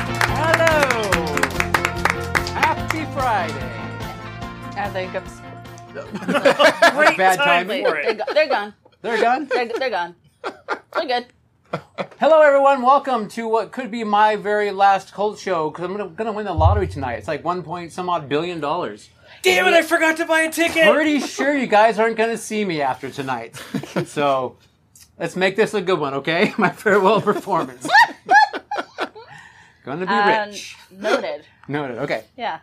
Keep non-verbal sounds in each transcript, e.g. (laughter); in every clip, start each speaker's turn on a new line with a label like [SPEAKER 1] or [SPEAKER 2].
[SPEAKER 1] Hello! Happy Friday!
[SPEAKER 2] Uh, they go,
[SPEAKER 1] Great
[SPEAKER 3] bad
[SPEAKER 1] time
[SPEAKER 3] timing.
[SPEAKER 1] for
[SPEAKER 2] they
[SPEAKER 1] it.
[SPEAKER 2] go, they're gone.
[SPEAKER 1] They're done.
[SPEAKER 2] They're, they're gone. They're good.
[SPEAKER 1] Hello, everyone. Welcome to what could be my very last cult show because I'm gonna, gonna win the lottery tonight. It's like one point some odd billion dollars.
[SPEAKER 3] Damn it, I forgot to buy a ticket.
[SPEAKER 1] Pretty sure you guys aren't gonna see me after tonight. So let's make this a good one, okay? (laughs) My farewell performance. gonna be
[SPEAKER 2] Um,
[SPEAKER 1] rich.
[SPEAKER 2] noted.
[SPEAKER 1] Noted. Okay.
[SPEAKER 2] Yeah.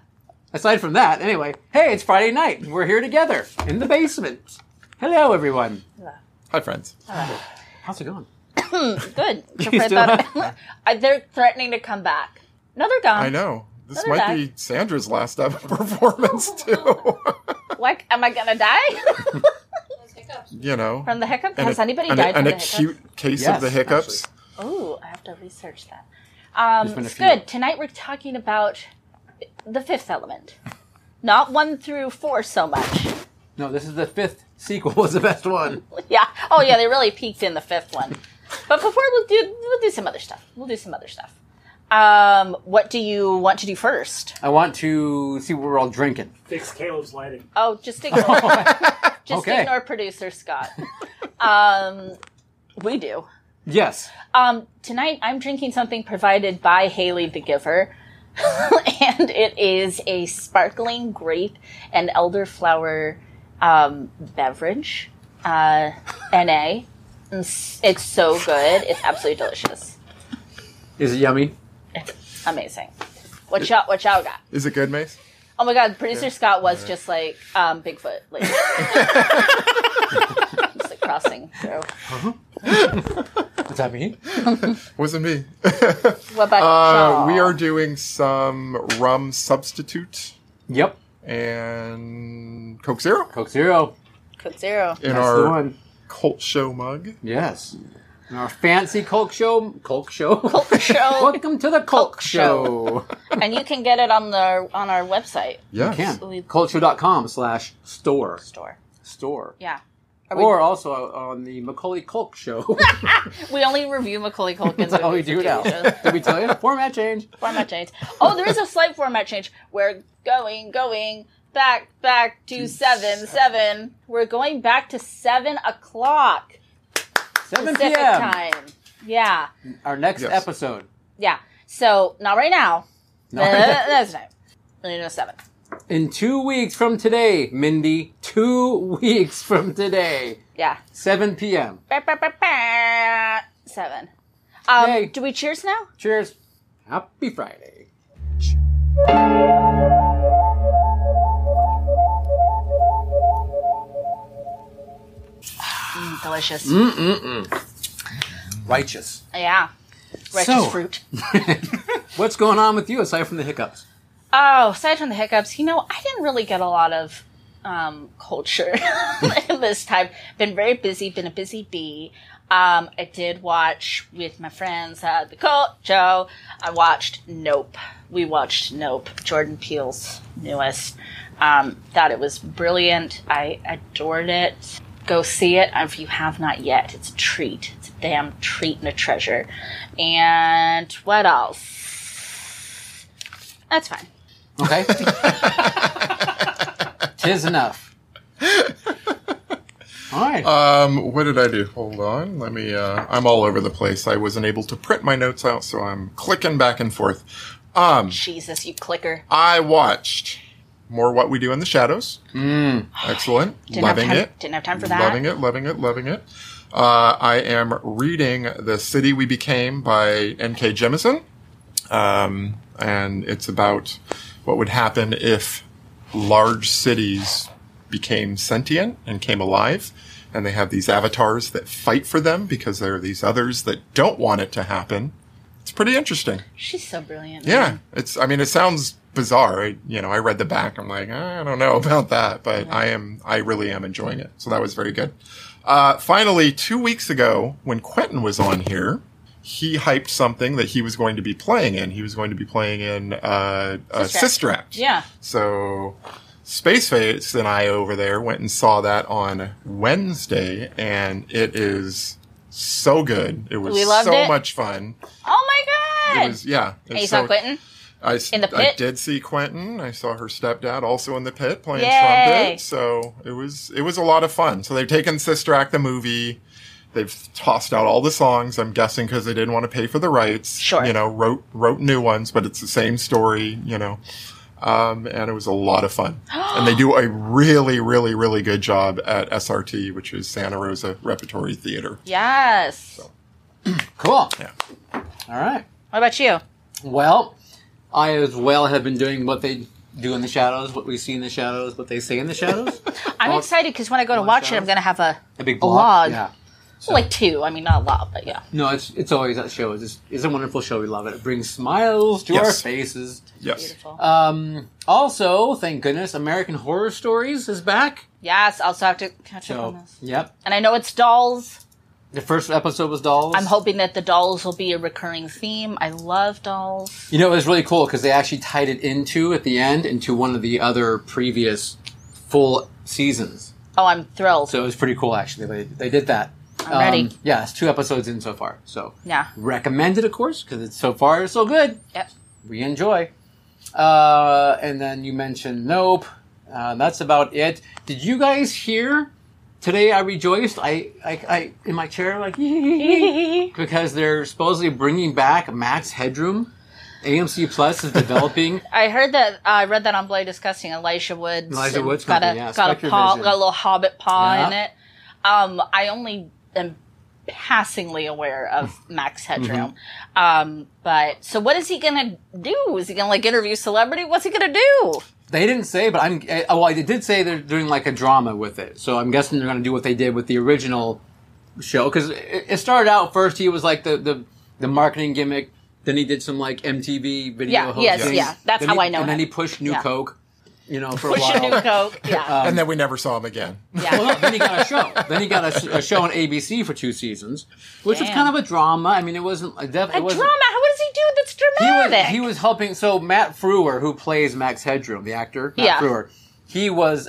[SPEAKER 1] Aside from that, anyway, hey, it's Friday night. We're here together in the basement. Hello, everyone.
[SPEAKER 3] Hi, friends.
[SPEAKER 1] How's it going?
[SPEAKER 2] Good.
[SPEAKER 1] (laughs) You
[SPEAKER 2] Except for
[SPEAKER 1] still
[SPEAKER 2] I thought- (laughs) I- they're threatening to come back. No, they're gone.
[SPEAKER 3] I know. This
[SPEAKER 2] Other
[SPEAKER 3] might
[SPEAKER 2] guy.
[SPEAKER 3] be Sandra's last ever performance, too. (laughs)
[SPEAKER 2] Like, am I gonna die (laughs)
[SPEAKER 3] you know.
[SPEAKER 2] from the hiccup?
[SPEAKER 3] An-
[SPEAKER 2] Has anybody
[SPEAKER 3] an,
[SPEAKER 2] died from
[SPEAKER 3] An
[SPEAKER 2] the
[SPEAKER 3] acute
[SPEAKER 2] hiccup?
[SPEAKER 3] case
[SPEAKER 1] Yes,
[SPEAKER 3] of the hiccups.
[SPEAKER 2] Oh, I have to research that. Um,
[SPEAKER 1] been a
[SPEAKER 2] it's
[SPEAKER 1] few.
[SPEAKER 2] good. Tonight we're talking about the fifth element, not one through four so much.
[SPEAKER 1] No, this is the fifth sequel. (laughs) Was the best one.
[SPEAKER 2] Yeah. Oh, yeah. They really peaked in the fifth one. But before we'll do, we'll do some other stuff. We'll do some other stuff. Um, what do you want to do first?
[SPEAKER 1] I want to see what we're all drinking.
[SPEAKER 4] fix Caleb's lighting.
[SPEAKER 2] Oh, just ignore, just
[SPEAKER 1] Okay.
[SPEAKER 2] ignore producer Scott. Um, we do.
[SPEAKER 1] Yes.
[SPEAKER 2] Um, tonight I'm drinking something provided by Haley the Giver, (laughs) and it is a sparkling grape and elderflower um, beverage, uh, NA. And s- It's so good. It's absolutely delicious.
[SPEAKER 1] Is it yummy?
[SPEAKER 2] Amazing. What y'all, what y'all got?
[SPEAKER 3] Is it good, Mace?
[SPEAKER 2] Oh my god, producer Scott was just like um, Bigfoot,
[SPEAKER 3] (laughs)
[SPEAKER 2] like, (laughs) just like crossing through.
[SPEAKER 1] What's that mean?
[SPEAKER 3] Wasn't me. (laughs)
[SPEAKER 2] What about
[SPEAKER 3] Uh,
[SPEAKER 2] y'all?
[SPEAKER 3] we are doing some rum substitute
[SPEAKER 1] Yep.
[SPEAKER 3] and Coke Zero
[SPEAKER 1] Coke Zero.
[SPEAKER 2] Code Zero.
[SPEAKER 3] in
[SPEAKER 1] That's the
[SPEAKER 3] our
[SPEAKER 1] one.
[SPEAKER 3] cult show mug.
[SPEAKER 1] Yes. And our fancy Coke Show. Coke Show.
[SPEAKER 2] Coke show,
[SPEAKER 1] (laughs) Welcome to the Coke,
[SPEAKER 2] Coke Show.
[SPEAKER 1] Show.
[SPEAKER 2] and you can get it on the on our website.
[SPEAKER 3] Yes.
[SPEAKER 1] Can. Culture.com slash store.
[SPEAKER 2] store.
[SPEAKER 1] Store.
[SPEAKER 2] Yeah. Are we,
[SPEAKER 1] Or also on the Macaulay Culk
[SPEAKER 2] (laughs)
[SPEAKER 1] Show. (laughs)
[SPEAKER 2] we only review Macaulay Culkin's.
[SPEAKER 1] That's how we
[SPEAKER 2] movies
[SPEAKER 1] do
[SPEAKER 2] and
[SPEAKER 1] now.
[SPEAKER 2] TV shows.
[SPEAKER 1] Did we tell you? Format change.
[SPEAKER 2] Format change. Oh, there is a slight format change. We're going, going back, back to seven, seven. We're going back to seven o'clock
[SPEAKER 1] 7
[SPEAKER 2] Pacific
[SPEAKER 1] p.m.
[SPEAKER 2] time. Yeah,
[SPEAKER 1] Our next
[SPEAKER 3] Yes.
[SPEAKER 1] episode.
[SPEAKER 2] yeah. So not right now.
[SPEAKER 1] Not right now.
[SPEAKER 2] (laughs) That's time. You know, seven.
[SPEAKER 1] In two weeks from today, Mindy. Two weeks from today.
[SPEAKER 2] Yeah.
[SPEAKER 1] 7 p.m.
[SPEAKER 2] Ba, ba, ba, ba. Seven. Um,
[SPEAKER 1] Yay.
[SPEAKER 2] Do we cheers now?
[SPEAKER 1] Cheers. Happy Friday. Mm.
[SPEAKER 2] Delicious.
[SPEAKER 1] Righteous.
[SPEAKER 2] Yeah. Righteous
[SPEAKER 1] So-
[SPEAKER 2] fruit.
[SPEAKER 1] What's going on with you aside from the hiccups?
[SPEAKER 2] Oh, aside from the hiccups, you know, I didn't really get a lot of um, culture (laughs) this time. Been very busy, been a busy bee. Um, I did watch with my friends uh, the Cult Show. I watched Nope. We watched Nope, Jordan Peele's newest. Um, thought it was brilliant. I adored it. Go see it if you have not yet. It's a treat. It's a damn treat and a treasure. And what else? That's fine.
[SPEAKER 1] Okay. Tis enough. All right.
[SPEAKER 3] Um, what did I do? Hold on. Let me. Uh, I'm all over the place. I wasn't able to print my notes out, so I'm clicking back and forth. Um,
[SPEAKER 2] Jesus, you clicker.
[SPEAKER 3] I watched more What We Do in the Shadows. Excellent.
[SPEAKER 2] (sighs) Didn't
[SPEAKER 3] loving
[SPEAKER 2] have time,
[SPEAKER 3] it.
[SPEAKER 2] Didn't have time for that.
[SPEAKER 3] Loving it. Loving it. Loving it. Uh, I am reading The City We Became by N.K. Jemisin. Um, and it's about what would happen if large cities became sentient and came alive. And they have these avatars that fight for them because there are these others that don't want it to happen. It's pretty interesting.
[SPEAKER 2] She's so brilliant.
[SPEAKER 3] Yeah,
[SPEAKER 2] man.
[SPEAKER 3] it's. I mean, it sounds bizarre. I, you know, I read the back. I'm like, I don't know (laughs) about that, but I am. I really am enjoying it. So that was very good. Uh, finally, two weeks ago, when Quentin was on here, he hyped something that he was going to be playing in. He was going to be playing in uh,
[SPEAKER 2] Sister
[SPEAKER 3] uh,
[SPEAKER 2] Act.
[SPEAKER 3] Sister Act.
[SPEAKER 2] Yeah.
[SPEAKER 3] So Spaceface and I over there went and saw that on Wednesday, and it is so good. It was
[SPEAKER 2] We loved
[SPEAKER 3] so
[SPEAKER 2] it.
[SPEAKER 3] much fun.
[SPEAKER 2] Oh my god.
[SPEAKER 3] It was yeah. It
[SPEAKER 2] and
[SPEAKER 3] was
[SPEAKER 2] you
[SPEAKER 3] so,
[SPEAKER 2] saw Quentin?
[SPEAKER 3] I, s-
[SPEAKER 2] In the
[SPEAKER 3] I
[SPEAKER 2] pit?
[SPEAKER 3] did see Quentin. I saw her stepdad also in the pit playing
[SPEAKER 2] Yay.
[SPEAKER 3] trumpet. So it was it was a lot of fun. So they've taken Sister Act the movie. They've tossed out all the songs. I'm guessing because they didn't want to pay for the rights.
[SPEAKER 2] Sure.
[SPEAKER 3] You know, wrote wrote new ones, but it's the same story. You know. Um, and it was a lot
[SPEAKER 2] (gasps)
[SPEAKER 3] of fun. and they do a really, really, really good job at SRT, which is Santa Rosa Repertory Theater.
[SPEAKER 2] Yes.
[SPEAKER 1] Cool.
[SPEAKER 3] Yeah.
[SPEAKER 1] All right.
[SPEAKER 2] What about you?
[SPEAKER 1] Well, I as well have been doing what they do in the shadows, what we see in the shadows, what they say in the shadows.
[SPEAKER 2] I'm
[SPEAKER 1] Well,
[SPEAKER 2] excited because when I go to watch it,
[SPEAKER 1] show?
[SPEAKER 2] I'm going to have a,
[SPEAKER 1] a big
[SPEAKER 2] a
[SPEAKER 1] blog.
[SPEAKER 2] log.
[SPEAKER 1] Yeah.
[SPEAKER 2] Like two. I mean, not a lot, but yeah.
[SPEAKER 1] No, it's it's always that show. It's, just, it's a wonderful show. We love it. It brings smiles to
[SPEAKER 3] Yes.
[SPEAKER 1] our faces.
[SPEAKER 3] Yes.
[SPEAKER 2] Beautiful.
[SPEAKER 1] Um, also, thank goodness, American Horror Stories is back.
[SPEAKER 2] yes, I'll also have to catch up on
[SPEAKER 1] So,
[SPEAKER 2] this.
[SPEAKER 1] yep.
[SPEAKER 2] And I know it's dolls.
[SPEAKER 1] The first episode was dolls.
[SPEAKER 2] I'm hoping that the dolls will be a recurring theme. I love dolls.
[SPEAKER 1] You know, it was really cool because they actually tied it into at the end into one of the other previous full seasons.
[SPEAKER 2] Oh, I'm thrilled.
[SPEAKER 1] So it was pretty cool, actually. They, they did that. Um,
[SPEAKER 2] I'm ready.
[SPEAKER 1] Yeah, it's two episodes in so far. So
[SPEAKER 2] yeah.
[SPEAKER 1] recommended, of course, because it's so far it's so good.
[SPEAKER 2] Yep.
[SPEAKER 1] We enjoy. Uh, and then you mentioned Nope. Uh, that's about it. Did you guys hear? Today I rejoiced. I, I, I in my chair like (laughs) because they're supposedly bringing back Max Headroom. AMC Plus is developing.
[SPEAKER 2] I heard that. Uh, I read that on Blade Disgusting. Elisha Woods.
[SPEAKER 1] Elijah
[SPEAKER 2] and
[SPEAKER 1] Wood's
[SPEAKER 2] got a
[SPEAKER 1] company, yeah,
[SPEAKER 2] got a paw,
[SPEAKER 1] Spectrovision.
[SPEAKER 2] got a little Hobbit paw
[SPEAKER 1] Yeah.
[SPEAKER 2] in it. Um, I only am passingly aware
[SPEAKER 1] (laughs)
[SPEAKER 2] of Max Headroom.
[SPEAKER 1] Mm-hmm.
[SPEAKER 2] Um, but so what is he gonna do? Is he gonna like interview celebrity? What's he gonna do?
[SPEAKER 1] They didn't say, but I'm. eh, Well, they did say they're doing like a drama with it, so I'm guessing they're going to do what they did with the original show because it, it started out first. He was like the, the the marketing gimmick. Then he did some like MTV video.
[SPEAKER 2] Yeah,
[SPEAKER 1] hosting.
[SPEAKER 2] yes, yeah. That's
[SPEAKER 1] Then
[SPEAKER 2] how
[SPEAKER 1] he-
[SPEAKER 2] I know
[SPEAKER 1] And then he
[SPEAKER 2] him.
[SPEAKER 1] pushed New
[SPEAKER 2] Yeah.
[SPEAKER 1] Coke, you know, for a
[SPEAKER 2] Push a
[SPEAKER 1] while. Uh,
[SPEAKER 2] new coke.
[SPEAKER 1] (laughs)
[SPEAKER 2] Yeah.
[SPEAKER 3] and then we never saw him again.
[SPEAKER 2] yeah.
[SPEAKER 1] Well, no, then he got a show. Then he got a s- a, show on ABC for two seasons, which was
[SPEAKER 2] Damn.
[SPEAKER 1] kind of a drama. I mean, it wasn't a def-
[SPEAKER 2] a
[SPEAKER 1] it wasn't,
[SPEAKER 2] drama. How, what does he do that's
[SPEAKER 1] He was,
[SPEAKER 2] dramatic?
[SPEAKER 1] he was helping. So Matt Frewer, who plays Max Headroom, the actor, Matt
[SPEAKER 2] Yeah.
[SPEAKER 1] Frewer, he was.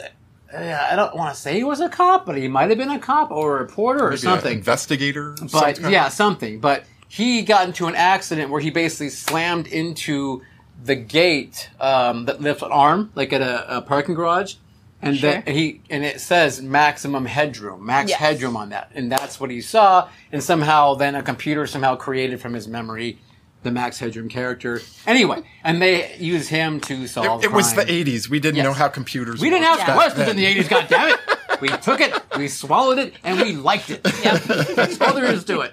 [SPEAKER 1] uh, I don't want to say he was a cop, but he might have been a cop or a reporter or
[SPEAKER 3] Maybe an
[SPEAKER 1] something.
[SPEAKER 3] investigator. of some
[SPEAKER 1] but
[SPEAKER 3] kind.
[SPEAKER 1] yeah, something. But he got into an accident where he basically slammed into the gate um, that lifts an arm, like at a, a parking garage. And
[SPEAKER 2] Sure.
[SPEAKER 1] then he and it says maximum headroom, max
[SPEAKER 2] Yes.
[SPEAKER 1] headroom on that, and that's what he saw. And somehow, then a computer somehow created from his memory the max headroom character. Anyway, and they use him to solve.
[SPEAKER 3] It, it was the
[SPEAKER 1] crime.
[SPEAKER 3] 80s. We didn't
[SPEAKER 1] Yes.
[SPEAKER 3] know how computers
[SPEAKER 1] We didn't
[SPEAKER 3] worked
[SPEAKER 1] have
[SPEAKER 2] Yeah.
[SPEAKER 3] back
[SPEAKER 1] questions in
[SPEAKER 3] then.
[SPEAKER 1] the 80s,
[SPEAKER 2] (laughs)
[SPEAKER 1] goddammit. We took it, we swallowed it, and we liked it. (laughs) That's all there is to it.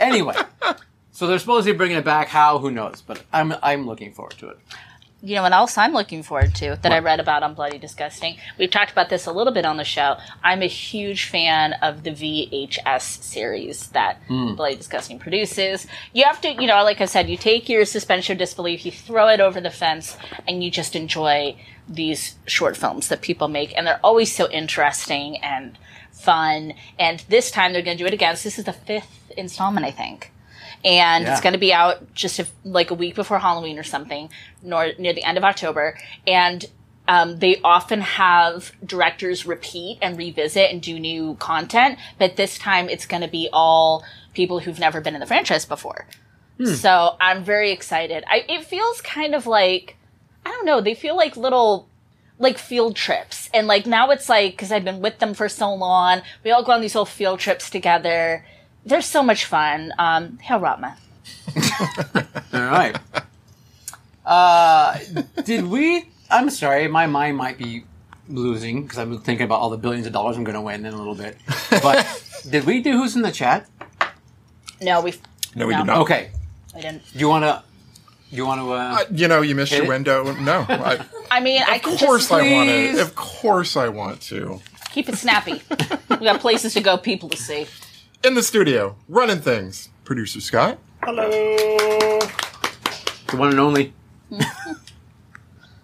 [SPEAKER 1] Anyway, so they're supposed to be bringing it back. How? Who knows? But I'm, I'm looking forward to it.
[SPEAKER 2] you know what else I'm looking forward to that I read about on Bloody Disgusting? We've talked about this a little bit on the show. I'm a huge fan of the VHS series that Bloody Disgusting produces. You have to, you know, like I said, you take your suspension of disbelief, you throw it over the fence, and you just enjoy these short films that people make. And they're always so interesting and fun. And this time they're going to do it again. So this is the fifth installment, I think and
[SPEAKER 1] Yeah.
[SPEAKER 2] it's going to be out just a, like a week before Halloween or something, nor, near the end of October. And um, they often have directors repeat and revisit and do new content, but this time it's going to be all people who've never been in the franchise before. So I'm very excited. I, it feels kind of like I don't know. They feel like little like field trips, and like now it's like because I've been with them for so long. We all go on these little field trips together. They're so much fun. Um, hail Rotma.
[SPEAKER 1] All
[SPEAKER 2] (laughs)
[SPEAKER 1] right. Uh, did we? I'm sorry, my mind might be losing because I've been thinking about all the billions of dollars I'm going to win in a little bit.
[SPEAKER 3] (laughs)
[SPEAKER 1] But
[SPEAKER 2] (laughs)
[SPEAKER 1] did we do who's in the chat?
[SPEAKER 2] No, we.
[SPEAKER 3] No, we did
[SPEAKER 2] No.
[SPEAKER 3] not.
[SPEAKER 1] Okay.
[SPEAKER 2] I didn't.
[SPEAKER 1] Do you want to? Do you want to? Uh,
[SPEAKER 3] Uh, you know, you missed your
[SPEAKER 1] it?
[SPEAKER 3] window. No. (laughs) I,
[SPEAKER 2] I mean, I can
[SPEAKER 3] of course
[SPEAKER 2] just
[SPEAKER 3] I want
[SPEAKER 1] please.
[SPEAKER 3] to. Of course I want to.
[SPEAKER 2] keep it snappy. we got places to go, people to see.
[SPEAKER 3] In the studio, running things. Producer Scott.
[SPEAKER 1] Hello. The one and only.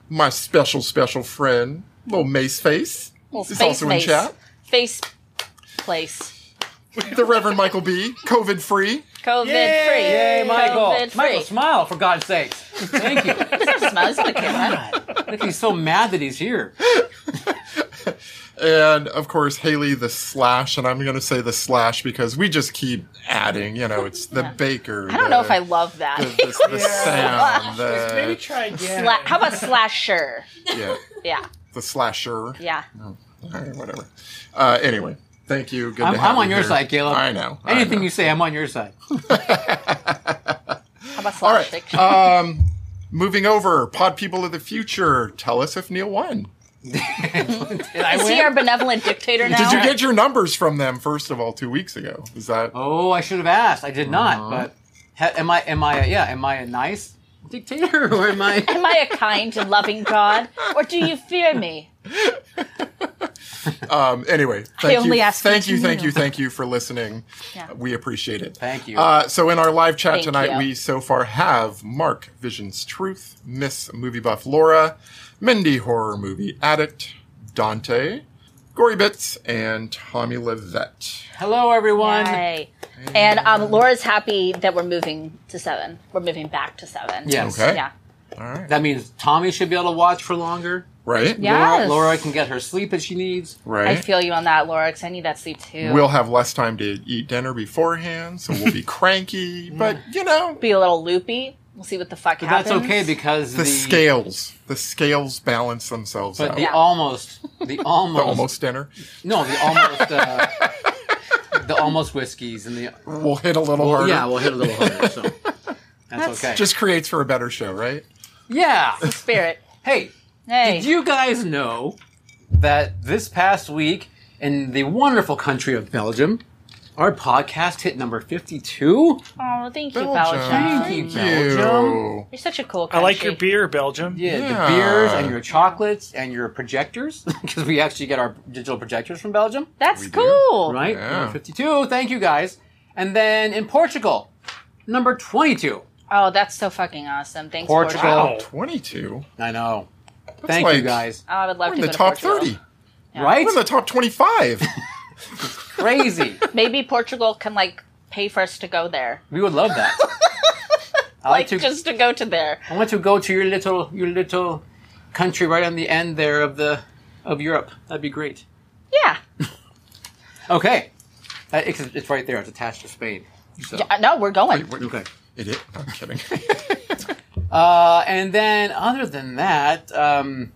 [SPEAKER 3] My special, special friend, little Mace Face.
[SPEAKER 2] Well,
[SPEAKER 3] He's
[SPEAKER 2] face
[SPEAKER 3] also in
[SPEAKER 2] place.
[SPEAKER 3] chat.
[SPEAKER 2] Face place.
[SPEAKER 3] The Reverend Michael B., COVID free.
[SPEAKER 2] COVID free.
[SPEAKER 1] Yay, Michael.
[SPEAKER 2] COVID
[SPEAKER 1] Michael,
[SPEAKER 2] free.
[SPEAKER 1] smile, for God's sake. Thank
[SPEAKER 2] (laughs)
[SPEAKER 1] you.
[SPEAKER 2] Doesn't smile. He's on the camera.
[SPEAKER 1] Look, he's so mad that he's here.
[SPEAKER 3] And of course, Haley the Slash. And I'm going to say the Slash because we just keep adding, you know, it's the baker.
[SPEAKER 2] I don't know if I love that.
[SPEAKER 3] The, the, the sound. the-
[SPEAKER 4] Maybe try again.
[SPEAKER 2] Sla- how about slasher?
[SPEAKER 3] yeah,
[SPEAKER 2] Yeah,
[SPEAKER 3] the Slasher.
[SPEAKER 2] yeah.
[SPEAKER 3] All right, whatever. Uh, anyway, thank you. Good
[SPEAKER 1] I'm,
[SPEAKER 3] to have
[SPEAKER 1] I'm on
[SPEAKER 3] you
[SPEAKER 1] your
[SPEAKER 3] here.
[SPEAKER 1] side, Caleb.
[SPEAKER 3] I know. I
[SPEAKER 1] Anything
[SPEAKER 3] know.
[SPEAKER 1] you say, I'm on your side.
[SPEAKER 2] How about
[SPEAKER 3] All
[SPEAKER 2] slash
[SPEAKER 3] right.
[SPEAKER 2] fiction?
[SPEAKER 3] Um, moving over, Pod People of the Future, tell us if Neil won.
[SPEAKER 1] Did I
[SPEAKER 2] Is
[SPEAKER 1] win?
[SPEAKER 2] he our benevolent dictator now?
[SPEAKER 3] Did you get your numbers from them first of all two weeks ago? Is that
[SPEAKER 1] Oh, I should have asked. I did
[SPEAKER 3] Uh-huh.
[SPEAKER 1] not. But ha- am I? Am I? Yeah. Am I a nice dictator or am
[SPEAKER 2] (laughs)
[SPEAKER 1] I?
[SPEAKER 2] Am I a kind and loving God, or do you fear me?
[SPEAKER 3] um, anyway? Thank you,
[SPEAKER 2] only asked for
[SPEAKER 3] thank
[SPEAKER 2] two
[SPEAKER 3] you, thank you,
[SPEAKER 2] meals.
[SPEAKER 3] thank you
[SPEAKER 1] (laughs)
[SPEAKER 3] for listening.
[SPEAKER 2] Yeah.
[SPEAKER 3] We appreciate it.
[SPEAKER 1] Thank you.
[SPEAKER 3] Uh, so in our live chat
[SPEAKER 2] Thank
[SPEAKER 3] tonight,
[SPEAKER 2] you.
[SPEAKER 3] we so far have Mark Visions Truth, Miss Movie Buff Laura, Mindy Horror Movie Addict, Dante, Gory Bits, and Tommy Levette.
[SPEAKER 1] Hello, everyone.
[SPEAKER 2] Yay. And um, Laura's happy that we're moving to seven. We're moving back to seven.
[SPEAKER 1] Yes.
[SPEAKER 3] Okay.
[SPEAKER 2] Yeah.
[SPEAKER 3] All right,
[SPEAKER 1] That means Tommy should be able to watch for longer.
[SPEAKER 3] right,
[SPEAKER 2] Yeah.
[SPEAKER 1] Laura,
[SPEAKER 2] Yes.
[SPEAKER 1] Laura can get her sleep that she needs.
[SPEAKER 3] right.
[SPEAKER 2] I feel you on that, Laura, because I need that sleep too.
[SPEAKER 3] We'll have less time to eat dinner beforehand, so
[SPEAKER 2] (laughs)
[SPEAKER 3] we'll be cranky. But you know,
[SPEAKER 2] be a little loopy. We'll see what the fuck
[SPEAKER 1] But
[SPEAKER 2] happens.
[SPEAKER 1] that's okay because
[SPEAKER 3] the scales, the scales balance themselves
[SPEAKER 1] But
[SPEAKER 3] out.
[SPEAKER 1] the
[SPEAKER 2] Yeah.
[SPEAKER 1] almost, the almost,
[SPEAKER 3] (laughs) The almost dinner,
[SPEAKER 1] no, the almost, uh, (laughs) the almost whiskeys and the
[SPEAKER 3] we'll hit a little harder.
[SPEAKER 1] yeah, we'll hit a little harder. (laughs) So that's, okay.
[SPEAKER 3] just creates for a better show, right?
[SPEAKER 1] yeah.
[SPEAKER 2] Spirit.
[SPEAKER 1] Hey,
[SPEAKER 2] Hey.
[SPEAKER 1] did you guys know that this past week in the wonderful country of Belgium, our podcast hit number fifty-two?
[SPEAKER 2] Oh, thank you,
[SPEAKER 3] Belgium.
[SPEAKER 2] Belgium.
[SPEAKER 1] Thank you, Belgium.
[SPEAKER 2] You're such a cool
[SPEAKER 4] I
[SPEAKER 2] country.
[SPEAKER 4] like your beer, Belgium.
[SPEAKER 1] Yeah,
[SPEAKER 3] Yeah.
[SPEAKER 1] the beers and your chocolates and your projectors (laughs) because we actually get our digital projectors from Belgium.
[SPEAKER 2] That's
[SPEAKER 3] do.
[SPEAKER 2] cool.
[SPEAKER 1] right?
[SPEAKER 3] Yeah.
[SPEAKER 1] Number 52. Thank you guys. And then in Portugal, number 22.
[SPEAKER 2] Oh, that's so fucking awesome. Thanks,
[SPEAKER 1] Portugal.
[SPEAKER 2] Portugal.
[SPEAKER 4] Wow.
[SPEAKER 3] Twenty-two.
[SPEAKER 1] I know. Thank you
[SPEAKER 3] like-
[SPEAKER 1] guys.
[SPEAKER 2] Oh, I would love to
[SPEAKER 3] We're in
[SPEAKER 2] go
[SPEAKER 3] the
[SPEAKER 2] to
[SPEAKER 3] top
[SPEAKER 2] Portugal.
[SPEAKER 3] thirty.
[SPEAKER 1] Right?
[SPEAKER 3] We're in the top twenty-five. (laughs)
[SPEAKER 1] Crazy.
[SPEAKER 2] Maybe Portugal can like pay for us to go there.
[SPEAKER 1] we would love that. I
[SPEAKER 2] Like
[SPEAKER 1] like to
[SPEAKER 2] just to go to there.
[SPEAKER 1] I want to go to your little your little country right on the end there of the of Europe. That'd be great.
[SPEAKER 2] Yeah.
[SPEAKER 1] Okay. That, it's, it's right there. It's attached to Spain. So,
[SPEAKER 2] Uh, No, we're going.
[SPEAKER 1] okay.
[SPEAKER 3] it is.
[SPEAKER 2] (laughs)
[SPEAKER 3] I'm kidding.
[SPEAKER 1] Uh, and then, other than that, um,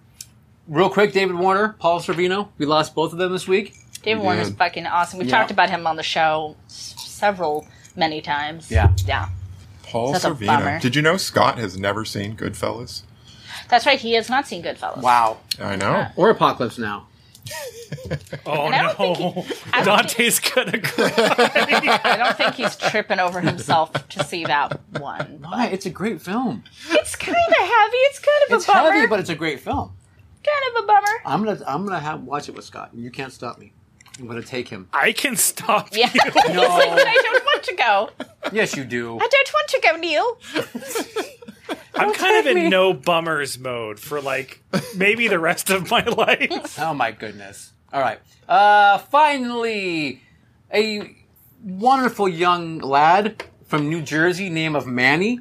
[SPEAKER 1] real quick, David Warner, Paul Servino. We lost both of them this week.
[SPEAKER 2] David Warner's
[SPEAKER 3] did.
[SPEAKER 2] fucking awesome. We
[SPEAKER 1] Yeah.
[SPEAKER 2] talked about him on the show s- several, many times.
[SPEAKER 1] Yeah.
[SPEAKER 2] Yeah.
[SPEAKER 3] Paul
[SPEAKER 2] That's a bummer.
[SPEAKER 3] Sorvino. Did you know Scott has never seen Goodfellas?
[SPEAKER 2] That's right. He has not seen Goodfellas.
[SPEAKER 1] Wow.
[SPEAKER 3] I know.
[SPEAKER 1] Or Apocalypse Now.
[SPEAKER 4] Oh
[SPEAKER 2] And I don't
[SPEAKER 4] no,
[SPEAKER 2] think
[SPEAKER 4] Dante's gonna go.
[SPEAKER 2] (laughs) I don't think he's tripping over himself to see that one. but-
[SPEAKER 1] Why? It's a great film.
[SPEAKER 2] It's kind of heavy. It's kind of
[SPEAKER 1] It's
[SPEAKER 2] a bummer.
[SPEAKER 1] heavy, but it's a great film.
[SPEAKER 2] kind of a bummer.
[SPEAKER 1] I'm gonna I'm gonna have watch it with Scott, and you can't stop me. I'm gonna take him.
[SPEAKER 4] I can stop
[SPEAKER 2] Yeah. (laughs)
[SPEAKER 4] you.
[SPEAKER 2] He's like, but I don't want to go.
[SPEAKER 1] Oh. Yes, you do.
[SPEAKER 2] I don't want to go, Neil.
[SPEAKER 4] I'm kind of in
[SPEAKER 1] me.
[SPEAKER 4] no bummers mode for like maybe the rest of my (laughs) life.
[SPEAKER 1] Oh my goodness. All right. Uh, finally, a wonderful young lad from New Jersey, name of Manny.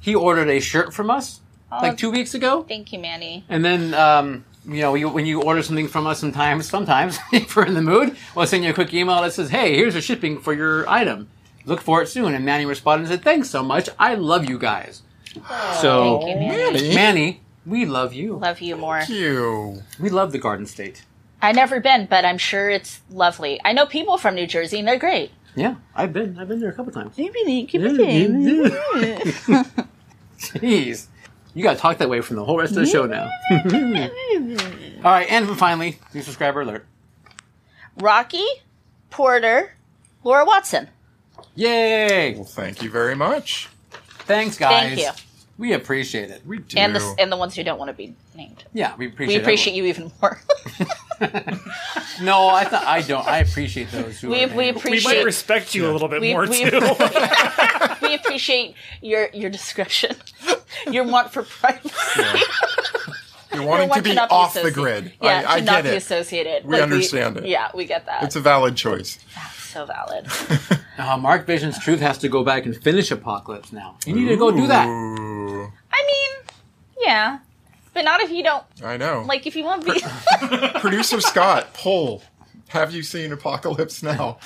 [SPEAKER 1] He ordered a shirt from us
[SPEAKER 2] Uh,
[SPEAKER 1] like two weeks ago,
[SPEAKER 2] Thank you, Manny.
[SPEAKER 1] and then. Um, you know, you, when you order something from us, sometimes, sometimes, (laughs) if we're in the mood, we'll send you a quick email that says, "Hey, here's the shipping for your item. Look for it soon." And Manny responded and said, "Thanks so much. I love you guys." so,
[SPEAKER 2] Oh, Thank you, Manny.
[SPEAKER 3] Manny.
[SPEAKER 1] Oh, Manny, we love you.
[SPEAKER 2] Love you more.
[SPEAKER 3] you.
[SPEAKER 1] We love the Garden State.
[SPEAKER 2] I never been, but I'm sure it's lovely. I know people from New Jersey, and they're great.
[SPEAKER 1] Yeah, I've been. I've been there a couple times.
[SPEAKER 2] Jeez.
[SPEAKER 1] Jeez. You gotta talk that way from the whole rest of the show now.
[SPEAKER 2] (laughs)
[SPEAKER 1] All right, and finally, new subscriber alert.
[SPEAKER 2] Rocky, Porter, Laura Watson.
[SPEAKER 1] Yay!
[SPEAKER 3] Well, thank you very much.
[SPEAKER 1] Thanks, guys.
[SPEAKER 2] Thank you.
[SPEAKER 1] We appreciate it.
[SPEAKER 3] We do.
[SPEAKER 2] And the, and the ones who don't want to be named.
[SPEAKER 1] Yeah, we appreciate
[SPEAKER 2] We
[SPEAKER 1] it.
[SPEAKER 2] appreciate you even more.
[SPEAKER 1] No, I thought I don't. I appreciate those. Who
[SPEAKER 2] (laughs) (laughs) We,
[SPEAKER 1] are angry.
[SPEAKER 2] we
[SPEAKER 4] We might
[SPEAKER 2] appreciate
[SPEAKER 3] (laughs)
[SPEAKER 4] respect you a little bit
[SPEAKER 2] We-
[SPEAKER 4] more
[SPEAKER 2] we- (laughs)
[SPEAKER 4] too.
[SPEAKER 2] we appreciate your your discretion, (laughs) your want for privacy, (laughs)
[SPEAKER 3] You're
[SPEAKER 2] your
[SPEAKER 3] wanting to
[SPEAKER 2] want
[SPEAKER 3] be
[SPEAKER 2] not
[SPEAKER 3] off the
[SPEAKER 2] associated-
[SPEAKER 3] grid.
[SPEAKER 2] Yeah,
[SPEAKER 3] I, I
[SPEAKER 2] to not
[SPEAKER 3] get
[SPEAKER 2] be
[SPEAKER 3] it.
[SPEAKER 2] associated.
[SPEAKER 3] We understand it.
[SPEAKER 2] Yeah, we get that.
[SPEAKER 3] It's a valid choice.
[SPEAKER 2] so valid.
[SPEAKER 1] Uh, Mark Vision's truth has to go back and finish Apocalypse now. You need to go do that.
[SPEAKER 3] Ooh,
[SPEAKER 2] I mean, yeah, but not if you don't
[SPEAKER 3] I know.
[SPEAKER 2] like. If you won't
[SPEAKER 3] (laughs)
[SPEAKER 2] be,
[SPEAKER 3] Producer Scott, poll. Have you seen Apocalypse Now?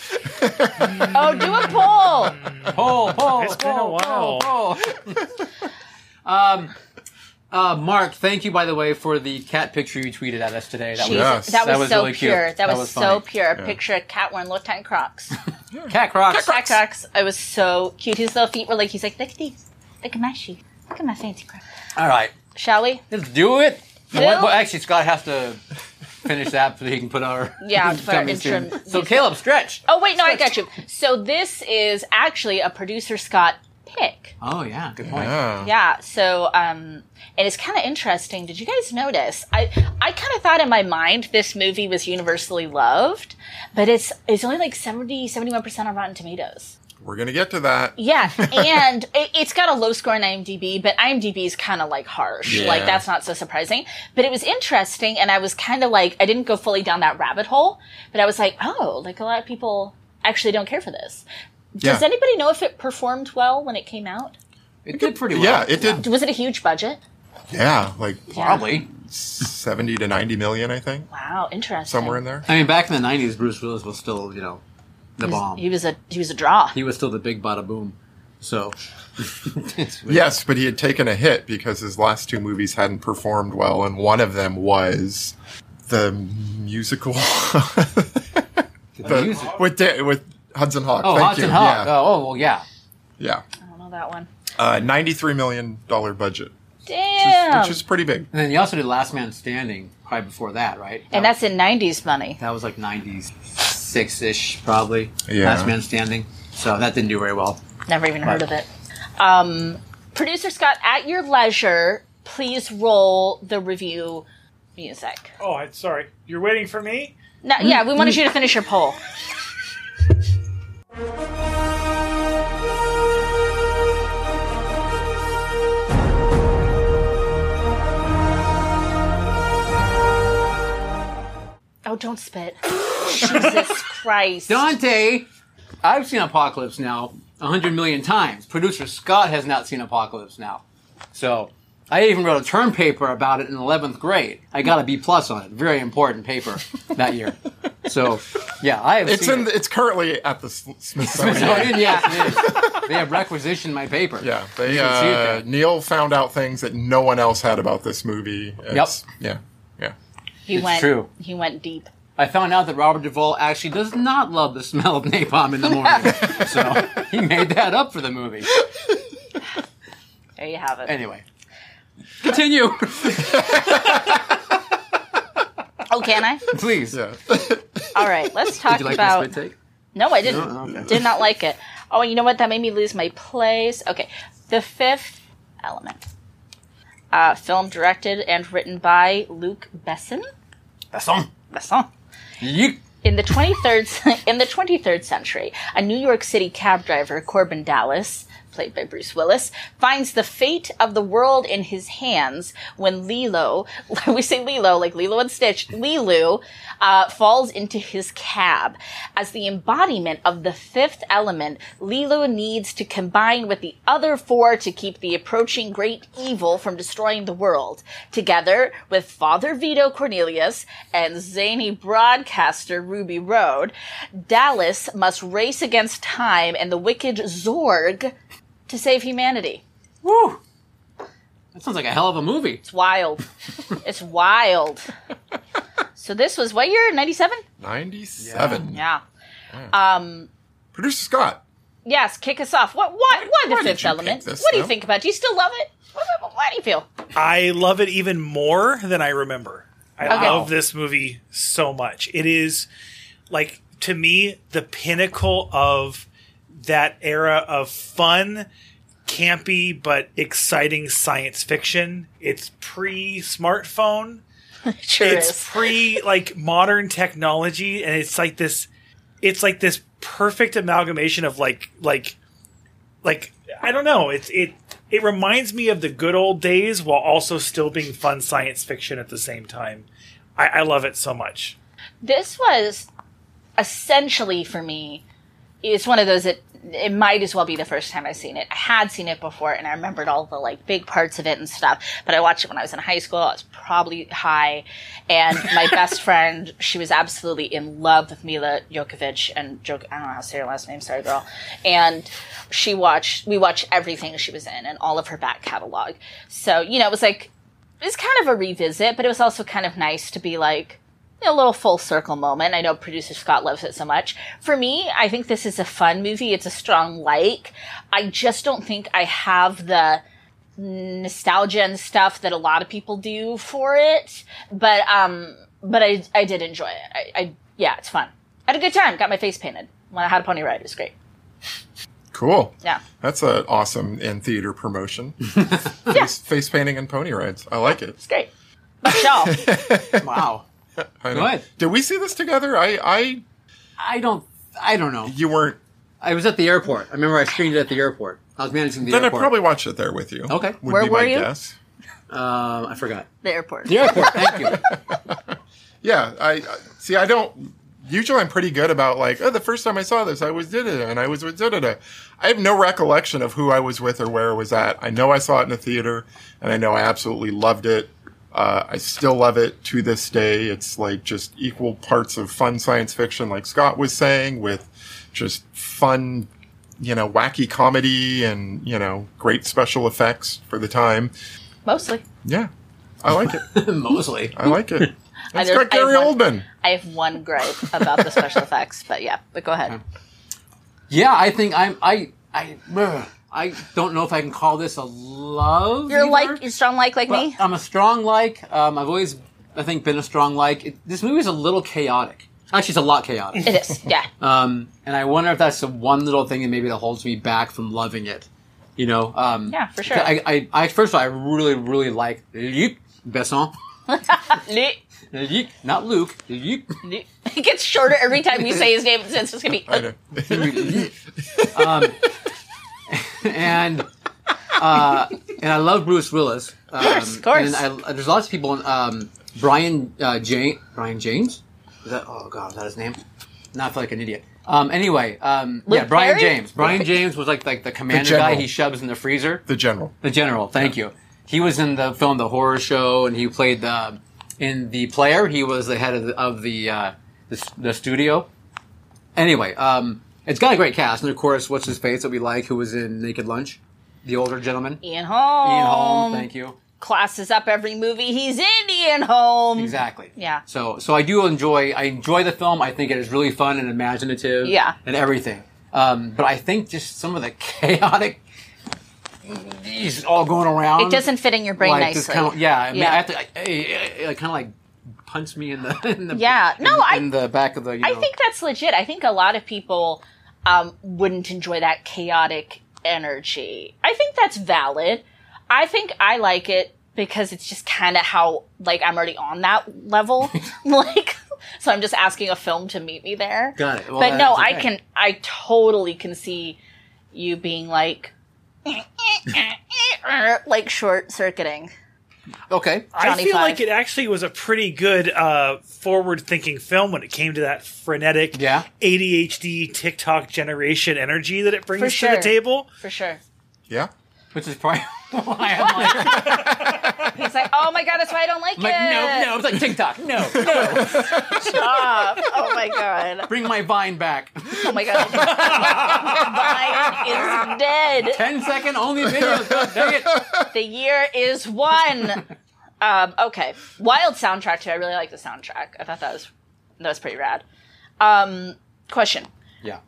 [SPEAKER 2] oh, do a poll.
[SPEAKER 1] Pull,
[SPEAKER 3] (laughs)
[SPEAKER 1] pull,
[SPEAKER 4] It's been a
[SPEAKER 1] pull, pull,
[SPEAKER 4] while.
[SPEAKER 1] pull. (laughs) um, uh, Mark, thank you by the way for the cat picture you tweeted at us today. That
[SPEAKER 2] Jesus,
[SPEAKER 3] Yeah.
[SPEAKER 1] was
[SPEAKER 3] Yes.
[SPEAKER 2] that was
[SPEAKER 1] That was
[SPEAKER 2] so
[SPEAKER 1] really cute.
[SPEAKER 2] pure. That,
[SPEAKER 1] That
[SPEAKER 2] was,
[SPEAKER 1] was
[SPEAKER 2] so
[SPEAKER 1] funny.
[SPEAKER 2] pure. Picture a cat wearing low tan Crocs.
[SPEAKER 1] cat crocs.
[SPEAKER 2] Cat Crocs. It was so cute. His little feet were like he's like look at these, look at my shoe, look at my fancy Crocs.
[SPEAKER 1] All right,
[SPEAKER 2] Shall we?
[SPEAKER 1] let's do it.
[SPEAKER 2] Phil?
[SPEAKER 1] Well, well, actually, Scott has to finish that so he can put (laughs) our
[SPEAKER 2] Yeah, for our
[SPEAKER 1] coming soon.
[SPEAKER 2] interim-
[SPEAKER 1] So Caleb, stretch.
[SPEAKER 2] Oh wait, no, I got you. So this is actually a producer Scott pick.
[SPEAKER 1] Oh yeah, good point.
[SPEAKER 3] (laughs) Yeah.
[SPEAKER 2] Yeah. So um, and it's kind of interesting. Did you guys notice? I I kind of thought in my mind this movie was universally loved, but it's it's only like 70 71 percent on Rotten Tomatoes.
[SPEAKER 3] We're going to get to that. (laughs)
[SPEAKER 2] Yeah, and it, it's got a low score on IMDb, but IMDb is kind of like harsh.
[SPEAKER 3] Yeah.
[SPEAKER 2] Like that's not so surprising. But it was interesting, and I was kind of like I didn't go fully down that rabbit hole, but I was like, oh, like a lot of people actually don't care for this. Does
[SPEAKER 3] Yeah.
[SPEAKER 2] anybody know if it performed well when it came out?
[SPEAKER 1] It did pretty well.
[SPEAKER 3] Yeah, it did.
[SPEAKER 2] Was it a huge budget?
[SPEAKER 3] Yeah, like
[SPEAKER 1] Probably.
[SPEAKER 3] 70 to 90 million, I think.
[SPEAKER 2] Wow, interesting.
[SPEAKER 3] Somewhere in there.
[SPEAKER 1] I mean, back in the '90s, Bruce Willis was still, you know, the
[SPEAKER 2] He was,
[SPEAKER 1] bomb.
[SPEAKER 2] he was a he was a draw.
[SPEAKER 1] He was still the big bada boom.
[SPEAKER 3] (laughs)
[SPEAKER 1] So, it's-
[SPEAKER 3] Yes, but he had taken a hit because his last two movies hadn't performed well, and one of them was the musical (laughs)
[SPEAKER 1] the music-
[SPEAKER 3] with da- with Hudson Hawk.
[SPEAKER 1] Oh,
[SPEAKER 3] Thank
[SPEAKER 1] Hudson
[SPEAKER 3] you.
[SPEAKER 1] Hawk.
[SPEAKER 3] Yeah,
[SPEAKER 1] Oh, oh, well, yeah.
[SPEAKER 3] yeah.
[SPEAKER 2] I don't know that one.
[SPEAKER 3] Uh, ninety-three million dollar budget,
[SPEAKER 2] Damn.
[SPEAKER 3] which is pretty big.
[SPEAKER 1] And then you also did Last Man Standing probably before that, right?
[SPEAKER 2] and
[SPEAKER 1] That-
[SPEAKER 2] that's in '90s money.
[SPEAKER 1] that was like '96 ish, probably.
[SPEAKER 3] Yeah.
[SPEAKER 1] Last Man Standing. So that didn't do very well.
[SPEAKER 2] Never even heard of it. Um, Producer Scott, at your leisure, please roll the review music.
[SPEAKER 4] oh, I- sorry. You're waiting for me?
[SPEAKER 2] No, yeah, we wanted you to finish your poll. Oh,
[SPEAKER 1] (laughs)
[SPEAKER 2] don't spit. Jesus Christ.
[SPEAKER 1] Dante, I've seen Apocalypse Now a hundred million times. Producer Scott has not seen Apocalypse Now, so I even wrote a term paper about it in eleventh grade. I got a B plus on it. Very important paper that year. So, yeah, I have.
[SPEAKER 3] It's
[SPEAKER 1] seen
[SPEAKER 3] in.
[SPEAKER 1] it.
[SPEAKER 3] The, it's currently at the S-
[SPEAKER 1] So
[SPEAKER 3] Smithsonian.
[SPEAKER 1] it- yes, it is. They have requisitioned my paper.
[SPEAKER 3] Yeah,
[SPEAKER 1] can
[SPEAKER 3] they,
[SPEAKER 1] see it
[SPEAKER 3] uh,
[SPEAKER 1] there.
[SPEAKER 3] Neil found out things that no one else had about this movie. It's- Yeah, yeah.
[SPEAKER 2] he
[SPEAKER 1] It's
[SPEAKER 2] went,
[SPEAKER 1] true.
[SPEAKER 2] He went deep.
[SPEAKER 1] I found out that Robert Duvall actually does not love the smell of napalm in the
[SPEAKER 3] (laughs)
[SPEAKER 1] morning. so he made that up for the movie.
[SPEAKER 2] There you have it.
[SPEAKER 1] Anyway. Continue, (laughs)
[SPEAKER 2] oh, can I?
[SPEAKER 1] please.
[SPEAKER 3] Yeah.
[SPEAKER 2] All right, let's talk
[SPEAKER 1] Did you like my
[SPEAKER 2] about.
[SPEAKER 1] spit take?
[SPEAKER 2] No, I didn't.
[SPEAKER 1] No? Okay.
[SPEAKER 2] Did not like it. Oh, and you know what? That made me lose my place. Okay, the fifth element. Uh, film directed and written by Luke Besson.
[SPEAKER 1] That's on.
[SPEAKER 2] Besson.
[SPEAKER 1] You.
[SPEAKER 2] In the 23rd, (laughs) in the 23rd century, a New York City cab driver, Corbin Dallas, played by Bruce Willis, finds the fate of the world in his hands when Lilo, (laughs) we say Lilo, like Lilo and Stitch, Lilu, uh, falls into his cab. As the embodiment of the fifth element, Lilo needs to combine with the other four to keep the approaching great evil from destroying the world. Together with Father Vito Cornelius and zany broadcaster Ruby Road, Dallas must race against time and the wicked Zorg to save humanity.
[SPEAKER 1] Woo! That sounds like a hell of a
[SPEAKER 3] (laughs)
[SPEAKER 1] movie.
[SPEAKER 2] It's wild. it's wild. So this was what year? 97?
[SPEAKER 3] Ninety-seven.
[SPEAKER 2] Yeah. Um,
[SPEAKER 3] Producer Scott.
[SPEAKER 2] Yes, kick us off. What what why the
[SPEAKER 3] did
[SPEAKER 2] fifth
[SPEAKER 3] you
[SPEAKER 2] element?
[SPEAKER 3] pick this,
[SPEAKER 2] what do you
[SPEAKER 3] though?
[SPEAKER 2] think about? it? Do you still love it? Why, why- why do you feel?
[SPEAKER 4] I love it even more than I remember. I
[SPEAKER 2] Okay.
[SPEAKER 4] love this movie so much. It is like to me the pinnacle of that era of fun, campy but exciting science fiction. It's pre-smartphone.
[SPEAKER 2] It sure
[SPEAKER 4] it's
[SPEAKER 2] is.
[SPEAKER 4] pre like modern technology and it's like this it's like this perfect amalgamation of like like like i don't know it's it it reminds me of the good old days while also still being fun science fiction at the same time i, I love it so much
[SPEAKER 2] this was essentially for me it's one of those that it might as well be the first time i've seen it i had seen it before and i remembered all the like big parts of it and stuff but i watched it when i was in high school i was probably high and my best friend she was absolutely in love with mila jokovic and Jok- i don't know how to say her last name sorry girl and she watched we watched everything she was in and all of her back catalog so you know it was like it was kind of a revisit but it was also kind of nice to be like a little full circle moment. I know producer Scott loves it so much. For me, I think this is a fun movie. It's a strong like. I just don't think I have the nostalgia and stuff that a lot of people do for it. But um, but I I did enjoy it. I, I yeah, it's fun. I had a good time. Got my face painted when I had a pony ride. It was great.
[SPEAKER 3] Cool.
[SPEAKER 2] Yeah.
[SPEAKER 3] That's an awesome in
[SPEAKER 1] (laughs)
[SPEAKER 3] theater promotion. face, face painting and pony rides. I like it.
[SPEAKER 2] It's great. Michelle,
[SPEAKER 1] Wow.
[SPEAKER 3] I know.
[SPEAKER 1] Good.
[SPEAKER 3] Did we see this together? I, I,
[SPEAKER 1] I don't. I don't know.
[SPEAKER 3] you weren't.
[SPEAKER 1] I was at the airport. I remember I screened it at the airport. I was managing the
[SPEAKER 3] Then I
[SPEAKER 1] airport.
[SPEAKER 3] probably watched it there with you.
[SPEAKER 1] Okay.
[SPEAKER 3] Would
[SPEAKER 2] Where
[SPEAKER 3] be
[SPEAKER 2] were
[SPEAKER 3] my
[SPEAKER 2] you?
[SPEAKER 3] guess.
[SPEAKER 1] Um, I forgot.
[SPEAKER 2] the airport.
[SPEAKER 1] The airport. Thank you.
[SPEAKER 3] Yeah. I, I see. I don't. Usually, I'm pretty good about like, oh, the first time I saw this, I was da da da, and I was with da da da. I have no recollection of who I was with or where I was at. I know I saw it in a theater, and I know I absolutely loved it. Uh, I still love it to this day. It's like just equal parts of fun science fiction, like Scott was saying, with just fun you know, wacky comedy and, you know, great special effects for the time.
[SPEAKER 2] Mostly.
[SPEAKER 3] Yeah. I like it. (laughs)
[SPEAKER 1] Mostly.
[SPEAKER 3] I like it.
[SPEAKER 2] (laughs) I
[SPEAKER 3] It's
[SPEAKER 2] don't-
[SPEAKER 3] got
[SPEAKER 2] I have
[SPEAKER 3] Gary
[SPEAKER 2] one-
[SPEAKER 3] Oldman.
[SPEAKER 2] I have one gripe about the
[SPEAKER 3] (laughs)
[SPEAKER 2] special effects, but yeah, but go ahead.
[SPEAKER 1] Yeah, I think I'm. I. I. ugh. I don't know if I can call this a love.
[SPEAKER 2] You're
[SPEAKER 1] either,
[SPEAKER 2] like, you're strong like like
[SPEAKER 1] but
[SPEAKER 2] me?
[SPEAKER 1] I'm a strong like. Um, I've always, I think, been a strong like. It, this movie's a little chaotic. Actually, it's a lot chaotic.
[SPEAKER 3] uh,
[SPEAKER 2] (laughs) It is, yeah.
[SPEAKER 1] Um, and I wonder if that's the one little thing that maybe that holds me back from loving it. You know? Um,
[SPEAKER 2] Yeah, for sure.
[SPEAKER 1] I, I, I, first of all, I really, really like Luc Besson. (laughs)
[SPEAKER 2] Leh.
[SPEAKER 1] Luc, not Luke. Luc.
[SPEAKER 2] (laughs) It gets shorter every time we say his name. so It's just gonna be. "Uh,
[SPEAKER 3] I know.
[SPEAKER 1] um, (laughs) and uh, and I love Bruce Willis. Um,
[SPEAKER 2] course, of course.
[SPEAKER 1] And I, there's lots of people. Um, Brian uh, Jane, Brian James. Is that? Oh God, is that his name? Not feel like an idiot. Um, anyway, um, yeah,
[SPEAKER 2] Luke
[SPEAKER 1] Brian
[SPEAKER 2] Perry?
[SPEAKER 1] James. Brian James was like like the commander guy.
[SPEAKER 3] general.
[SPEAKER 1] He shoves in the freezer.
[SPEAKER 3] (laughs) The general.
[SPEAKER 1] The general. Thank you. He was in the film The Horror Show, and he played the in the player. He was the head of the of the uh, the, s- the studio. Anyway, um, it's got a great cast, and of course, what's his face that we like, who was in Naked Lunch, the older gentleman.
[SPEAKER 2] Ian Holm.
[SPEAKER 1] Ian
[SPEAKER 2] Um,
[SPEAKER 1] Holm. Thank you.
[SPEAKER 2] Classes up every movie he's in. Ian Holm.
[SPEAKER 1] Exactly.
[SPEAKER 2] Yeah.
[SPEAKER 1] So so I do enjoy I enjoy the film. I think it is really fun and imaginative.
[SPEAKER 2] Yeah.
[SPEAKER 1] And everything. Um, but I think just some of the (laughs) chaotic, these all going around.
[SPEAKER 2] It doesn't fit in your brain
[SPEAKER 1] like, just
[SPEAKER 2] nicely.
[SPEAKER 1] Kind of, yeah, I mean,
[SPEAKER 2] Yeah.
[SPEAKER 1] I have to. I, I, I, kind of like punch me in the (laughs) in the
[SPEAKER 2] Yeah. No,
[SPEAKER 1] in,
[SPEAKER 2] I-
[SPEAKER 1] in the back of the. You know,
[SPEAKER 2] I think that's legit. I think a lot of people um, wouldn't enjoy that chaotic energy. I think that's valid. I think I like it because it's just kind of how like I'm already on that
[SPEAKER 1] (laughs)
[SPEAKER 2] level. (laughs) like, so I'm just asking a film to meet me there.
[SPEAKER 1] Got it. Well,
[SPEAKER 2] but no,
[SPEAKER 1] that's
[SPEAKER 2] I
[SPEAKER 1] okay.
[SPEAKER 2] can. I totally can see you being like, like short circuiting.
[SPEAKER 1] Okay.
[SPEAKER 2] Johnny
[SPEAKER 4] I feel
[SPEAKER 2] Five.
[SPEAKER 4] like it actually was a pretty good uh, forward-thinking film when it came to that frenetic
[SPEAKER 1] Yeah.
[SPEAKER 4] ADHD TikTok generation energy that it brings to
[SPEAKER 2] sure.
[SPEAKER 4] the table.
[SPEAKER 2] for sure.
[SPEAKER 3] Yeah.
[SPEAKER 1] Which is probably (laughs) why I'm like,
[SPEAKER 2] He's like, oh my god, that's why I don't like,
[SPEAKER 1] I'm like, no,
[SPEAKER 2] it.
[SPEAKER 1] no. It's like TikTok. No, no. (laughs)
[SPEAKER 2] Stop. Oh my god.
[SPEAKER 1] Bring my vine back.
[SPEAKER 2] Oh
[SPEAKER 1] (laughs)
[SPEAKER 2] my god. Mine is dead.
[SPEAKER 1] Ten second only videos. God dang it.
[SPEAKER 2] The year is one. Um, okay. Wild soundtrack too. I really like the soundtrack. I thought that was that was pretty rad. Um, question.
[SPEAKER 1] Yeah.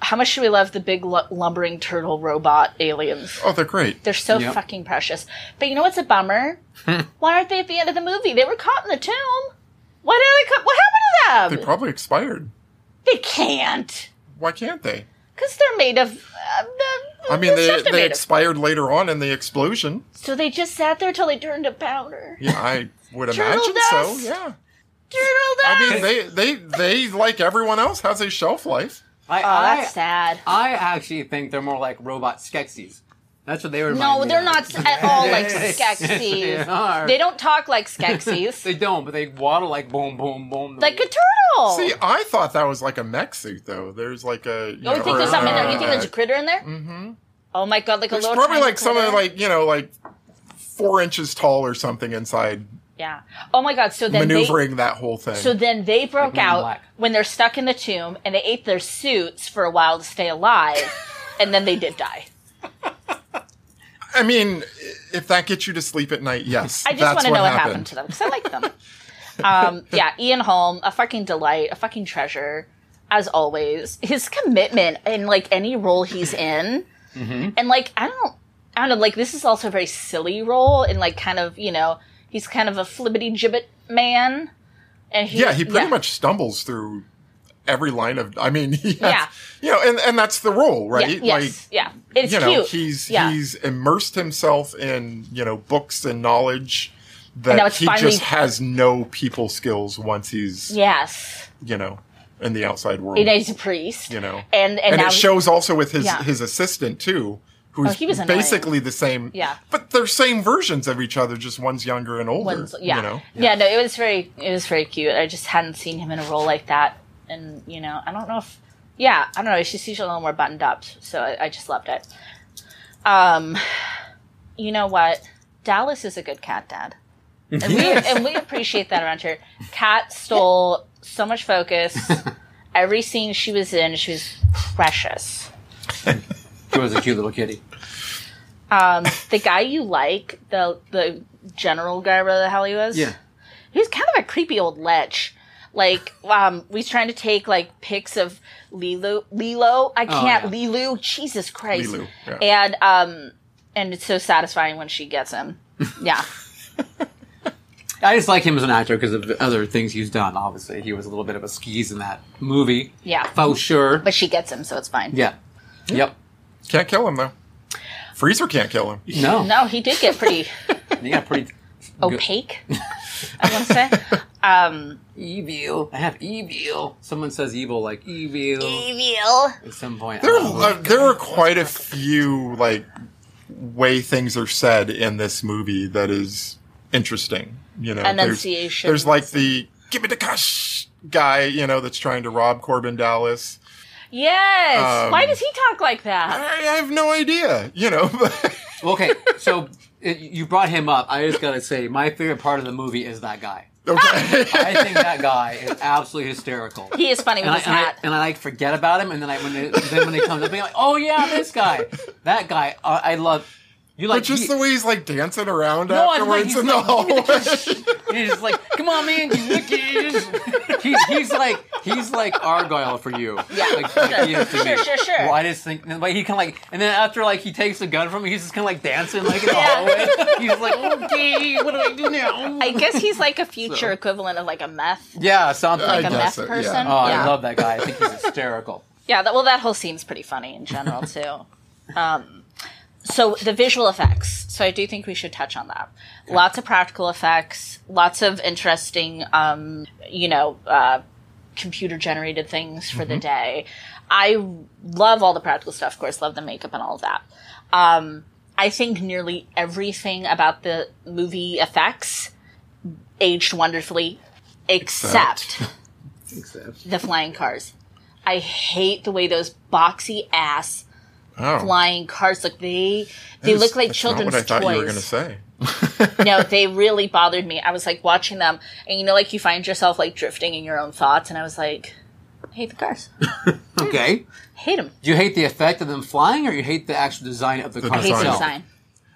[SPEAKER 2] How much do we love the big lu- lumbering turtle robot aliens?
[SPEAKER 3] Oh, they're great.
[SPEAKER 2] They're so
[SPEAKER 1] Yep.
[SPEAKER 2] fucking precious. But you know what's a
[SPEAKER 3] (laughs)
[SPEAKER 2] bummer? Why aren't they at the end of the movie? They were caught in the tomb. Why did they? Co- what happened
[SPEAKER 3] They
[SPEAKER 2] to them?
[SPEAKER 3] probably expired.
[SPEAKER 2] They, can't.
[SPEAKER 3] Why can't they?
[SPEAKER 2] Because they're made of uh, the
[SPEAKER 3] I mean, they,
[SPEAKER 2] stuff they're made
[SPEAKER 3] they
[SPEAKER 2] of.
[SPEAKER 3] expired later on in the explosion.
[SPEAKER 2] So they just sat there till they turned to powder.
[SPEAKER 3] Yeah, I would
[SPEAKER 2] Turtle
[SPEAKER 3] imagine so.
[SPEAKER 2] dust.
[SPEAKER 3] Yeah.
[SPEAKER 2] Turtle dust.
[SPEAKER 3] I mean, they, they, they, like everyone else, has a shelf life.
[SPEAKER 1] I,
[SPEAKER 2] oh,
[SPEAKER 1] I,
[SPEAKER 2] that's sad.
[SPEAKER 1] I actually think they're more like robot Skeksis. That's what they were.
[SPEAKER 2] No, they're not at all
[SPEAKER 3] (laughs)
[SPEAKER 2] like
[SPEAKER 1] Yes.
[SPEAKER 2] Skeksis.
[SPEAKER 1] They are.
[SPEAKER 2] They don't talk like
[SPEAKER 3] (laughs)
[SPEAKER 2] Skeksis.
[SPEAKER 1] They don't, but they waddle like boom, boom, boom.
[SPEAKER 2] like a turtle.
[SPEAKER 3] See, I thought that was like a mech suit, though. There's like a. You
[SPEAKER 2] oh, you think there's something? there? You think there's a
[SPEAKER 3] uh,
[SPEAKER 2] critter in there? Mm-hmm. Oh my god, like a
[SPEAKER 3] There's
[SPEAKER 2] little.
[SPEAKER 3] probably
[SPEAKER 2] tiny
[SPEAKER 3] like
[SPEAKER 2] critter.
[SPEAKER 3] something like, you know, like four inches tall or something inside
[SPEAKER 2] Yeah. Oh my god. So then
[SPEAKER 3] maneuvering that whole thing.
[SPEAKER 2] They, so then they broke
[SPEAKER 1] Men in
[SPEAKER 2] out
[SPEAKER 1] Black.
[SPEAKER 2] when they're stuck in the tomb, and they ate their suits for a while to stay
[SPEAKER 3] (laughs)
[SPEAKER 2] alive, and then they did die.
[SPEAKER 3] I mean, if that gets you to sleep at night, yes.
[SPEAKER 2] I just
[SPEAKER 3] that's
[SPEAKER 2] want to know what happened
[SPEAKER 3] happened
[SPEAKER 2] to them because I like them.
[SPEAKER 3] (laughs)
[SPEAKER 2] um, yeah, Ian Holm, a fucking delight, a fucking treasure, as always. His commitment in like any role he's in,
[SPEAKER 3] Mm-hmm.
[SPEAKER 2] and like I don't, I don't know. Like this is also a very silly role, and like kind of you know he's kind of a flibbity gibbet man, and he,
[SPEAKER 3] Yeah, he pretty much stumbles through every line of. I mean, (laughs) he has,
[SPEAKER 2] Yeah.
[SPEAKER 3] you know, and, and that's the rule,
[SPEAKER 2] yeah,
[SPEAKER 3] right?
[SPEAKER 2] yes, yeah, it's
[SPEAKER 3] you know,
[SPEAKER 2] cute.
[SPEAKER 3] he's
[SPEAKER 2] yeah.
[SPEAKER 3] he's immersed himself in you know books and knowledge that
[SPEAKER 2] now it's
[SPEAKER 3] he
[SPEAKER 2] finally-
[SPEAKER 3] just has no people skills once he's
[SPEAKER 2] yes,
[SPEAKER 3] you know in the outside world.
[SPEAKER 2] and he's a priest,
[SPEAKER 3] you know,
[SPEAKER 2] and and,
[SPEAKER 3] and
[SPEAKER 2] now
[SPEAKER 3] it shows also with his
[SPEAKER 2] Yeah. Oh,
[SPEAKER 3] his assistant too. Who's
[SPEAKER 2] he was annoying.
[SPEAKER 3] basically the same,
[SPEAKER 2] Yeah.
[SPEAKER 3] But they're same versions of each other, just one's younger and older.
[SPEAKER 2] ones- yeah.
[SPEAKER 3] you know?
[SPEAKER 2] yeah, No, it was very, it was very cute. I just hadn't seen him in a role like that, and you know, I don't know if, yeah, I don't know. She's usually a little more buttoned up, so I, I just loved it. Um, you know what? Dallas is a good cat
[SPEAKER 3] (laughs)
[SPEAKER 2] dad, and we and we appreciate that around here. Cat stole so much
[SPEAKER 3] (laughs)
[SPEAKER 2] focus. Every scene she was in, she was precious.
[SPEAKER 1] She was a cute little kitty.
[SPEAKER 2] Um, the guy you like, the the general guy, whatever the hell he was,
[SPEAKER 1] Yeah.
[SPEAKER 2] he's kind of a creepy old lech. Like, um, he's trying to take like pics of Lilo. Lilo, I can't.
[SPEAKER 1] Oh, yeah.
[SPEAKER 2] Lilo, Jesus Christ.
[SPEAKER 3] Lilu, yeah.
[SPEAKER 2] And um, and it's so satisfying when she
[SPEAKER 1] (laughs)
[SPEAKER 2] gets him. Yeah,
[SPEAKER 1] I just like him as an actor because of the other things he's done. Obviously, he was a little bit of a skis in that movie.
[SPEAKER 2] Yeah.
[SPEAKER 1] for sure.
[SPEAKER 2] but she gets him, so it's fine.
[SPEAKER 1] yeah, yep.
[SPEAKER 3] Can't kill him though. Freezer can't kill him.
[SPEAKER 1] No,
[SPEAKER 2] (laughs) No, he did
[SPEAKER 1] (laughs)
[SPEAKER 2] get pretty
[SPEAKER 1] he got pretty
[SPEAKER 2] opaque. I want to say
[SPEAKER 1] (laughs)
[SPEAKER 2] Um,
[SPEAKER 1] evil. I have evil. Someone says evil like evil
[SPEAKER 2] evil.
[SPEAKER 1] at some point.
[SPEAKER 3] There,
[SPEAKER 1] I don't
[SPEAKER 3] are,
[SPEAKER 1] know.
[SPEAKER 3] uh, there are quite a few like way things are said in this movie that is interesting. You know, there's,
[SPEAKER 2] Enunciations.
[SPEAKER 3] there's like the "give me the cash" guy, you know, that's trying to rob Corbin Dallas.
[SPEAKER 2] Yes.
[SPEAKER 3] Um,
[SPEAKER 2] Why does he talk like that?
[SPEAKER 3] I, I have no idea. You know, (laughs)
[SPEAKER 1] okay, so it, you brought him up. I just gotta say, my favorite part of the movie is that guy.
[SPEAKER 3] okay.
[SPEAKER 1] I think that guy is absolutely hysterical.
[SPEAKER 2] He is funny with
[SPEAKER 1] and I,
[SPEAKER 2] his
[SPEAKER 1] and I-
[SPEAKER 2] hat.
[SPEAKER 1] and I, like forget about him, and then I when it, then when it comes up, I'm like, oh yeah, this guy, that guy, uh, I love. You like
[SPEAKER 3] but just
[SPEAKER 1] he-
[SPEAKER 3] the way he's like dancing around
[SPEAKER 1] No, I like
[SPEAKER 3] afterwards
[SPEAKER 1] he's
[SPEAKER 3] in the
[SPEAKER 1] like,
[SPEAKER 3] hallway.
[SPEAKER 1] and he's just like, come on, man, you wicked. He, he's like he's like argyle for you. Yeah, like, like he is to me.
[SPEAKER 2] Sure, sure, sure.
[SPEAKER 1] Well, I just think, but he kind of like, and then after like he takes the gun from him, he's just kind of like dancing like in the
[SPEAKER 2] Yeah.
[SPEAKER 1] hallway. He's like, "Oh, okay, what do I do now?
[SPEAKER 2] I guess he's like a future
[SPEAKER 1] So-
[SPEAKER 2] equivalent of like a meth,
[SPEAKER 1] yeah, something.
[SPEAKER 3] I
[SPEAKER 2] like a
[SPEAKER 3] guess
[SPEAKER 2] meth
[SPEAKER 3] so, yeah.
[SPEAKER 2] person.
[SPEAKER 1] oh,
[SPEAKER 2] yeah.
[SPEAKER 1] I love that guy. I think he's hysterical.
[SPEAKER 2] Yeah, that, well, that whole scene's pretty funny in general too. um, so the visual effects. So I do think we should touch on that. Lots of practical effects. Lots of interesting, um, you know, uh, computer generated things for the day. I love all the practical stuff. Of course, love the makeup and all of that. Um, I think nearly everything about the movie effects aged wonderfully, except the flying cars. I hate the way those boxy ass
[SPEAKER 3] (laughs) Oh,
[SPEAKER 2] flying cars look. They they
[SPEAKER 3] that's-
[SPEAKER 2] look like
[SPEAKER 3] that's not
[SPEAKER 2] children's
[SPEAKER 3] what I thought
[SPEAKER 2] toys.
[SPEAKER 3] you were going to say.
[SPEAKER 2] no, they really bothered me. I was like watching them, and you know, like you find yourself like drifting in your own thoughts, and I was like, I hate the cars.
[SPEAKER 1] Okay.
[SPEAKER 2] I hate them.
[SPEAKER 1] Do you hate the effect of them flying, or you hate the actual design of the,
[SPEAKER 3] The
[SPEAKER 1] car
[SPEAKER 2] I hate
[SPEAKER 3] Design.
[SPEAKER 2] the
[SPEAKER 1] itself?
[SPEAKER 2] design.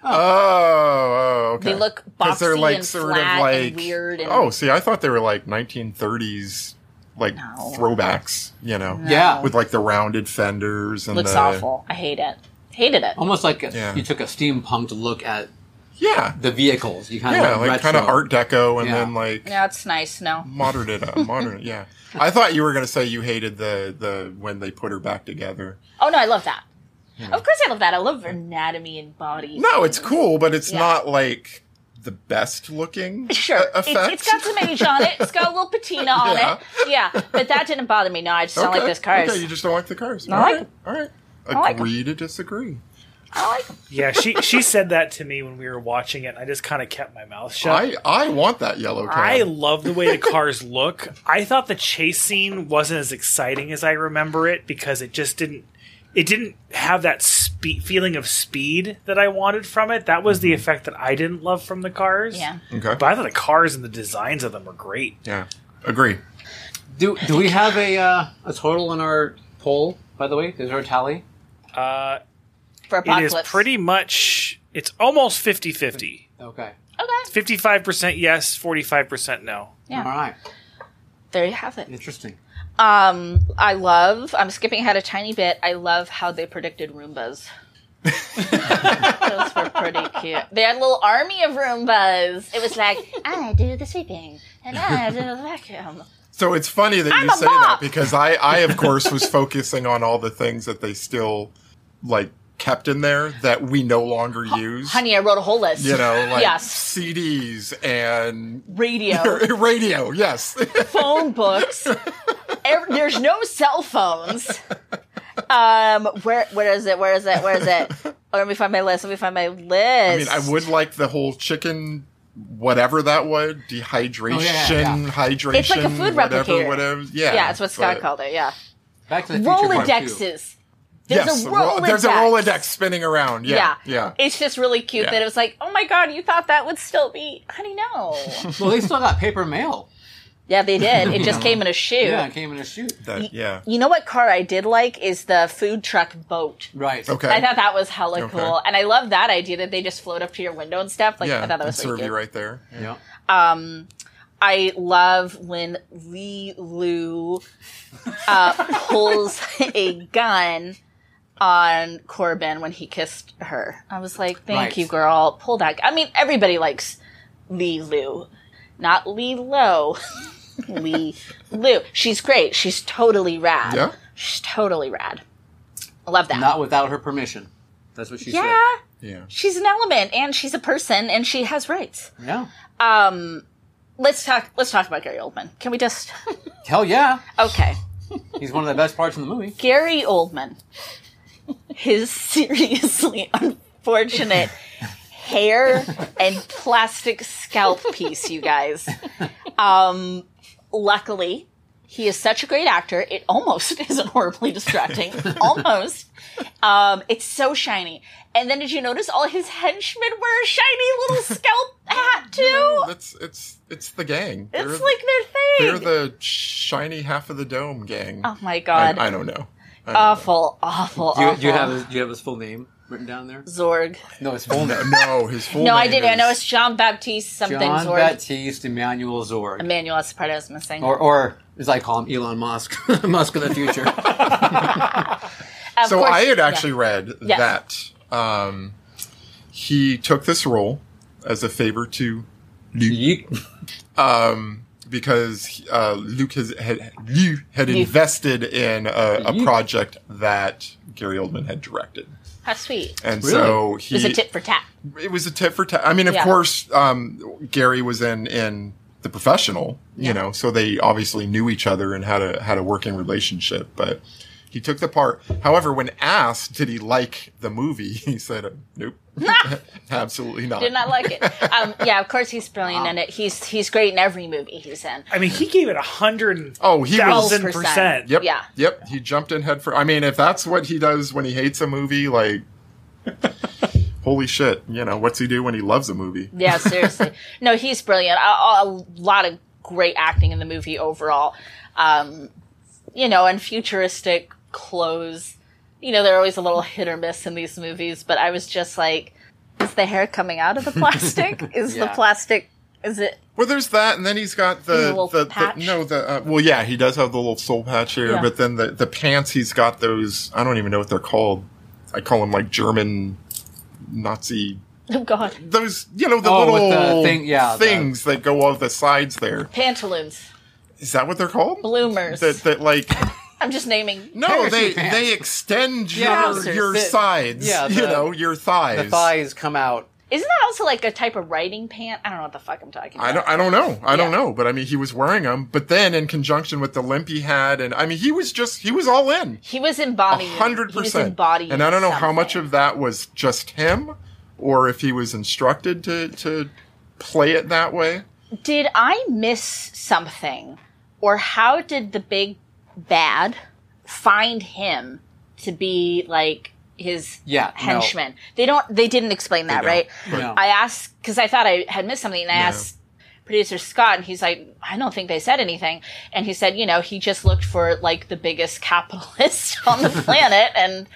[SPEAKER 3] Oh, oh, okay.
[SPEAKER 2] They look
[SPEAKER 3] 'Cause
[SPEAKER 2] boxy and flat and weird and-
[SPEAKER 3] oh, see, I thought they were like 1930s like
[SPEAKER 2] No.
[SPEAKER 3] throwbacks, you know,
[SPEAKER 1] Yeah,
[SPEAKER 3] with like the rounded fenders and
[SPEAKER 2] Looks
[SPEAKER 3] the,
[SPEAKER 2] awful. I hate it. Hated it.
[SPEAKER 1] almost like a,
[SPEAKER 3] Yeah.
[SPEAKER 1] you took a steampunked look at
[SPEAKER 3] Yeah,
[SPEAKER 1] the vehicles. You kind
[SPEAKER 3] yeah,
[SPEAKER 1] of
[SPEAKER 3] like kind of Art Deco and
[SPEAKER 1] Yeah.
[SPEAKER 3] then like
[SPEAKER 2] Yeah, it's nice. No,
[SPEAKER 3] modern it up, modern. Yeah, I thought you were going to say you hated the the when they put her back together.
[SPEAKER 2] Oh no, I love that. Of course, I love that. I love anatomy and body.
[SPEAKER 3] Hmm. No, it's cool, but it's
[SPEAKER 2] Yeah.
[SPEAKER 3] not like the best looking
[SPEAKER 2] (laughs) Sure,
[SPEAKER 3] e-
[SPEAKER 2] it's,
[SPEAKER 3] effect.
[SPEAKER 2] it's got some age on it. It's got a little patina on
[SPEAKER 3] Yeah.
[SPEAKER 2] it. Yeah, but that didn't bother me. No, I just don't like those cars.
[SPEAKER 3] Okay, you just don't like the cars.
[SPEAKER 2] I
[SPEAKER 3] All
[SPEAKER 2] like
[SPEAKER 3] right, all right.
[SPEAKER 2] like 'em.
[SPEAKER 3] Agree to disagree.
[SPEAKER 2] I like
[SPEAKER 4] Yeah, she she said that to me when we were watching it. and I just kind of kept my mouth shut.
[SPEAKER 3] I, I want that yellow cab.
[SPEAKER 4] I love the way the cars look. I thought the chase scene wasn't as exciting as I remember it because it just didn't it didn't have that spe- feeling of speed that I wanted from it. That
[SPEAKER 3] Mm-hmm.
[SPEAKER 4] was the effect that I didn't love from the cars.
[SPEAKER 2] Yeah.
[SPEAKER 3] okay.
[SPEAKER 4] But I thought the cars and the designs of them were great.
[SPEAKER 3] yeah, agree.
[SPEAKER 1] Do do we have a uh, a total in our poll? By the way, is there a tally?
[SPEAKER 4] Uh,
[SPEAKER 2] for
[SPEAKER 4] it is
[SPEAKER 2] apocalypse.
[SPEAKER 4] pretty much it's almost 50-50.
[SPEAKER 1] Okay.
[SPEAKER 2] okay.
[SPEAKER 4] 55% yes, 45% no.
[SPEAKER 2] Yeah.
[SPEAKER 1] All right.
[SPEAKER 2] There you have it.
[SPEAKER 1] Interesting.
[SPEAKER 2] Um, I love. I'm skipping ahead a tiny bit. I love how they predicted Roombas. (laughs) Those were pretty cute. They had a little army of Roombas. It was like I do the sweeping and I do the vacuum.
[SPEAKER 3] So it's funny that
[SPEAKER 2] I'm
[SPEAKER 3] you
[SPEAKER 2] a
[SPEAKER 3] say that
[SPEAKER 2] mop.
[SPEAKER 3] because I, I of course was focusing on all the things that they still like kept in there that we no longer use.
[SPEAKER 2] Honey, I wrote a whole list.
[SPEAKER 3] you know, like
[SPEAKER 2] yes, Oh.
[SPEAKER 3] CDs and
[SPEAKER 2] radio,
[SPEAKER 3] (laughs) radio. Yes, (laughs)
[SPEAKER 2] phone books. Ev- There's no cell phones. Um, where where is it? Where is it? Where is it? Oh, let me find my list. Let me find my list.
[SPEAKER 3] I mean, I would like the whole chicken, whatever that was, dehydration,
[SPEAKER 1] Oh, yeah, yeah,
[SPEAKER 3] hydration.
[SPEAKER 2] It's like a food
[SPEAKER 3] whatever,
[SPEAKER 2] replicator.
[SPEAKER 3] Whatever. Yeah,
[SPEAKER 2] yeah, that's what Scott
[SPEAKER 3] but-
[SPEAKER 2] called it. Yeah.
[SPEAKER 1] Back to the future. part two.
[SPEAKER 2] Rolodexes. There's
[SPEAKER 3] yes,
[SPEAKER 2] a
[SPEAKER 3] a ro-
[SPEAKER 2] Rolodex.
[SPEAKER 3] there's a Rolodex spinning around. Yeah, yeah.
[SPEAKER 2] It's just really cute
[SPEAKER 3] Yeah.
[SPEAKER 2] that it was like, oh my god, you thought that would still be? Honey,
[SPEAKER 3] (laughs)
[SPEAKER 2] no.
[SPEAKER 1] Well, they still got paper mail.
[SPEAKER 2] yeah, they did. It just came in a shoe.
[SPEAKER 1] Yeah, it came in a shoot.
[SPEAKER 3] That- yeah.
[SPEAKER 2] You know what car I did like is the food truck boat.
[SPEAKER 1] Right.
[SPEAKER 3] Okay.
[SPEAKER 2] I thought that was hella
[SPEAKER 3] Okay.
[SPEAKER 2] cool, and I love that idea that they just float up to your window and stuff. Like
[SPEAKER 3] yeah,
[SPEAKER 2] I thought that
[SPEAKER 3] and
[SPEAKER 2] was
[SPEAKER 3] serve
[SPEAKER 2] really
[SPEAKER 3] you
[SPEAKER 2] cute.
[SPEAKER 3] right there.
[SPEAKER 1] Yeah.
[SPEAKER 2] Um, I love when Lee Lu
[SPEAKER 3] (laughs)
[SPEAKER 2] uh, pulls a gun on Corbin when he kissed her. I was like, "Thank
[SPEAKER 1] Right.
[SPEAKER 2] you, girl. Pull that." I mean, everybody likes Lee Lu, not Lee Lo. (laughs) Lee Lu. She's great. She's totally rad.
[SPEAKER 3] Yeah.
[SPEAKER 2] She's totally rad. I love that.
[SPEAKER 1] Not without her permission. That's what she
[SPEAKER 2] yeah.
[SPEAKER 3] Yeah.
[SPEAKER 2] She's an element and she's a person and she has rights.
[SPEAKER 1] said. Yeah.
[SPEAKER 2] Um, let's talk. Let's talk about Gary Oldman. Can we just?
[SPEAKER 1] Hell yeah.
[SPEAKER 2] Okay,
[SPEAKER 1] He's one of the best parts in the movie.
[SPEAKER 2] Gary Oldman. His seriously (laughs) unfortunate hair and plastic scalp piece, you guys. Um, luckily, he is such a great actor. It almost (laughs) isn't horribly
[SPEAKER 3] (laughs)
[SPEAKER 2] distracting. almost. Um, it's so shiny. And then did you notice all his henchmen wear a shiny little
[SPEAKER 3] (laughs)
[SPEAKER 2] scalp hat too?
[SPEAKER 3] That's it's it's the gang.
[SPEAKER 2] It's
[SPEAKER 3] they're,
[SPEAKER 2] like their
[SPEAKER 3] they're
[SPEAKER 2] thing.
[SPEAKER 3] the shiny half of the dome gang.
[SPEAKER 2] oh my
[SPEAKER 3] I,
[SPEAKER 2] god.
[SPEAKER 3] I don't know. I don't
[SPEAKER 2] awful, awful,
[SPEAKER 1] Do you,
[SPEAKER 2] awful.
[SPEAKER 1] do you have his, do you have his full name written down there?
[SPEAKER 2] Zorg.
[SPEAKER 1] Uh-huh. No, his full
[SPEAKER 3] know.
[SPEAKER 1] name.
[SPEAKER 3] No, his full
[SPEAKER 2] No, I
[SPEAKER 3] name
[SPEAKER 2] didn't. I
[SPEAKER 3] is-
[SPEAKER 2] know it's John Baptiste something
[SPEAKER 1] John
[SPEAKER 2] Zorg.
[SPEAKER 1] Baptiste Emmanuel Zorg,
[SPEAKER 2] Emmanuel, that's the part I was missing.
[SPEAKER 1] or or as I call him, Elon Musk, (laughs) Musk of the future.
[SPEAKER 2] Of
[SPEAKER 3] so
[SPEAKER 2] course-
[SPEAKER 3] I had
[SPEAKER 2] yeah.
[SPEAKER 3] actually read
[SPEAKER 2] Yes.
[SPEAKER 3] that um, he took this role as a favor to Luke
[SPEAKER 1] Yeek.
[SPEAKER 3] um, because uh, Luke has, had Luke had
[SPEAKER 2] Luke.
[SPEAKER 3] invested in a, a
[SPEAKER 1] Luke.
[SPEAKER 3] project that Gary Oldman had directed,
[SPEAKER 2] How sweet.
[SPEAKER 3] and
[SPEAKER 1] Really?
[SPEAKER 3] so he
[SPEAKER 2] It was a tit for tat.
[SPEAKER 3] it was a tit for tat. I mean, of
[SPEAKER 2] Yeah.
[SPEAKER 3] course, um, Gary was in in the professional, you know, so they obviously knew each other and had a had a working relationship. But he took the part. However, when asked did he like the movie, (laughs) he said, uh,
[SPEAKER 2] (laughs)
[SPEAKER 3] "Nope, (laughs) absolutely not."
[SPEAKER 2] Did not like it.
[SPEAKER 3] (laughs)
[SPEAKER 2] Um, yeah, of course he's brilliant in it. He's he's great in every movie he's in.
[SPEAKER 4] I mean, he gave it a hundred
[SPEAKER 3] Oh, he was.
[SPEAKER 4] thousand percent.
[SPEAKER 3] Yep.
[SPEAKER 2] Yeah.
[SPEAKER 3] Yep. He jumped in head for. I mean, if that's what he does when he hates a movie, like, (laughs) holy shit, you know, what's he do when he loves a movie? (laughs)
[SPEAKER 2] Yeah, seriously. no, he's brilliant. A, a lot of great acting in the movie overall. Um, you know, and futuristic clothes. You know, they're always a little hit or miss in these movies, but I was just like, is the hair coming out of the
[SPEAKER 3] (laughs)
[SPEAKER 2] plastic? is the
[SPEAKER 1] Yeah.
[SPEAKER 2] plastic, is it? (laughs)
[SPEAKER 3] Well, there's that, and then he's got the
[SPEAKER 2] The little
[SPEAKER 3] the, the-
[SPEAKER 2] patch.
[SPEAKER 3] no the uh, well, yeah, he does have the little soul patch here,
[SPEAKER 2] Yeah.
[SPEAKER 3] but then the the pants he's got those. I don't even know what they're called. I call them like German Nazi.
[SPEAKER 2] Oh, God.
[SPEAKER 3] Those you know the
[SPEAKER 1] Oh, with
[SPEAKER 3] little
[SPEAKER 1] the thing- yeah, the-
[SPEAKER 3] things that go off the sides. There
[SPEAKER 2] Pantaloons.
[SPEAKER 3] is that what they're called?
[SPEAKER 1] (laughs)
[SPEAKER 2] Bloomers.
[SPEAKER 3] That that like
[SPEAKER 2] I'm just naming.
[SPEAKER 3] No,
[SPEAKER 1] Parachute
[SPEAKER 3] they
[SPEAKER 1] pants.
[SPEAKER 3] they extend
[SPEAKER 1] Yeah.
[SPEAKER 3] your
[SPEAKER 2] Trousers.
[SPEAKER 3] your
[SPEAKER 1] The-
[SPEAKER 3] sides.
[SPEAKER 1] yeah,
[SPEAKER 3] you
[SPEAKER 1] the-
[SPEAKER 3] know your thighs.
[SPEAKER 1] The thighs come out.
[SPEAKER 2] Isn't that also like a type of riding pant? I don't know what the fuck I'm talking about.
[SPEAKER 3] I don't. I don't know. I don't
[SPEAKER 2] Yeah.
[SPEAKER 3] know. But I mean, he was wearing them. But then, in conjunction with the limp he had, and I mean, he was just he was all in,
[SPEAKER 2] He was
[SPEAKER 3] a
[SPEAKER 2] embodying.
[SPEAKER 3] hundred
[SPEAKER 2] he was
[SPEAKER 3] percent.
[SPEAKER 2] embodying
[SPEAKER 3] And I don't know how much
[SPEAKER 2] something.
[SPEAKER 3] of that was just him, or if he was instructed to to play it that way.
[SPEAKER 2] Did I miss something, or how did the big bad find him to be like his
[SPEAKER 1] Yeah, no.
[SPEAKER 2] henchman? They don't. They didn't explain that,
[SPEAKER 3] don't,
[SPEAKER 2] right?
[SPEAKER 3] but-
[SPEAKER 1] No.
[SPEAKER 2] I asked because I thought I had missed something, and I asked producer Scott, and he's like, "I don't think they said anything." And he said, "You know, he just looked for like the biggest capitalist (laughs) on
[SPEAKER 3] (laughs)
[SPEAKER 2] the planet and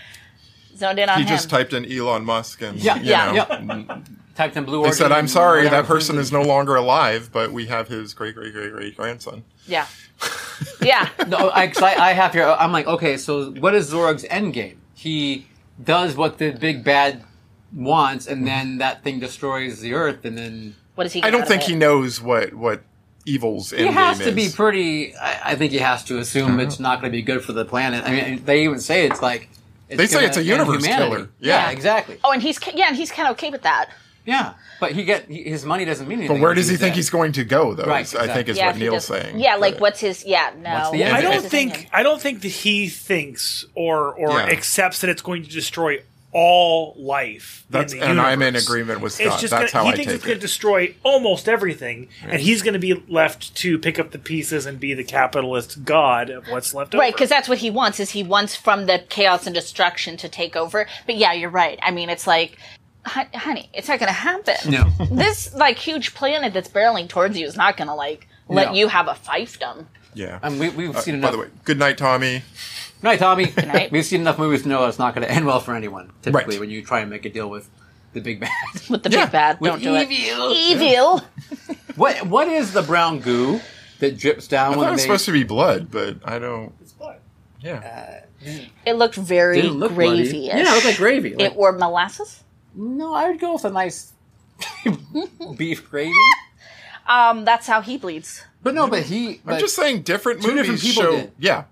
[SPEAKER 2] zoned in on
[SPEAKER 3] He
[SPEAKER 2] him."
[SPEAKER 3] just typed in Elon Musk, and
[SPEAKER 1] Yeah,
[SPEAKER 3] you
[SPEAKER 2] yeah,
[SPEAKER 3] know,
[SPEAKER 1] Typed in blue.
[SPEAKER 3] Mm. They
[SPEAKER 1] Orchid
[SPEAKER 3] said, "I'm
[SPEAKER 1] and
[SPEAKER 3] sorry,
[SPEAKER 1] whatever.
[SPEAKER 3] that person is no longer alive, but we have his great great great great grandson."
[SPEAKER 2] yeah,
[SPEAKER 3] (laughs)
[SPEAKER 2] yeah.
[SPEAKER 1] No, I, 'cause I, I have here. I'm like, okay, so what is Zorg's end game? He does what the big bad wants, and then that thing destroys the earth, and then
[SPEAKER 2] What is he?
[SPEAKER 3] I
[SPEAKER 2] get out
[SPEAKER 3] don't
[SPEAKER 2] of
[SPEAKER 3] think
[SPEAKER 2] it?
[SPEAKER 3] he knows what what evil's
[SPEAKER 1] he
[SPEAKER 3] end
[SPEAKER 1] has
[SPEAKER 3] game
[SPEAKER 1] to be
[SPEAKER 3] is.
[SPEAKER 1] pretty. I, I think he has to assume
[SPEAKER 3] Uh-huh.
[SPEAKER 1] it's not going to be good for the planet. I mean, they even say it's like it's
[SPEAKER 3] They say
[SPEAKER 1] gonna
[SPEAKER 3] it's a
[SPEAKER 1] end
[SPEAKER 3] universe
[SPEAKER 1] humanity.
[SPEAKER 3] killer.
[SPEAKER 1] Yeah,
[SPEAKER 3] Yeah.
[SPEAKER 1] exactly.
[SPEAKER 2] Oh, and he's ki- yeah, and he's kind of okay with that.
[SPEAKER 1] Yeah, but he get he- his money doesn't mean anything.
[SPEAKER 3] But where
[SPEAKER 1] if
[SPEAKER 3] does he
[SPEAKER 1] he's
[SPEAKER 3] think
[SPEAKER 1] dead.
[SPEAKER 3] he's going to go, though?
[SPEAKER 1] Right,
[SPEAKER 3] is- I think is
[SPEAKER 2] yeah, if
[SPEAKER 3] what
[SPEAKER 2] he
[SPEAKER 3] Neil's
[SPEAKER 2] doesn't-
[SPEAKER 3] saying.
[SPEAKER 2] Yeah, like
[SPEAKER 3] But-
[SPEAKER 2] what's his? Yeah, no.
[SPEAKER 1] What's the
[SPEAKER 2] what's
[SPEAKER 1] end?
[SPEAKER 4] I
[SPEAKER 2] his
[SPEAKER 4] don't
[SPEAKER 1] It's
[SPEAKER 4] think
[SPEAKER 2] opinion?
[SPEAKER 4] I don't think that he thinks or or
[SPEAKER 3] Yeah.
[SPEAKER 4] accepts that it's going to destroy all life. in
[SPEAKER 3] That's
[SPEAKER 4] the
[SPEAKER 3] and I'm in
[SPEAKER 4] universe.
[SPEAKER 3] agreement with Scott.
[SPEAKER 4] It's just
[SPEAKER 3] That's
[SPEAKER 4] gonna,
[SPEAKER 3] how
[SPEAKER 4] he
[SPEAKER 3] I
[SPEAKER 4] thinks it's
[SPEAKER 3] take
[SPEAKER 4] going to
[SPEAKER 3] it.
[SPEAKER 4] destroy almost everything, and he's going to be left to pick up the pieces and be the capitalist god of what's left over.
[SPEAKER 2] Right, because that's what he wants. Is he wants from the chaos and destruction to take over? But yeah, you're right. I mean, it's like, hon- honey, it's not going to happen.
[SPEAKER 1] No.
[SPEAKER 2] this like huge planet that's barreling towards you is not going to like let
[SPEAKER 1] No.
[SPEAKER 2] you have a fiefdom.
[SPEAKER 3] Yeah.
[SPEAKER 1] And we, we've seen
[SPEAKER 3] Uh, By
[SPEAKER 1] enough.
[SPEAKER 3] the way, good night, Tommy.
[SPEAKER 1] Good night, Tommy.
[SPEAKER 2] night.
[SPEAKER 1] We've seen enough movies to know it's not going to end well for anyone. Typically,
[SPEAKER 3] Right.
[SPEAKER 1] when you try and make a deal with the (laughs) big bad.
[SPEAKER 2] With the
[SPEAKER 3] Yeah,
[SPEAKER 2] big bad,
[SPEAKER 1] with
[SPEAKER 2] don't do
[SPEAKER 1] evil.
[SPEAKER 2] it. Evil.
[SPEAKER 1] what what is the brown goo that drips down
[SPEAKER 3] I thought
[SPEAKER 1] when
[SPEAKER 3] it was
[SPEAKER 1] they?
[SPEAKER 3] supposed to be blood, but I don't. Yeah.
[SPEAKER 2] It looked very
[SPEAKER 1] Didn't look bloody.
[SPEAKER 2] gravy.
[SPEAKER 1] Yeah, it looked like gravy. Like,
[SPEAKER 2] It were molasses.
[SPEAKER 1] no, I would go with a nice (laughs) beef gravy.
[SPEAKER 2] Um, that's how he bleeds.
[SPEAKER 1] But no, but he. But
[SPEAKER 3] I'm just saying, different
[SPEAKER 1] different
[SPEAKER 3] movies
[SPEAKER 1] people
[SPEAKER 3] show.
[SPEAKER 1] did.
[SPEAKER 3] Yeah.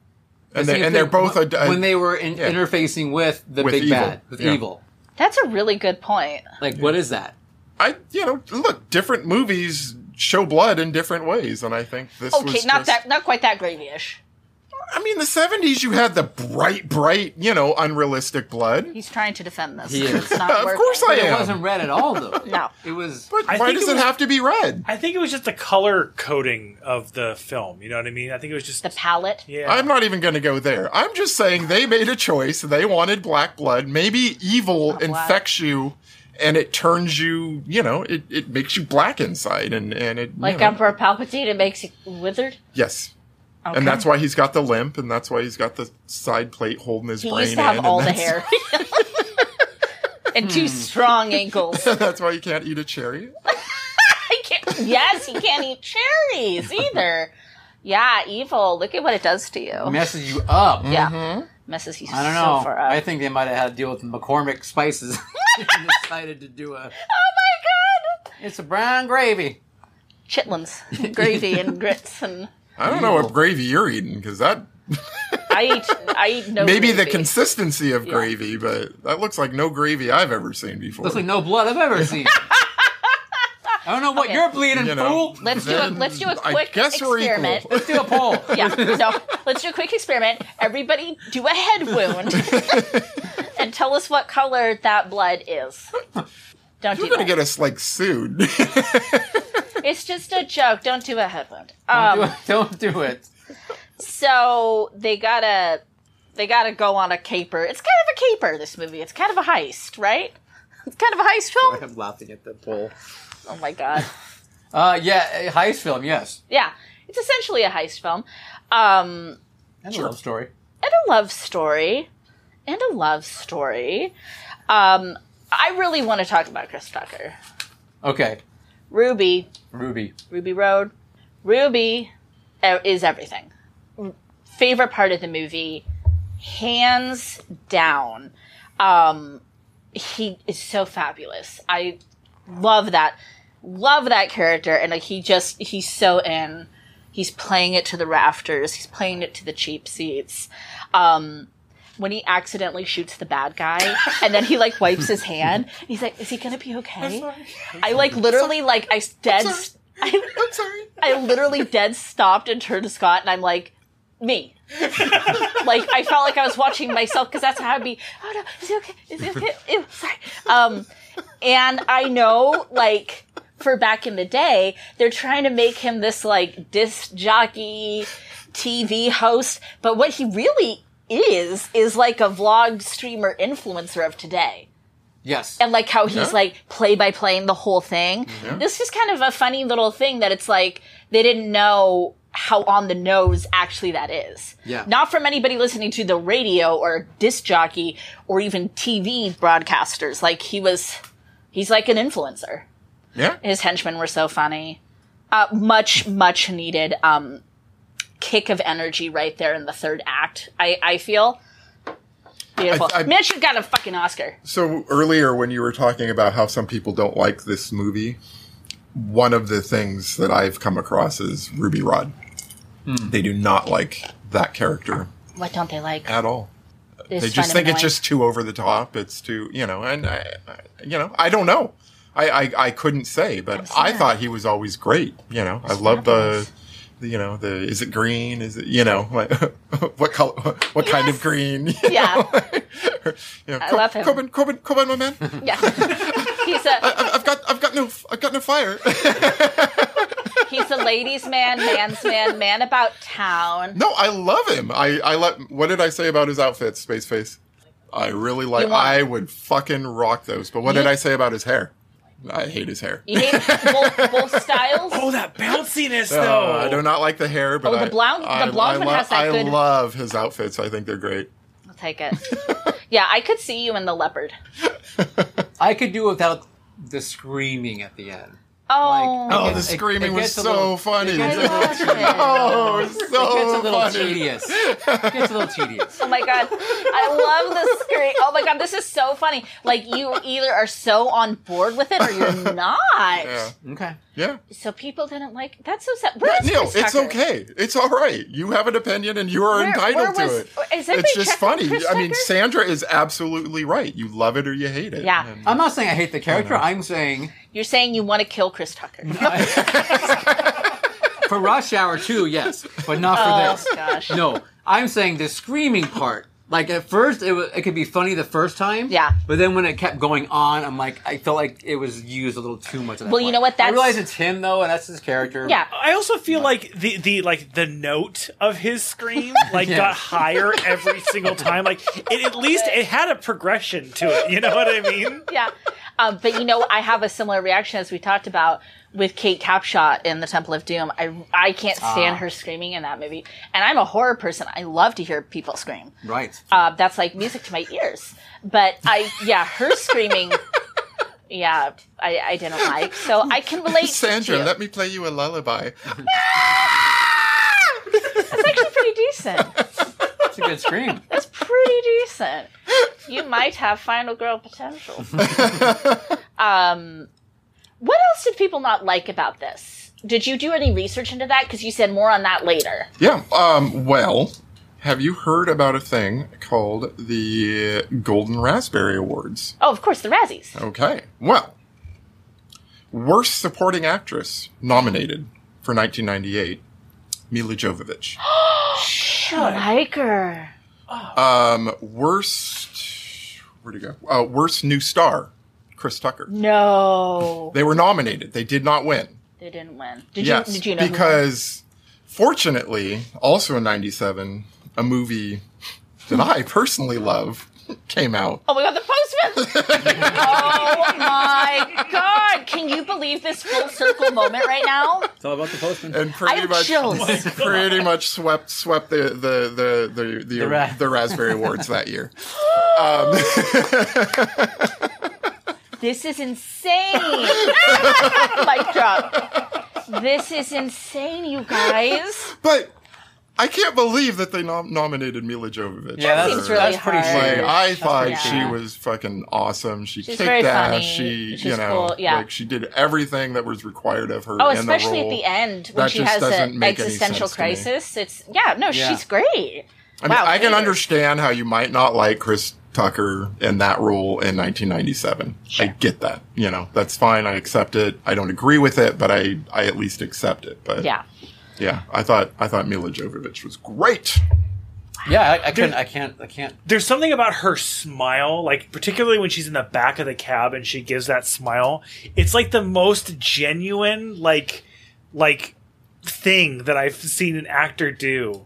[SPEAKER 3] And
[SPEAKER 1] see,
[SPEAKER 3] they
[SPEAKER 1] if
[SPEAKER 3] and they're both a, a-
[SPEAKER 1] when they were in,
[SPEAKER 3] yeah.
[SPEAKER 1] interfacing with the
[SPEAKER 3] With
[SPEAKER 1] big
[SPEAKER 3] evil.
[SPEAKER 1] bad, with
[SPEAKER 3] Yeah.
[SPEAKER 1] evil.
[SPEAKER 2] That's a really good point.
[SPEAKER 1] Like, what is that?
[SPEAKER 3] I you know look different movies show blood in different ways, and I think this was
[SPEAKER 2] Okay, not
[SPEAKER 3] just-
[SPEAKER 2] that, not quite that gravyish.
[SPEAKER 3] I mean, the '70s you had the bright, bright, you know, unrealistic blood.
[SPEAKER 2] He's trying to defend this.
[SPEAKER 1] He is.
[SPEAKER 2] It's
[SPEAKER 1] (laughs)
[SPEAKER 2] not
[SPEAKER 3] Of
[SPEAKER 2] working.
[SPEAKER 3] course I
[SPEAKER 1] It
[SPEAKER 3] am.
[SPEAKER 1] wasn't red at all, though.
[SPEAKER 2] No.
[SPEAKER 1] it (laughs) was.
[SPEAKER 3] But
[SPEAKER 4] I
[SPEAKER 3] why
[SPEAKER 4] think
[SPEAKER 3] does
[SPEAKER 4] it
[SPEAKER 3] it
[SPEAKER 4] was-
[SPEAKER 3] have to be red?
[SPEAKER 4] I think it was just the color coding of the film. You know what I mean? I think it was just
[SPEAKER 2] The palette.
[SPEAKER 4] yeah.
[SPEAKER 3] I'm not even going to go there. I'm just saying they made a choice. They wanted black blood. Maybe evil
[SPEAKER 2] Not black.
[SPEAKER 3] infects you and it turns you, you know, it, it makes you black inside and, and it. you
[SPEAKER 2] Like
[SPEAKER 3] know.
[SPEAKER 2] Emperor Palpatine, it makes it withered.
[SPEAKER 3] Yes. And that's why he's got the limp and that's why he's got the side plate holding his
[SPEAKER 2] He
[SPEAKER 3] brain
[SPEAKER 2] used to have
[SPEAKER 3] in,
[SPEAKER 2] all
[SPEAKER 3] and
[SPEAKER 2] the
[SPEAKER 3] that's-
[SPEAKER 2] hair. (laughs) and two
[SPEAKER 1] Hmm.
[SPEAKER 2] strong ankles.
[SPEAKER 3] (laughs) That's why you can't eat a cherry.
[SPEAKER 2] I can't, yes, he can't eat cherries either. Yeah, evil. Look at what it does to you.
[SPEAKER 1] Messes you up.
[SPEAKER 2] yeah. Messes you
[SPEAKER 1] Mm-hmm. I don't
[SPEAKER 2] so
[SPEAKER 1] know.
[SPEAKER 2] far uh, up.
[SPEAKER 1] I think they might have had to deal with McCormick
[SPEAKER 2] (laughs)
[SPEAKER 1] spices. (laughs) and decided to do a.
[SPEAKER 2] oh my god!
[SPEAKER 1] It's a brown gravy.
[SPEAKER 2] Chitlins. Gravy and grits and.
[SPEAKER 3] I don't know what gravy you're eating because that.
[SPEAKER 2] I eat, I eat no
[SPEAKER 3] Maybe the
[SPEAKER 2] gravy.
[SPEAKER 3] consistency of gravy, but that looks like no gravy I've ever seen before.
[SPEAKER 1] Looks like no blood I've ever seen. I don't know what
[SPEAKER 2] Okay.
[SPEAKER 1] you're bleeding,
[SPEAKER 3] You know.
[SPEAKER 1] fool.
[SPEAKER 2] Let's do a, let's do a
[SPEAKER 3] I
[SPEAKER 2] quick
[SPEAKER 3] guess we're equal.
[SPEAKER 2] experiment.
[SPEAKER 1] Let's do a
[SPEAKER 2] (laughs)
[SPEAKER 1] poll.
[SPEAKER 2] Yeah, no. Let's do a quick experiment. Everybody do a head wound and tell us what color that blood is. Don't
[SPEAKER 3] You're
[SPEAKER 2] do
[SPEAKER 3] going to
[SPEAKER 2] that.
[SPEAKER 3] get us like sued. (laughs)
[SPEAKER 2] it's just a joke. Don't do a head wound. Um,
[SPEAKER 1] don't do it.
[SPEAKER 2] so they gotta they gotta go on a caper. It's kind of a caper. This movie. It's kind of a heist, right? (laughs) It's kind of a heist film.
[SPEAKER 1] I'm laughing at the poll.
[SPEAKER 2] Oh my god.
[SPEAKER 1] Uh, yeah, a heist film, yes.
[SPEAKER 2] Yeah, it's essentially a heist film. Um,
[SPEAKER 1] And a love story.
[SPEAKER 2] and a love story and a love story um i really want to talk about chris tucker
[SPEAKER 1] Okay,
[SPEAKER 2] ruby
[SPEAKER 1] Ruby.
[SPEAKER 2] ruby road ruby uh, is everything favorite part of the movie hands down um he is so fabulous i love that love that character and like he just he's so in He's playing it to the rafters. He's playing it to the cheap seats. Um, when he accidentally shoots the bad guy, and then he like wipes his hand, he's like, "Is he gonna be okay?" I like literally like I dead. I,
[SPEAKER 3] (laughs) I'm sorry.
[SPEAKER 2] (laughs) I literally dead stopped and turned to Scott, and I'm like,
[SPEAKER 3] (laughs)
[SPEAKER 2] "Me." like I felt like I was watching myself because that's how I'd be. Oh no, is he okay? Is he okay? Ew, sorry. Um, and I know like for back in the day, they're trying to make him this like disc jockey TV host, but what he really is is like a vlog streamer influencer of today
[SPEAKER 1] Yes.
[SPEAKER 2] and like how he's
[SPEAKER 3] Yeah.
[SPEAKER 2] like play by playing the whole thing. This is kind of a funny little thing that it's like they didn't know how on the nose actually that is.
[SPEAKER 1] Yeah.
[SPEAKER 2] Not from anybody listening to the radio or disc jockey or even TV broadcasters. Like he was, he's like an influencer.
[SPEAKER 3] Yeah.
[SPEAKER 2] His henchmen were so funny. Uh, much, much needed um, kick of energy right there in the third act. I, I feel. Beautiful.
[SPEAKER 3] I-
[SPEAKER 2] Man should got a fucking Oscar.
[SPEAKER 3] So earlier, when you were talking about how some people don't like this movie, one of the things that I've come across is Ruby Rod. They do not like that character
[SPEAKER 2] What don't they like?
[SPEAKER 3] at all.
[SPEAKER 2] It's
[SPEAKER 3] they
[SPEAKER 2] fun
[SPEAKER 3] just
[SPEAKER 2] and
[SPEAKER 3] think it's
[SPEAKER 2] annoying.
[SPEAKER 3] just too over the top. It's too, you know, and I, I- you know, I don't know. I, I, I couldn't say, but I thought he was always great. You know, I love the, the, you know, the is it green? Is it you know like (laughs) what color? What kind of
[SPEAKER 2] Yes.
[SPEAKER 3] green? (laughs) You
[SPEAKER 2] Yeah.
[SPEAKER 3] know? You know,
[SPEAKER 2] I
[SPEAKER 3] "Come-
[SPEAKER 2] love him.
[SPEAKER 3] Come on, come on, come on,
[SPEAKER 2] (laughs)
[SPEAKER 3] my man.
[SPEAKER 2] Yeah. (laughs) he's a
[SPEAKER 3] I've got, I've got no, I've got no fire. (laughs)
[SPEAKER 2] he's a ladies' man, man's man, man about town.
[SPEAKER 3] no, I love him. I, I let. What did I say about his outfits, Space Face? I really like.
[SPEAKER 2] You want-
[SPEAKER 3] I would fucking rock those. But what did I say about his hair? I hate his hair.
[SPEAKER 2] You hate both, both styles.
[SPEAKER 4] Oh,
[SPEAKER 3] (laughs)
[SPEAKER 4] that bounciness
[SPEAKER 3] Uh,
[SPEAKER 4] though.
[SPEAKER 3] I do not like the hair, but
[SPEAKER 2] Oh, the
[SPEAKER 3] I-
[SPEAKER 2] blonde- the
[SPEAKER 3] I,
[SPEAKER 2] blonde
[SPEAKER 3] I
[SPEAKER 2] one
[SPEAKER 3] lo-
[SPEAKER 2] has that
[SPEAKER 3] I
[SPEAKER 2] good-
[SPEAKER 3] love his outfits. I think they're great.
[SPEAKER 2] I'll take it. Yeah, I could see you in the leopard.
[SPEAKER 1] I could do without the screaming at the end.
[SPEAKER 2] Oh,
[SPEAKER 1] Like-
[SPEAKER 3] Oh,
[SPEAKER 1] It-
[SPEAKER 3] the
[SPEAKER 1] it-
[SPEAKER 3] screaming
[SPEAKER 1] it
[SPEAKER 3] was
[SPEAKER 1] gets a
[SPEAKER 3] so
[SPEAKER 1] little-
[SPEAKER 3] funny.
[SPEAKER 2] I love it.
[SPEAKER 3] oh, it was so
[SPEAKER 1] it gets a little
[SPEAKER 3] funny.
[SPEAKER 1] tedious. It gets a little tedious.
[SPEAKER 2] Oh my god, I love this screen. Oh my god, this is so funny. Like you either are so on board with it or
[SPEAKER 3] (laughs)
[SPEAKER 2] you're not.
[SPEAKER 3] Yeah.
[SPEAKER 1] Okay.
[SPEAKER 3] Yeah.
[SPEAKER 2] So people didn't like. That's so sad. Where is
[SPEAKER 3] Neil,
[SPEAKER 2] Chris
[SPEAKER 3] it's
[SPEAKER 2] Tucker?
[SPEAKER 3] okay. It's all right. You have an opinion and you are
[SPEAKER 2] Where-
[SPEAKER 3] entitled
[SPEAKER 2] where was- oh,
[SPEAKER 3] to it.
[SPEAKER 2] is everybody
[SPEAKER 3] It's just
[SPEAKER 2] checking
[SPEAKER 3] funny.
[SPEAKER 2] Chris
[SPEAKER 3] I mean,
[SPEAKER 2] Tucker?
[SPEAKER 3] Sandra is absolutely right. You love it or you hate it.
[SPEAKER 2] Yeah.
[SPEAKER 3] And-
[SPEAKER 1] I'm not saying I hate the character. I'm saying
[SPEAKER 2] You're saying you want to kill Chris
[SPEAKER 3] (laughs)
[SPEAKER 2] Tucker.
[SPEAKER 1] for Rush Hour 2, yes, but not for
[SPEAKER 2] Oh
[SPEAKER 1] this.
[SPEAKER 2] gosh.
[SPEAKER 1] No, I'm saying the screaming part. Like at first, it was, it could be funny the first time.
[SPEAKER 2] Yeah.
[SPEAKER 1] But then when it kept going on, I'm like, I felt like it was used a little too much. at that
[SPEAKER 2] Well, you
[SPEAKER 1] point.
[SPEAKER 2] know what,
[SPEAKER 1] I
[SPEAKER 2] that's-
[SPEAKER 1] realize it's him though, and that's his character.
[SPEAKER 2] Yeah.
[SPEAKER 4] I also feel like the, the like the note of his scream like
[SPEAKER 1] Yeah.
[SPEAKER 4] got higher every single time. Like it, at least it had a progression to it. You know what I mean?
[SPEAKER 2] yeah. Um, but you know, I have a similar reaction as we talked about with Kate Capshaw in The Temple of Doom. I I can't stand her screaming in that movie, and I'm a horror person. I love to hear people scream.
[SPEAKER 1] Right.
[SPEAKER 2] Uh, that's like music to my ears. But I, yeah, her screaming, yeah, I, I didn't like. So I can relate.
[SPEAKER 3] Sandra,
[SPEAKER 2] to you.
[SPEAKER 3] let me play you a lullaby.
[SPEAKER 2] that's actually pretty decent.
[SPEAKER 1] That's a good scream.
[SPEAKER 2] That's pretty decent. You might have final girl
[SPEAKER 3] (laughs)
[SPEAKER 2] potential. um, what else did people not like about this? Did you do any research into that? Because you said more on that later.
[SPEAKER 3] Yeah. Um, well, have you heard about a thing called the Golden Raspberry Awards?
[SPEAKER 2] Oh, of course, the Razzies.
[SPEAKER 3] Okay. Well, worst supporting actress nominated for 1998,
[SPEAKER 2] (gasps)
[SPEAKER 3] Mila Jovovich.
[SPEAKER 2] I like her.
[SPEAKER 3] Um, worst. Where'd he go? Uh, worst new star, Chris Tucker.
[SPEAKER 2] No,
[SPEAKER 3] They were nominated. They did not win.
[SPEAKER 2] they didn't win. Did
[SPEAKER 3] yes,
[SPEAKER 2] you? Did you know? who won?
[SPEAKER 3] because fortunately, also in '97, a movie that I personally love (laughs) came out.
[SPEAKER 2] Oh my god, the
[SPEAKER 3] (laughs)
[SPEAKER 2] postman! oh my god! Can you believe this full circle moment right now?
[SPEAKER 1] It's all about the postman.
[SPEAKER 3] And
[SPEAKER 2] I
[SPEAKER 3] pretty
[SPEAKER 2] have
[SPEAKER 3] much,
[SPEAKER 2] (laughs) chills.
[SPEAKER 3] pretty much swept swept the the the the the, the,
[SPEAKER 1] ra-
[SPEAKER 3] Raspberry Awards that year.
[SPEAKER 2] This is insane. (laughs) Mic drop. This is insane, you guys.
[SPEAKER 3] But I can't believe that they nom- nominated Mila Jovovich.
[SPEAKER 1] Yeah, that's,
[SPEAKER 3] for-
[SPEAKER 2] seems really
[SPEAKER 1] that's pretty
[SPEAKER 2] hard.
[SPEAKER 3] like
[SPEAKER 1] sweet.
[SPEAKER 3] I thought
[SPEAKER 2] pretty
[SPEAKER 3] she
[SPEAKER 2] cool.
[SPEAKER 3] was fucking awesome. She
[SPEAKER 2] She's
[SPEAKER 3] kicked
[SPEAKER 2] very
[SPEAKER 3] ass.
[SPEAKER 2] funny.
[SPEAKER 3] She,
[SPEAKER 2] She's
[SPEAKER 3] you know,
[SPEAKER 2] cool, yeah.
[SPEAKER 3] like she did everything that was required of her.
[SPEAKER 2] Oh,
[SPEAKER 3] in the
[SPEAKER 2] especially at
[SPEAKER 3] role.
[SPEAKER 2] the end when
[SPEAKER 3] That
[SPEAKER 2] she
[SPEAKER 3] just
[SPEAKER 2] has
[SPEAKER 3] doesn't
[SPEAKER 2] an
[SPEAKER 3] make any
[SPEAKER 2] existential
[SPEAKER 3] sense to me.
[SPEAKER 2] crisis. It's yeah, no,
[SPEAKER 1] Yeah.
[SPEAKER 2] she's great.
[SPEAKER 3] I mean,
[SPEAKER 2] Wow,
[SPEAKER 3] I can
[SPEAKER 2] Peter.
[SPEAKER 3] understand how you might not like Chris Tucker in that role
[SPEAKER 2] Hmm.
[SPEAKER 3] in 1997. I get that. You know, that's fine. I accept it. I don't agree with it, but I, I at least accept it. But
[SPEAKER 2] Yeah,
[SPEAKER 3] yeah, I thought I thought Mila Jovovich was great.
[SPEAKER 1] Yeah, I, I couldn't. I can't. I can't.
[SPEAKER 4] There's something about her smile, like particularly when she's in the back of the cab and she gives that smile. It's like the most genuine, like, like thing that I've seen an actor do.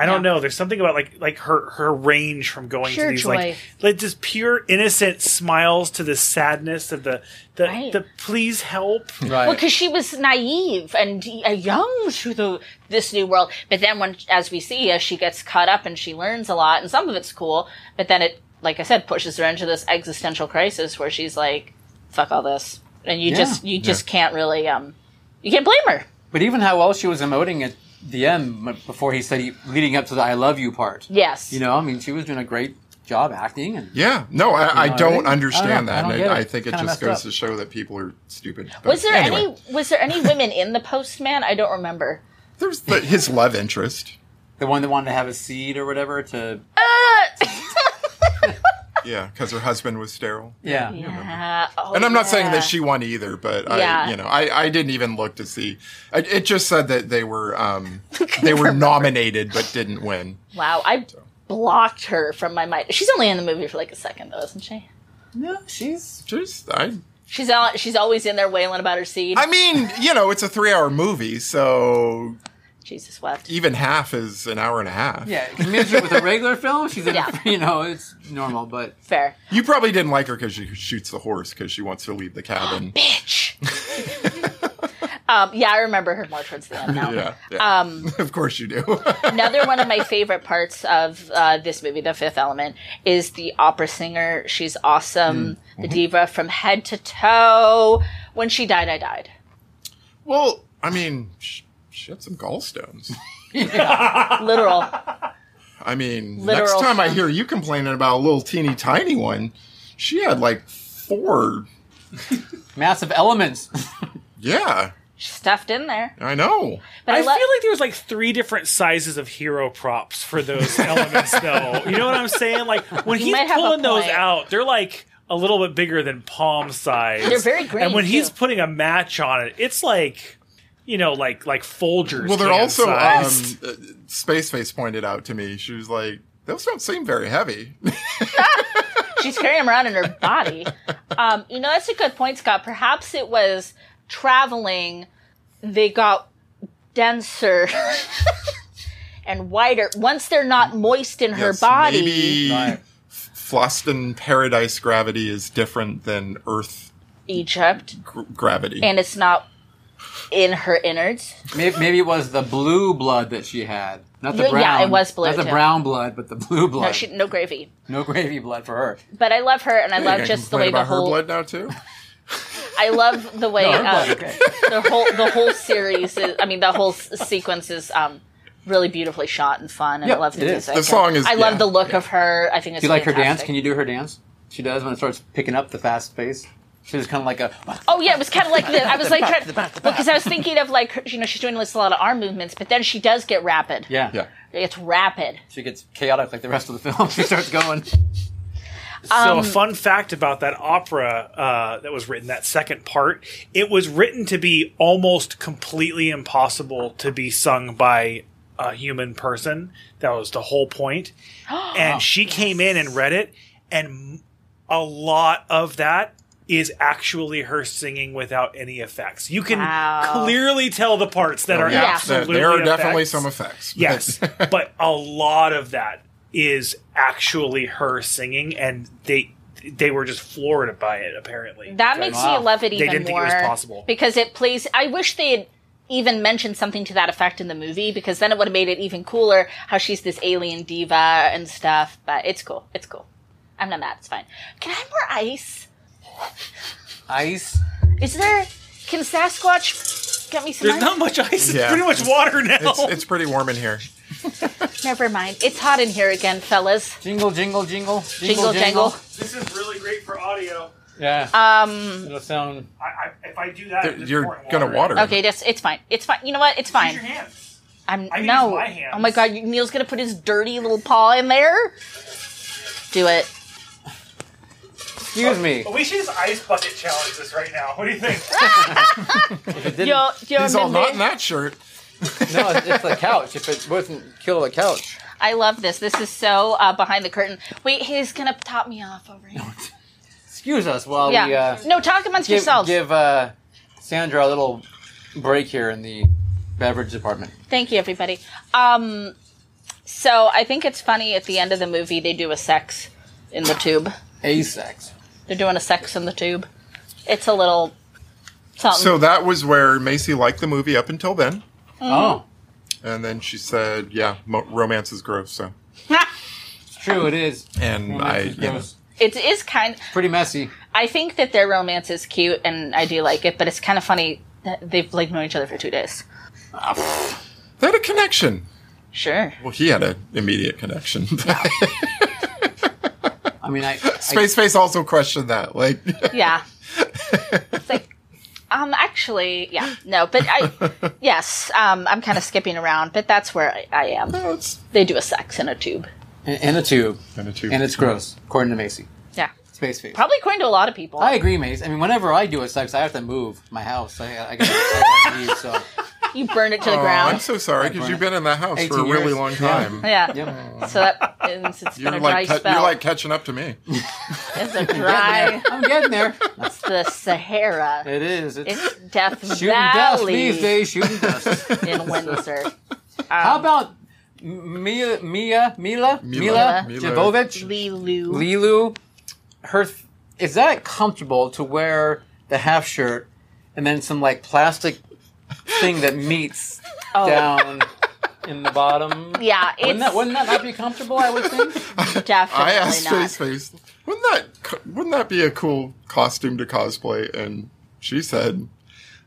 [SPEAKER 4] I don't
[SPEAKER 2] Yeah.
[SPEAKER 4] know. There's something about like like her her range from going
[SPEAKER 2] Pure
[SPEAKER 4] to these
[SPEAKER 2] joy.
[SPEAKER 4] like like just pure innocent smiles to the sadness of the the,
[SPEAKER 2] Right.
[SPEAKER 4] the please help.
[SPEAKER 1] Right.
[SPEAKER 2] well, because she was naive and uh, young to the this new world. But then when, as we see, as she gets caught up and she learns a lot, and some of it's cool. But then it, like I said, pushes her into this existential crisis where she's like, "Fuck all this," and you
[SPEAKER 1] Yeah.
[SPEAKER 2] just you just can't really um, you can't blame her.
[SPEAKER 1] But even how well she was emoting at the end m- before he said he, leading up to the "I love you" part.
[SPEAKER 2] Yes,
[SPEAKER 1] You know, I mean, she was doing a great job acting, and
[SPEAKER 3] Yeah. No, I,
[SPEAKER 1] know,
[SPEAKER 3] I
[SPEAKER 1] I
[SPEAKER 3] don't
[SPEAKER 1] think- I don't
[SPEAKER 3] understand
[SPEAKER 1] know.
[SPEAKER 3] that.
[SPEAKER 1] Oh, I don't
[SPEAKER 3] and
[SPEAKER 1] get it.
[SPEAKER 3] I, I think it
[SPEAKER 1] Kinda
[SPEAKER 3] just
[SPEAKER 1] messed
[SPEAKER 3] goes
[SPEAKER 1] up.
[SPEAKER 3] to show that people are stupid. But
[SPEAKER 2] Was there
[SPEAKER 3] anyway,
[SPEAKER 2] any was there
[SPEAKER 3] (laughs)
[SPEAKER 2] any women in the postman? I don't remember.
[SPEAKER 3] There's the, his love interest.
[SPEAKER 1] the one that wanted to have a seed or whatever to
[SPEAKER 3] Yeah, because her husband was sterile.
[SPEAKER 1] yeah.
[SPEAKER 2] Yeah. Oh,
[SPEAKER 3] And I'm not saying
[SPEAKER 2] yeah.
[SPEAKER 3] that she won either, but
[SPEAKER 2] Yeah.
[SPEAKER 3] I, you know, I, I didn't even look to see. I, it just said that they
[SPEAKER 2] (laughs)
[SPEAKER 3] were um, they were nominated but didn't win.
[SPEAKER 2] Wow, I blocked her from my mind. She's only in the movie for like a second though, isn't she?
[SPEAKER 1] No, she's
[SPEAKER 3] Just I,
[SPEAKER 2] She's all, she's always in there wailing about her seed.
[SPEAKER 3] I mean, you know, it's a three hour movie, so
[SPEAKER 2] Jesus wept.
[SPEAKER 3] even half is an hour and a half.
[SPEAKER 1] yeah. Commensurate with a regular film, she's in,
[SPEAKER 2] (laughs) Yeah.
[SPEAKER 1] (laughs) you know it's normal, but
[SPEAKER 2] Fair.
[SPEAKER 3] You probably didn't like her because she shoots the horse because she wants to leave
[SPEAKER 2] (gasps)
[SPEAKER 3] the cabin.
[SPEAKER 4] (laughs)
[SPEAKER 2] Bitch. um, yeah, I remember her more towards the end now. Um,
[SPEAKER 3] yeah.
[SPEAKER 2] Uh,
[SPEAKER 3] yeah. (laughs) of course you do. (laughs)
[SPEAKER 2] Another one of my favorite parts of uh, this movie, The Fifth Element, is the opera singer. She's awesome.
[SPEAKER 4] Mm-hmm.
[SPEAKER 2] The diva from head to toe. When she died, I died.
[SPEAKER 3] well, I mean, she, she had some gallstones.
[SPEAKER 2] Literal.
[SPEAKER 3] I mean,
[SPEAKER 2] Literal
[SPEAKER 3] next time I
[SPEAKER 2] fun.
[SPEAKER 3] hear you complaining about a little teeny tiny one, she had like four.
[SPEAKER 1] massive elements. (laughs)
[SPEAKER 3] Yeah,
[SPEAKER 2] stuffed in there.
[SPEAKER 3] I know.
[SPEAKER 2] But I,
[SPEAKER 4] I,
[SPEAKER 2] lo-
[SPEAKER 4] feel like there was like three different sizes of hero props
[SPEAKER 2] (laughs)
[SPEAKER 4] for those elements, though. You know what I'm saying? Like when he's
[SPEAKER 2] might have a
[SPEAKER 4] pulling those
[SPEAKER 2] point.
[SPEAKER 4] out, they're like a little bit bigger than palm size.
[SPEAKER 2] They're very green,
[SPEAKER 4] And when he's
[SPEAKER 2] too.
[SPEAKER 4] putting a match on it, it's like you know, like like Folgers.
[SPEAKER 3] Well, they're
[SPEAKER 4] can
[SPEAKER 3] also um,
[SPEAKER 4] sized.
[SPEAKER 3] uh, Space Face pointed out to me. She was like, "Those don't seem very heavy."
[SPEAKER 2] she's carrying them around in her body. Um, you know, that's a good point, Scott. Perhaps it was traveling, they got denser (laughs) and wider. Once they're not moist in her
[SPEAKER 3] Yes,
[SPEAKER 2] body,
[SPEAKER 3] Maybe
[SPEAKER 1] Right.
[SPEAKER 3] Floston Paradise gravity is different than Earth
[SPEAKER 2] Egypt,
[SPEAKER 3] gr- gravity.
[SPEAKER 2] and it's not in her innards.
[SPEAKER 1] maybe, maybe it was the blue blood that she had, not the
[SPEAKER 2] Yeah,
[SPEAKER 1] brown.
[SPEAKER 2] yeah, it was blue,
[SPEAKER 1] Not the
[SPEAKER 2] too.
[SPEAKER 1] brown blood, but the blue blood.
[SPEAKER 2] No, she, no gravy.
[SPEAKER 1] no gravy blood for her.
[SPEAKER 2] But I love her, and I
[SPEAKER 3] You're
[SPEAKER 2] love
[SPEAKER 3] gonna
[SPEAKER 2] uh, just the
[SPEAKER 3] complain
[SPEAKER 2] way the
[SPEAKER 3] about her
[SPEAKER 2] whole.
[SPEAKER 3] blood now too.
[SPEAKER 2] I love the way
[SPEAKER 1] No, her
[SPEAKER 2] uh,
[SPEAKER 1] blood. Okay.
[SPEAKER 2] the whole the whole series. Is, I mean, the whole s- sequence is um, really beautifully shot and fun, and
[SPEAKER 1] Yeah,
[SPEAKER 2] I love the
[SPEAKER 1] it is.
[SPEAKER 2] music.
[SPEAKER 3] The song is-
[SPEAKER 2] I love
[SPEAKER 3] yeah,
[SPEAKER 2] the look
[SPEAKER 3] yeah.
[SPEAKER 2] of her. I think it's.
[SPEAKER 1] Do you like her dance?
[SPEAKER 2] fantastic.
[SPEAKER 1] Can you do her dance? She does when it starts picking up the fast pace. She was kind of like a.
[SPEAKER 2] Oh yeah, it was kind of like this. I was like, trying, because I was thinking of like her, you know she's doing this a lot of arm movements, but then she does get rapid.
[SPEAKER 1] Yeah.
[SPEAKER 3] Yeah.
[SPEAKER 2] It's rapid.
[SPEAKER 1] She gets chaotic like the rest of the film. (laughs) she starts going.
[SPEAKER 4] So, a fun fact about that opera uh, that was written, that second part, it was written to be almost completely impossible to be sung by a human person. That was the whole point. And she came in and read it, and a lot of that is actually her singing without any effects. You can
[SPEAKER 2] Wow.
[SPEAKER 4] clearly tell the parts that are
[SPEAKER 3] Oh, Yeah, there-
[SPEAKER 4] absolutely
[SPEAKER 3] there are definitely
[SPEAKER 4] effects.
[SPEAKER 3] some effects. (laughs)
[SPEAKER 4] Yes, but a lot of that is actually her singing, and they they were just floored by it. Apparently,
[SPEAKER 2] That makes
[SPEAKER 1] Wow.
[SPEAKER 2] me love it
[SPEAKER 4] They
[SPEAKER 2] even
[SPEAKER 4] didn't think it
[SPEAKER 2] more
[SPEAKER 4] was possible.
[SPEAKER 2] because it plays. I wish they had even mentioned something to that effect in the movie because then it would have made it even cooler how she's this alien diva and stuff. But it's cool. It's cool. I'm not mad. It's fine. Can I have more ice?
[SPEAKER 1] Ice.
[SPEAKER 2] Is there? Can Sasquatch get me some
[SPEAKER 4] There's
[SPEAKER 2] ice?
[SPEAKER 4] not much ice. It's
[SPEAKER 3] Yeah.
[SPEAKER 4] pretty much water now.
[SPEAKER 3] It's, it's pretty warm in here.
[SPEAKER 2] Never mind. It's hot in here again, fellas.
[SPEAKER 1] Jingle, jingle, jingle,
[SPEAKER 2] Jingle, jangle.
[SPEAKER 4] This is really great for audio.
[SPEAKER 1] Yeah,
[SPEAKER 2] Um.
[SPEAKER 1] it'll sound.
[SPEAKER 4] I, I, if I do that,
[SPEAKER 3] There-
[SPEAKER 4] I'm just
[SPEAKER 3] You're
[SPEAKER 4] pouring
[SPEAKER 3] gonna
[SPEAKER 4] in.
[SPEAKER 3] water. it.
[SPEAKER 2] Okay, that's it's fine. It's fine. You know what? It's
[SPEAKER 4] Use your
[SPEAKER 2] fine.
[SPEAKER 4] hands.
[SPEAKER 2] I'm
[SPEAKER 4] I can
[SPEAKER 2] no.
[SPEAKER 4] use my hands.
[SPEAKER 2] Oh my god, you- Neil's gonna put his dirty little paw in there. Do it.
[SPEAKER 1] Excuse me.
[SPEAKER 2] Oh,
[SPEAKER 4] But we should just ice bucket challenge this right now. What do you think?
[SPEAKER 1] If it didn't,
[SPEAKER 2] Yo, yo,
[SPEAKER 3] He's all
[SPEAKER 2] Midway.
[SPEAKER 3] not in that shirt.
[SPEAKER 1] no, it's, it's the couch. If it wasn't kill the couch,
[SPEAKER 2] I love this. This is so uh, behind the curtain. Wait, he's gonna top me off
[SPEAKER 1] (laughs)
[SPEAKER 2] over here.
[SPEAKER 1] excuse us while we
[SPEAKER 2] yeah.
[SPEAKER 1] uh,
[SPEAKER 2] no, talk amongst
[SPEAKER 1] give,
[SPEAKER 2] yourselves.
[SPEAKER 1] give uh, Sandra a little break here in the beverage department.
[SPEAKER 2] Thank you, everybody. Um, so I think it's funny at the end of the movie they do a sex in the tube.
[SPEAKER 1] Asex.
[SPEAKER 2] They're doing a sex in the tube. It's a little something.
[SPEAKER 3] So that was where Macy liked the movie up until then,
[SPEAKER 2] Mm-hmm.
[SPEAKER 1] Oh,
[SPEAKER 3] and then she said, "Yeah, mo- romance is gross." So,
[SPEAKER 1] it's true. It is.
[SPEAKER 3] and I,
[SPEAKER 1] Romance is
[SPEAKER 3] you know,
[SPEAKER 1] gross.
[SPEAKER 2] it is kind.
[SPEAKER 1] Pretty messy.
[SPEAKER 2] I think that their romance is cute, and I do like it. But it's kind of funny that they've like known each other for two days.
[SPEAKER 3] they had a connection.
[SPEAKER 2] Sure.
[SPEAKER 3] Well, he had an immediate connection.
[SPEAKER 1] I mean, I,
[SPEAKER 3] (laughs) Space Face also questioned that. Like, (laughs)
[SPEAKER 2] Yeah. it's like, um, actually, yeah, no, but I, yes, um, I'm kind of skipping around, but that's where I, I am.
[SPEAKER 3] oh, it's
[SPEAKER 2] They do a sex in a tube.
[SPEAKER 1] I, in a tube,
[SPEAKER 3] kind of too.
[SPEAKER 1] and it's gross, according to Macy.
[SPEAKER 2] Yeah.
[SPEAKER 1] Space face.
[SPEAKER 2] Probably according to a lot of people.
[SPEAKER 1] I agree, Mace. I mean, whenever I do a sex, I have to move my house. I, I gotta, (laughs) I gotta leave. So,
[SPEAKER 2] you burned it to the
[SPEAKER 3] Oh, I'm
[SPEAKER 2] ground.
[SPEAKER 3] so sorry because you've been in that house for a
[SPEAKER 1] 18
[SPEAKER 3] really
[SPEAKER 1] years.
[SPEAKER 3] long
[SPEAKER 1] Yeah.
[SPEAKER 3] time.
[SPEAKER 2] yeah. (laughs)
[SPEAKER 1] yep.
[SPEAKER 2] So that means it's been
[SPEAKER 3] You're
[SPEAKER 2] a dry
[SPEAKER 3] like ca-
[SPEAKER 2] spell.
[SPEAKER 3] you're like catching up to me.
[SPEAKER 2] (laughs) it's a dry.
[SPEAKER 1] I'm getting there.
[SPEAKER 2] it's the Sahara.
[SPEAKER 1] It is. It's
[SPEAKER 2] It's Death
[SPEAKER 1] shooting dust
[SPEAKER 2] Valley
[SPEAKER 1] these days. Shooting
[SPEAKER 3] (laughs)
[SPEAKER 1] dust.
[SPEAKER 3] Um,
[SPEAKER 2] in Windsor.
[SPEAKER 1] How about M- Mia, Mia, Mila, Mila,
[SPEAKER 3] Mila.
[SPEAKER 1] Jovovich,
[SPEAKER 2] Lilu.
[SPEAKER 1] Lilu? Her th- is that comfortable to wear the half shirt and then some like plastic thing that meets
[SPEAKER 2] Oh.
[SPEAKER 1] down in the bottom?
[SPEAKER 2] Yeah, it's
[SPEAKER 1] Wouldn't that, wouldn't that not be comfortable? I would think.
[SPEAKER 2] definitely
[SPEAKER 3] I asked
[SPEAKER 2] not.
[SPEAKER 3] Space Face, wouldn't that co- wouldn't that be a cool costume to cosplay? And she said,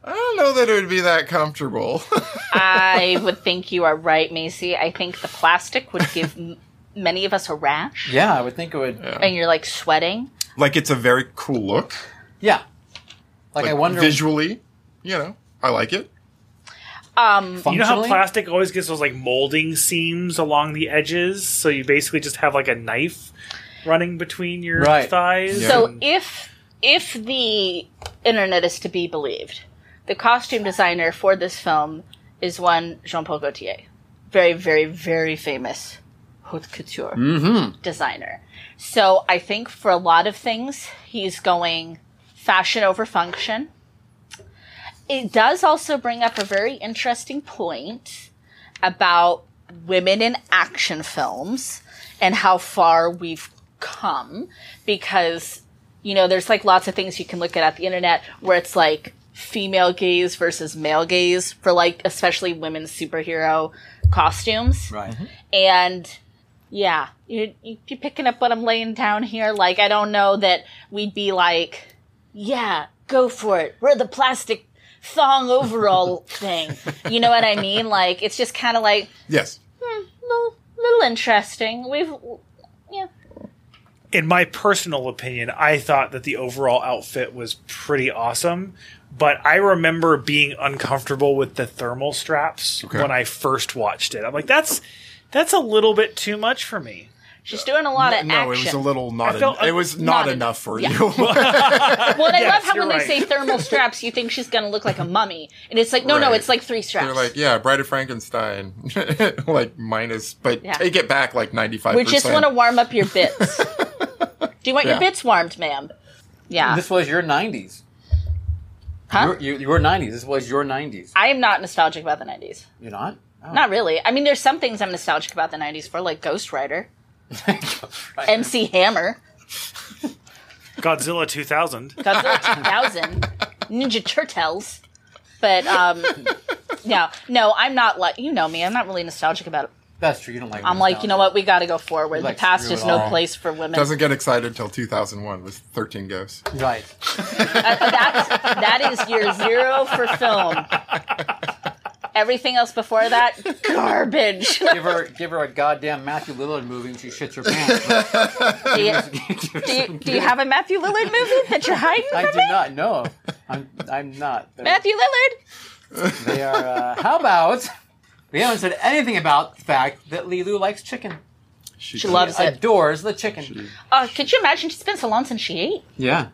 [SPEAKER 3] I don't know that it would be that comfortable. (laughs)
[SPEAKER 2] I would think you are right, Macy. I think the plastic would give m- many of us a rash,
[SPEAKER 1] Yeah, I would think it would.
[SPEAKER 2] and you're like sweating.
[SPEAKER 3] like it's a very cool look.
[SPEAKER 1] Yeah. Like, I wonder
[SPEAKER 3] visually, you know, I like it.
[SPEAKER 2] Um,
[SPEAKER 4] You know how
[SPEAKER 1] functionally.
[SPEAKER 4] plastic always gets those like molding seams along the edges, so you basically just have like a knife running between your
[SPEAKER 1] Right.
[SPEAKER 4] thighs.
[SPEAKER 3] Yeah.
[SPEAKER 2] so if if the internet is to be believed, the costume designer for this film is one Jean Paul Gaultier, very, very, very famous haute couture designer. So I think for a lot of things, he's going fashion over function. It does also bring up a very interesting point about women in action films and how far we've come because you know there's like lots of things you can look at at the internet where it's like female gaze versus male gaze for like especially women's superhero costumes
[SPEAKER 1] Right.
[SPEAKER 2] and yeah you, you, you're picking up what i'm laying down here like i don't know that we'd be like yeah go for it we're the plastic thong overall thing you know what i mean like it's just kind of like
[SPEAKER 3] Yes.
[SPEAKER 2] little, little interesting we've yeah
[SPEAKER 4] in my personal opinion, I thought that the overall outfit was pretty awesome, but I remember being uncomfortable with the thermal straps
[SPEAKER 3] Okay.
[SPEAKER 4] when I first watched it. I'm like, that's that's a little bit too much for me.
[SPEAKER 2] she's doing a lot of
[SPEAKER 3] no,
[SPEAKER 2] action
[SPEAKER 3] it was a little not.
[SPEAKER 4] I felt-
[SPEAKER 3] en- it was not,
[SPEAKER 2] not en-
[SPEAKER 3] enough for
[SPEAKER 2] yeah.
[SPEAKER 3] you.
[SPEAKER 2] well and i
[SPEAKER 4] Yes,
[SPEAKER 2] love how
[SPEAKER 4] you're
[SPEAKER 2] when
[SPEAKER 4] right.
[SPEAKER 2] they say
[SPEAKER 3] (laughs)
[SPEAKER 2] thermal straps you think she's gonna look like a mummy and it's like no no
[SPEAKER 3] Right.
[SPEAKER 2] it's like three straps
[SPEAKER 3] They're like, yeah, Bride of Frankenstein, (laughs) like minus, but
[SPEAKER 2] Yeah.
[SPEAKER 3] take it back like ninety five.
[SPEAKER 2] we just want to warm up your
[SPEAKER 3] (laughs)
[SPEAKER 2] bits do you want your
[SPEAKER 3] Yeah.
[SPEAKER 2] bits warmed ma'am yeah
[SPEAKER 1] This was your 90s.
[SPEAKER 2] Huh?
[SPEAKER 1] Your, your, your 90s. This was your 90s.
[SPEAKER 2] I am not nostalgic about the 90s.
[SPEAKER 1] You're not? Oh.
[SPEAKER 2] Not really. I mean, there's some things I'm nostalgic about the 90s for, like Ghost
[SPEAKER 3] (laughs)
[SPEAKER 2] Rider, MC Hammer,
[SPEAKER 4] Godzilla
[SPEAKER 2] (laughs)
[SPEAKER 4] 2000.
[SPEAKER 2] Godzilla
[SPEAKER 3] (laughs)
[SPEAKER 2] 2000, Ninja Turtles. But, um, no, no, I'm not like, you know me, I'm not really nostalgic about it.
[SPEAKER 1] That's true. You don't like
[SPEAKER 2] I'm like, you know what, we gotta go forward.
[SPEAKER 1] like,
[SPEAKER 2] the past
[SPEAKER 1] screw
[SPEAKER 2] is
[SPEAKER 1] it
[SPEAKER 2] no
[SPEAKER 1] all.
[SPEAKER 2] place for women.
[SPEAKER 3] Doesn't get excited till two thousand one with thirteen ghosts.
[SPEAKER 1] Right.
[SPEAKER 2] That's, that is year zero for film. everything else before that, garbage. (laughs)
[SPEAKER 1] Give her, give her a goddamn Matthew Lillard movie, and she shits her pants.
[SPEAKER 2] do, you, do you- do you have a Matthew Lillard movie that you're hiding
[SPEAKER 1] I
[SPEAKER 2] from
[SPEAKER 1] do
[SPEAKER 2] me?
[SPEAKER 1] not know. I'm, I'm not. They're-
[SPEAKER 2] Matthew Lillard.
[SPEAKER 1] They are. Uh, how about? We haven't said anything about the fact that Lilu likes chicken.
[SPEAKER 2] She loves it.
[SPEAKER 1] Adores the chicken.
[SPEAKER 2] Oh, could you imagine? It's been so long since she ate.
[SPEAKER 1] Yeah.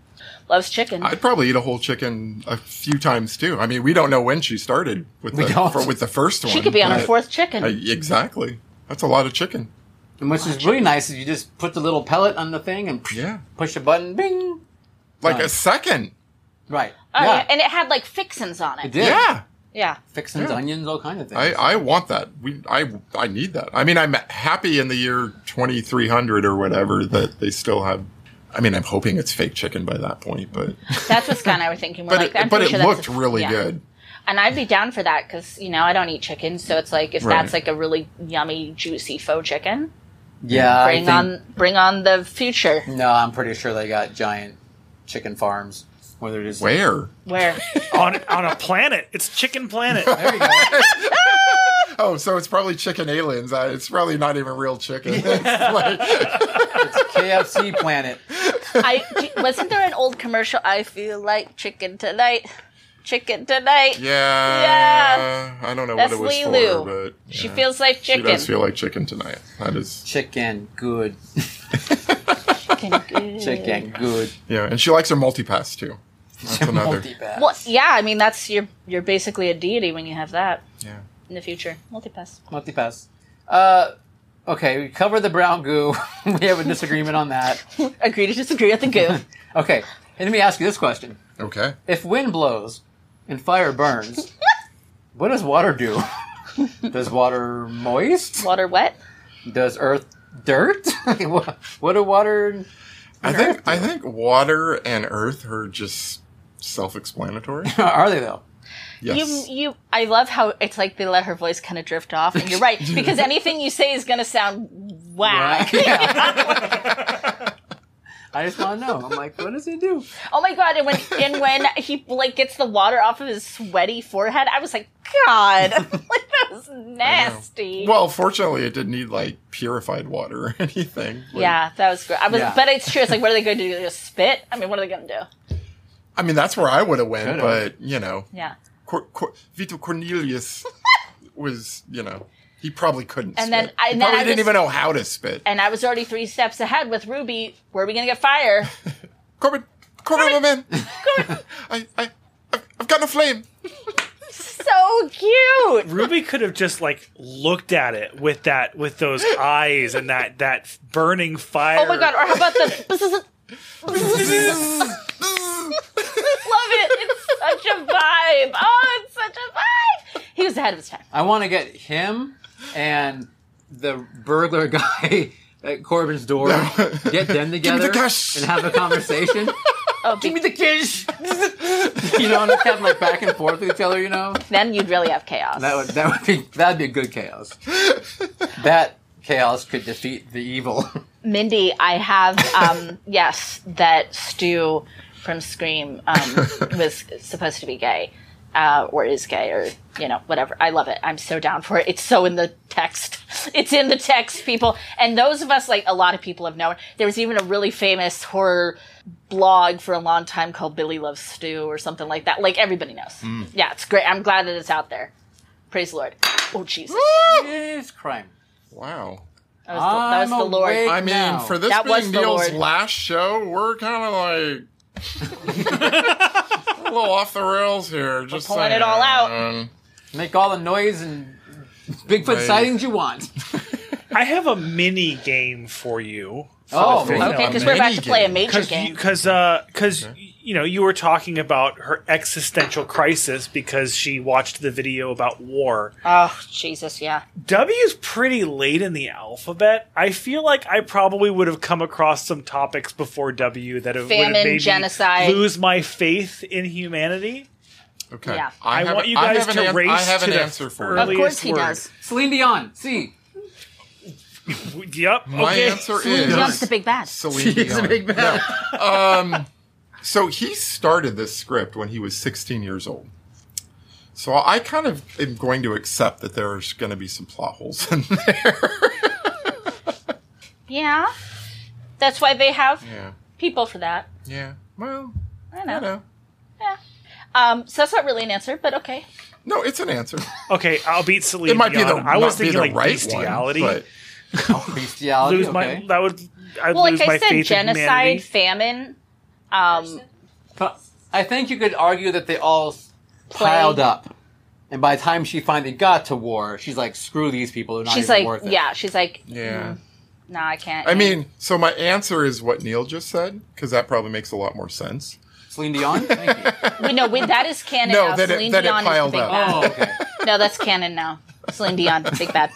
[SPEAKER 2] Loves chicken.
[SPEAKER 3] I'd probably eat a whole chicken a few times too. I mean, we don't know when she started with
[SPEAKER 1] We
[SPEAKER 3] the
[SPEAKER 1] don't.
[SPEAKER 3] for- with the first one.
[SPEAKER 2] she could be on her
[SPEAKER 3] but-
[SPEAKER 2] fourth chicken.
[SPEAKER 3] Uh, exactly. That's a lot of chicken.
[SPEAKER 1] And what's is really nice is you just put the little pellet on the thing and
[SPEAKER 3] Yeah,
[SPEAKER 1] push a button, bing.
[SPEAKER 3] like a
[SPEAKER 1] Nice.
[SPEAKER 3] second.
[SPEAKER 1] Right.
[SPEAKER 2] oh, yeah. And it had like fixins on it.
[SPEAKER 1] it did.
[SPEAKER 3] yeah.
[SPEAKER 2] Yeah.
[SPEAKER 1] Fixins,
[SPEAKER 3] Yeah.
[SPEAKER 1] onions, all kinds of things.
[SPEAKER 3] I, I want that. We I I need that. I mean, I'm happy in the year 2300 or whatever that they still have. I mean, I'm hoping it's fake chicken by that point, but
[SPEAKER 2] That's what Scott and I were thinking. We're
[SPEAKER 3] but
[SPEAKER 2] like, I'm
[SPEAKER 3] it, but
[SPEAKER 2] pretty
[SPEAKER 3] it
[SPEAKER 2] sure that's
[SPEAKER 3] looked
[SPEAKER 2] a-
[SPEAKER 3] really
[SPEAKER 2] yeah.
[SPEAKER 3] good.
[SPEAKER 2] And I'd be down for that because, you know, I don't eat chicken. So it's like, if
[SPEAKER 3] Right.
[SPEAKER 2] that's like a really yummy, juicy faux chicken,
[SPEAKER 1] yeah. I
[SPEAKER 2] bring
[SPEAKER 1] think-
[SPEAKER 2] on bring on the future.
[SPEAKER 1] No, I'm pretty sure they got giant chicken farms. Whether it is
[SPEAKER 3] Where?
[SPEAKER 2] Where?
[SPEAKER 4] on on a planet. It's Chicken Planet.
[SPEAKER 1] There you go.
[SPEAKER 3] Oh, so it's probably chicken aliens. Uh, it's probably not even real chicken. (laughs)
[SPEAKER 2] (laughs)
[SPEAKER 3] It's like-
[SPEAKER 1] KFC planet.
[SPEAKER 2] (laughs) I d- Wasn't there an old commercial? I feel like chicken tonight. Chicken tonight.
[SPEAKER 3] yeah, I don't know
[SPEAKER 2] That's
[SPEAKER 3] what it was
[SPEAKER 2] Lulu.
[SPEAKER 3] for, but
[SPEAKER 2] She
[SPEAKER 3] yeah.
[SPEAKER 2] feels like
[SPEAKER 3] She
[SPEAKER 2] chicken.
[SPEAKER 3] does feel like chicken tonight. That is,
[SPEAKER 1] Chicken good.
[SPEAKER 2] Chicken good.
[SPEAKER 1] Chicken good.
[SPEAKER 3] yeah, and she likes her multipass too.
[SPEAKER 2] (laughs)
[SPEAKER 3] That's another.
[SPEAKER 1] Multi-pass.
[SPEAKER 2] Well, yeah, I mean that's you're you're basically a deity when you have that
[SPEAKER 3] Yeah.
[SPEAKER 2] in the future. Multipass.
[SPEAKER 1] Multi-pass. Uh, okay, we cover the brown goo. (laughs) we have a disagreement on that.
[SPEAKER 2] Agree to disagree at the goo.
[SPEAKER 1] Okay, and let me ask you this question.
[SPEAKER 3] Okay.
[SPEAKER 1] If wind blows and fire burns, what does water do? (laughs) Does water moist?
[SPEAKER 2] (laughs) Water wet.
[SPEAKER 1] Does earth dirt? (laughs) what, what do water?
[SPEAKER 3] I think I think water and earth are just self-explanatory.
[SPEAKER 1] Are they though?
[SPEAKER 3] Yes.
[SPEAKER 2] (laughs) You you. I love how it's like they let her voice kind of drift off, and you're
[SPEAKER 3] (laughs)
[SPEAKER 2] right because anything you say is gonna sound whack.
[SPEAKER 1] (laughs) I just want to know. I'm like, what does he do?
[SPEAKER 2] Oh my god! And when and
[SPEAKER 1] (laughs)
[SPEAKER 2] when he like gets the water off of his sweaty forehead, I was like, God, (laughs) like that was nasty.
[SPEAKER 3] well, fortunately, it didn't need like purified water or (laughs) anything. Like,
[SPEAKER 2] yeah, that was great. I was,
[SPEAKER 1] Yeah.
[SPEAKER 2] but it's true. It's like, what are they going to do? Just spit? I mean, what are they going to do?
[SPEAKER 3] I mean, that's where I would have went,
[SPEAKER 1] Could've.
[SPEAKER 3] but you know,
[SPEAKER 2] Yeah.
[SPEAKER 3] Cor- Cor-
[SPEAKER 2] (laughs)
[SPEAKER 3] Vito Cornelius was, you know, he probably couldn't.
[SPEAKER 2] And
[SPEAKER 3] spit.
[SPEAKER 2] then I-
[SPEAKER 3] he
[SPEAKER 2] and then
[SPEAKER 3] probably
[SPEAKER 2] I
[SPEAKER 3] didn't
[SPEAKER 2] was-
[SPEAKER 3] even know how to spit.
[SPEAKER 2] And I was already three steps ahead with Ruby. Where are we going to get fire? (laughs)
[SPEAKER 3] Corbin, Corbin, my man, (laughs) I, I, I've, I've gotten
[SPEAKER 2] (laughs)
[SPEAKER 3] a flame.
[SPEAKER 2] so cute.
[SPEAKER 4] Ruby could have just like looked at it with that with those eyes and that that burning fire.
[SPEAKER 2] Oh my god! Or how about the? This
[SPEAKER 1] (laughs)
[SPEAKER 2] is love it. It's such a vibe. Oh, it's such a vibe. He was ahead of his time.
[SPEAKER 1] I want to get him and the burglar (laughs) guy at Corbin's
[SPEAKER 3] (laughs)
[SPEAKER 1] door. Get them together
[SPEAKER 3] the cash.
[SPEAKER 1] and have a
[SPEAKER 3] (laughs)
[SPEAKER 1] conversation.
[SPEAKER 2] Oh, give me the
[SPEAKER 1] Kish. (laughs) you know, and just have like back and forth with each other. You know,
[SPEAKER 2] Then you'd really have chaos.
[SPEAKER 1] that would that would be that'd be a good
[SPEAKER 3] (laughs)
[SPEAKER 1] chaos. That chaos could defeat the evil. (laughs)
[SPEAKER 2] Mindy, I have um, yes, that Stu from Scream um, was supposed to be gay, uh, or is gay, or you know whatever. I love it. I'm so down for it. It's so in the text. (laughs) It's in the text, people. And those of us, like a lot of people, have known. There was even a really famous horror blog for a long time called Billy Loves Stu or something like that. Like everybody knows. Yeah, it's great. I'm glad that it's out there. Praise the Lord. Oh Jesus,
[SPEAKER 1] It's crime.
[SPEAKER 3] Wow.
[SPEAKER 2] that was the, that was
[SPEAKER 1] I'm
[SPEAKER 2] the Lord.
[SPEAKER 1] awake.
[SPEAKER 3] I mean,
[SPEAKER 1] Now.
[SPEAKER 3] for this
[SPEAKER 2] That was
[SPEAKER 3] being
[SPEAKER 2] the
[SPEAKER 3] Neil's
[SPEAKER 2] Lord.
[SPEAKER 3] last show, we're kind of like (laughs) a little off the rails here. Just
[SPEAKER 2] pulling it
[SPEAKER 3] saying.
[SPEAKER 2] all out.
[SPEAKER 1] Make all the noise and Bigfoot
[SPEAKER 3] Right.
[SPEAKER 1] sightings you want.
[SPEAKER 4] I have a mini game for you.
[SPEAKER 1] Oh,
[SPEAKER 3] the
[SPEAKER 1] man.
[SPEAKER 3] female.
[SPEAKER 2] Okay,
[SPEAKER 3] A
[SPEAKER 2] because we're about
[SPEAKER 3] mini
[SPEAKER 2] to play a
[SPEAKER 3] game.
[SPEAKER 2] major
[SPEAKER 4] because
[SPEAKER 2] game.
[SPEAKER 4] because uh, you know you were talking about her existential crisis because she watched the video about war.
[SPEAKER 2] Oh Jesus, yeah.
[SPEAKER 4] W's pretty late in the alphabet. I feel like I probably would have come across some topics before W that have would have
[SPEAKER 2] Famine,
[SPEAKER 4] made me
[SPEAKER 2] genocide.
[SPEAKER 4] lose my faith in humanity.
[SPEAKER 3] Okay.
[SPEAKER 2] Yeah.
[SPEAKER 4] I
[SPEAKER 3] have-
[SPEAKER 4] want you
[SPEAKER 3] I
[SPEAKER 4] guys
[SPEAKER 3] have an
[SPEAKER 4] to
[SPEAKER 3] an-
[SPEAKER 4] race
[SPEAKER 3] I have
[SPEAKER 4] to
[SPEAKER 3] an
[SPEAKER 4] the
[SPEAKER 3] answer for
[SPEAKER 4] early-
[SPEAKER 3] you.
[SPEAKER 2] Of course
[SPEAKER 4] Earliest
[SPEAKER 2] he
[SPEAKER 4] word.
[SPEAKER 2] does.
[SPEAKER 1] Celine Dion. See,
[SPEAKER 4] Yep.
[SPEAKER 3] My
[SPEAKER 4] okay.
[SPEAKER 3] answer
[SPEAKER 2] He loves
[SPEAKER 3] is
[SPEAKER 2] the big bad.
[SPEAKER 3] Celine
[SPEAKER 1] She's
[SPEAKER 3] Dion. Um,
[SPEAKER 1] a big man.
[SPEAKER 3] So he started this script when he was 16 years old. So I kind of am going to accept that there's going to be some plot holes in there.
[SPEAKER 2] Yeah. That's why they have
[SPEAKER 3] yeah.
[SPEAKER 2] people for that.
[SPEAKER 3] Yeah. Well,
[SPEAKER 2] I know.
[SPEAKER 3] I know.
[SPEAKER 2] Yeah. Um, so that's not really an answer, but okay.
[SPEAKER 3] No, it's an answer.
[SPEAKER 4] Okay, I'll beat Celine.
[SPEAKER 3] It might be the
[SPEAKER 4] Dion. I was
[SPEAKER 3] not be
[SPEAKER 4] thinking
[SPEAKER 3] the
[SPEAKER 4] like
[SPEAKER 3] right
[SPEAKER 4] bestiality.
[SPEAKER 3] one, but
[SPEAKER 1] Bestiality.
[SPEAKER 4] lose
[SPEAKER 1] okay.
[SPEAKER 4] my that would I'd
[SPEAKER 2] Well,
[SPEAKER 4] lose
[SPEAKER 2] like I
[SPEAKER 4] my
[SPEAKER 2] said,
[SPEAKER 4] faith
[SPEAKER 2] genocide,
[SPEAKER 4] in humanity.
[SPEAKER 2] famine, um,
[SPEAKER 1] But I think you could argue that they all s- piled up. And by the time she finally got to war, she's like, screw these people. They're not
[SPEAKER 2] she's
[SPEAKER 1] even
[SPEAKER 2] like,
[SPEAKER 1] worth it.
[SPEAKER 2] yeah, she's like,
[SPEAKER 3] yeah.
[SPEAKER 2] no, I can't.
[SPEAKER 3] I mean, so my answer is what Neil just said because that probably makes a lot more sense.
[SPEAKER 1] Celine Dion? (laughs) Thank you.
[SPEAKER 2] we know we, that
[SPEAKER 3] (laughs)
[SPEAKER 2] is canon
[SPEAKER 3] No,
[SPEAKER 2] now.
[SPEAKER 3] that it-
[SPEAKER 2] Celine
[SPEAKER 3] that it
[SPEAKER 2] Dion is the
[SPEAKER 3] piled
[SPEAKER 2] big
[SPEAKER 3] up.
[SPEAKER 1] Oh,
[SPEAKER 2] bad. (laughs)
[SPEAKER 1] okay.
[SPEAKER 2] No, that's canon now. Celine Dion, big
[SPEAKER 3] (laughs)
[SPEAKER 2] bad.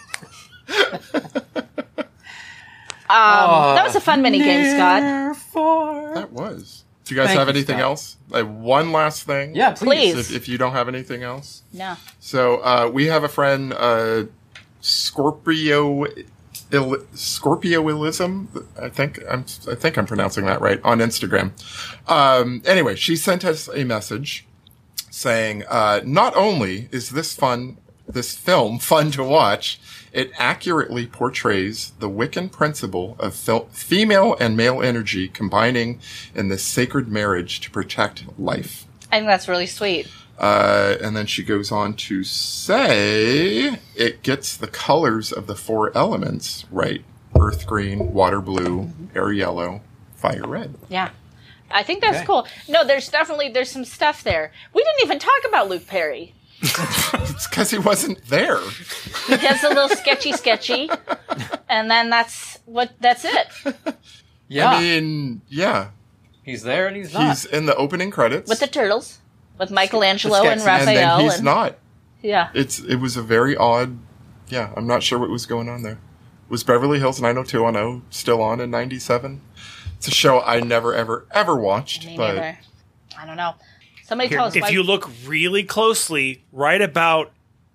[SPEAKER 2] Um, that was a fun mini game, Scott.
[SPEAKER 1] Therefore-
[SPEAKER 3] That was. Do you guys
[SPEAKER 1] Thank
[SPEAKER 3] have
[SPEAKER 1] you,
[SPEAKER 3] anything
[SPEAKER 1] Scott.
[SPEAKER 3] else? Like one last thing.
[SPEAKER 1] Yeah, please.
[SPEAKER 2] Please.
[SPEAKER 3] If, if you don't have anything else,
[SPEAKER 2] No,
[SPEAKER 3] so uh, we have a friend, uh, Scorpio, Il- Scorpioilism. I think I'm. I think I'm pronouncing that right on Instagram. Um, anyway, she sent us a message saying, uh, "Not only is this fun, this film fun to watch, it accurately portrays the Wiccan principle of fel- female and male energy combining in this sacred marriage to protect life."
[SPEAKER 2] I think that's really sweet.
[SPEAKER 3] Uh, and then she goes on to say it gets the colors of the four elements right earth green, water blue, air yellow, fire red. (laughs)
[SPEAKER 2] Yeah. I think that's
[SPEAKER 1] Okay.
[SPEAKER 2] cool. No, there's definitely there's some stuff there. We didn't even talk about Luke Perry.
[SPEAKER 3] It's because he wasn't there.
[SPEAKER 2] He does a little
[SPEAKER 1] (laughs)
[SPEAKER 2] sketchy sketchy. And then that's what that's it.
[SPEAKER 1] Yeah.
[SPEAKER 2] Ah.
[SPEAKER 3] I mean, yeah,
[SPEAKER 1] he's there and he's not.
[SPEAKER 3] he's in the opening credits,
[SPEAKER 2] With the turtles. With Michelangelo and
[SPEAKER 1] sketchy.
[SPEAKER 3] and
[SPEAKER 2] Raphael
[SPEAKER 3] then he's not.
[SPEAKER 2] Yeah.
[SPEAKER 3] It's it was a very odd. Yeah, I'm not sure what was going on there. Was Beverly Hills 90210 still on in '97? It's a show I never, ever, ever watched.
[SPEAKER 2] Me
[SPEAKER 3] but
[SPEAKER 2] neither. I don't know. Somebody
[SPEAKER 4] Here,
[SPEAKER 2] tell us
[SPEAKER 4] if
[SPEAKER 2] why
[SPEAKER 4] you look really closely, right about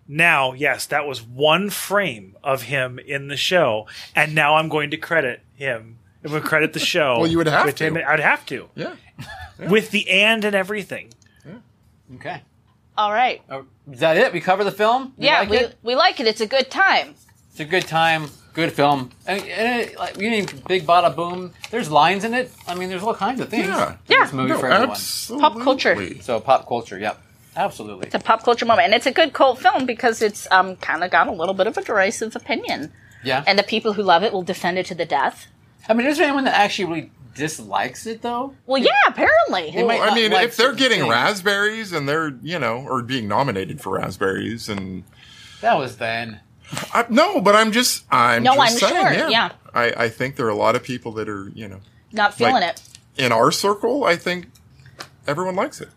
[SPEAKER 4] now, yes, that was one frame of him in the show, and now I'm going to credit him. I'm going to credit the
[SPEAKER 3] (laughs)
[SPEAKER 4] show.
[SPEAKER 3] Well, you would have
[SPEAKER 4] with
[SPEAKER 3] to.
[SPEAKER 4] Him, I'd have to
[SPEAKER 3] yeah,
[SPEAKER 4] with the and and everything.
[SPEAKER 1] okay.
[SPEAKER 2] All right.
[SPEAKER 1] Uh, Is that it? We cover the film? You
[SPEAKER 2] yeah,
[SPEAKER 1] like
[SPEAKER 2] we
[SPEAKER 1] it?
[SPEAKER 2] we like it. It's a good time.
[SPEAKER 1] It's a good time. Good film. And, and it, like, you need big bada boom. There's lines in it. I mean, there's all kinds of things.
[SPEAKER 3] yeah.
[SPEAKER 1] in
[SPEAKER 2] Yeah.
[SPEAKER 1] This movie
[SPEAKER 3] No,
[SPEAKER 1] for everyone.
[SPEAKER 3] absolutely.
[SPEAKER 2] Pop culture.
[SPEAKER 1] So pop culture. Yep. Absolutely.
[SPEAKER 2] It's a pop culture moment. And it's a good cult film because it's um kinda got a little bit of a derisive opinion.
[SPEAKER 1] Yeah.
[SPEAKER 2] And the people who love it will defend it to the death.
[SPEAKER 1] I mean, is there anyone that actually really dislikes it though?
[SPEAKER 2] Well, yeah, apparently.
[SPEAKER 1] It might
[SPEAKER 3] Well, I
[SPEAKER 1] not
[SPEAKER 3] mean,
[SPEAKER 1] like
[SPEAKER 3] if they're
[SPEAKER 1] certain
[SPEAKER 3] getting
[SPEAKER 1] things.
[SPEAKER 3] raspberries and they're, you know, or being nominated for raspberries and
[SPEAKER 1] that was then.
[SPEAKER 3] I, no, but I'm just, I'm
[SPEAKER 2] No,
[SPEAKER 3] just
[SPEAKER 2] I'm
[SPEAKER 3] saying,
[SPEAKER 2] sure,
[SPEAKER 3] yeah.
[SPEAKER 2] yeah.
[SPEAKER 3] I, I think there are a lot of people that are, you know,
[SPEAKER 2] Not feeling
[SPEAKER 3] Like-
[SPEAKER 2] it.
[SPEAKER 3] in our circle. I think everyone likes it.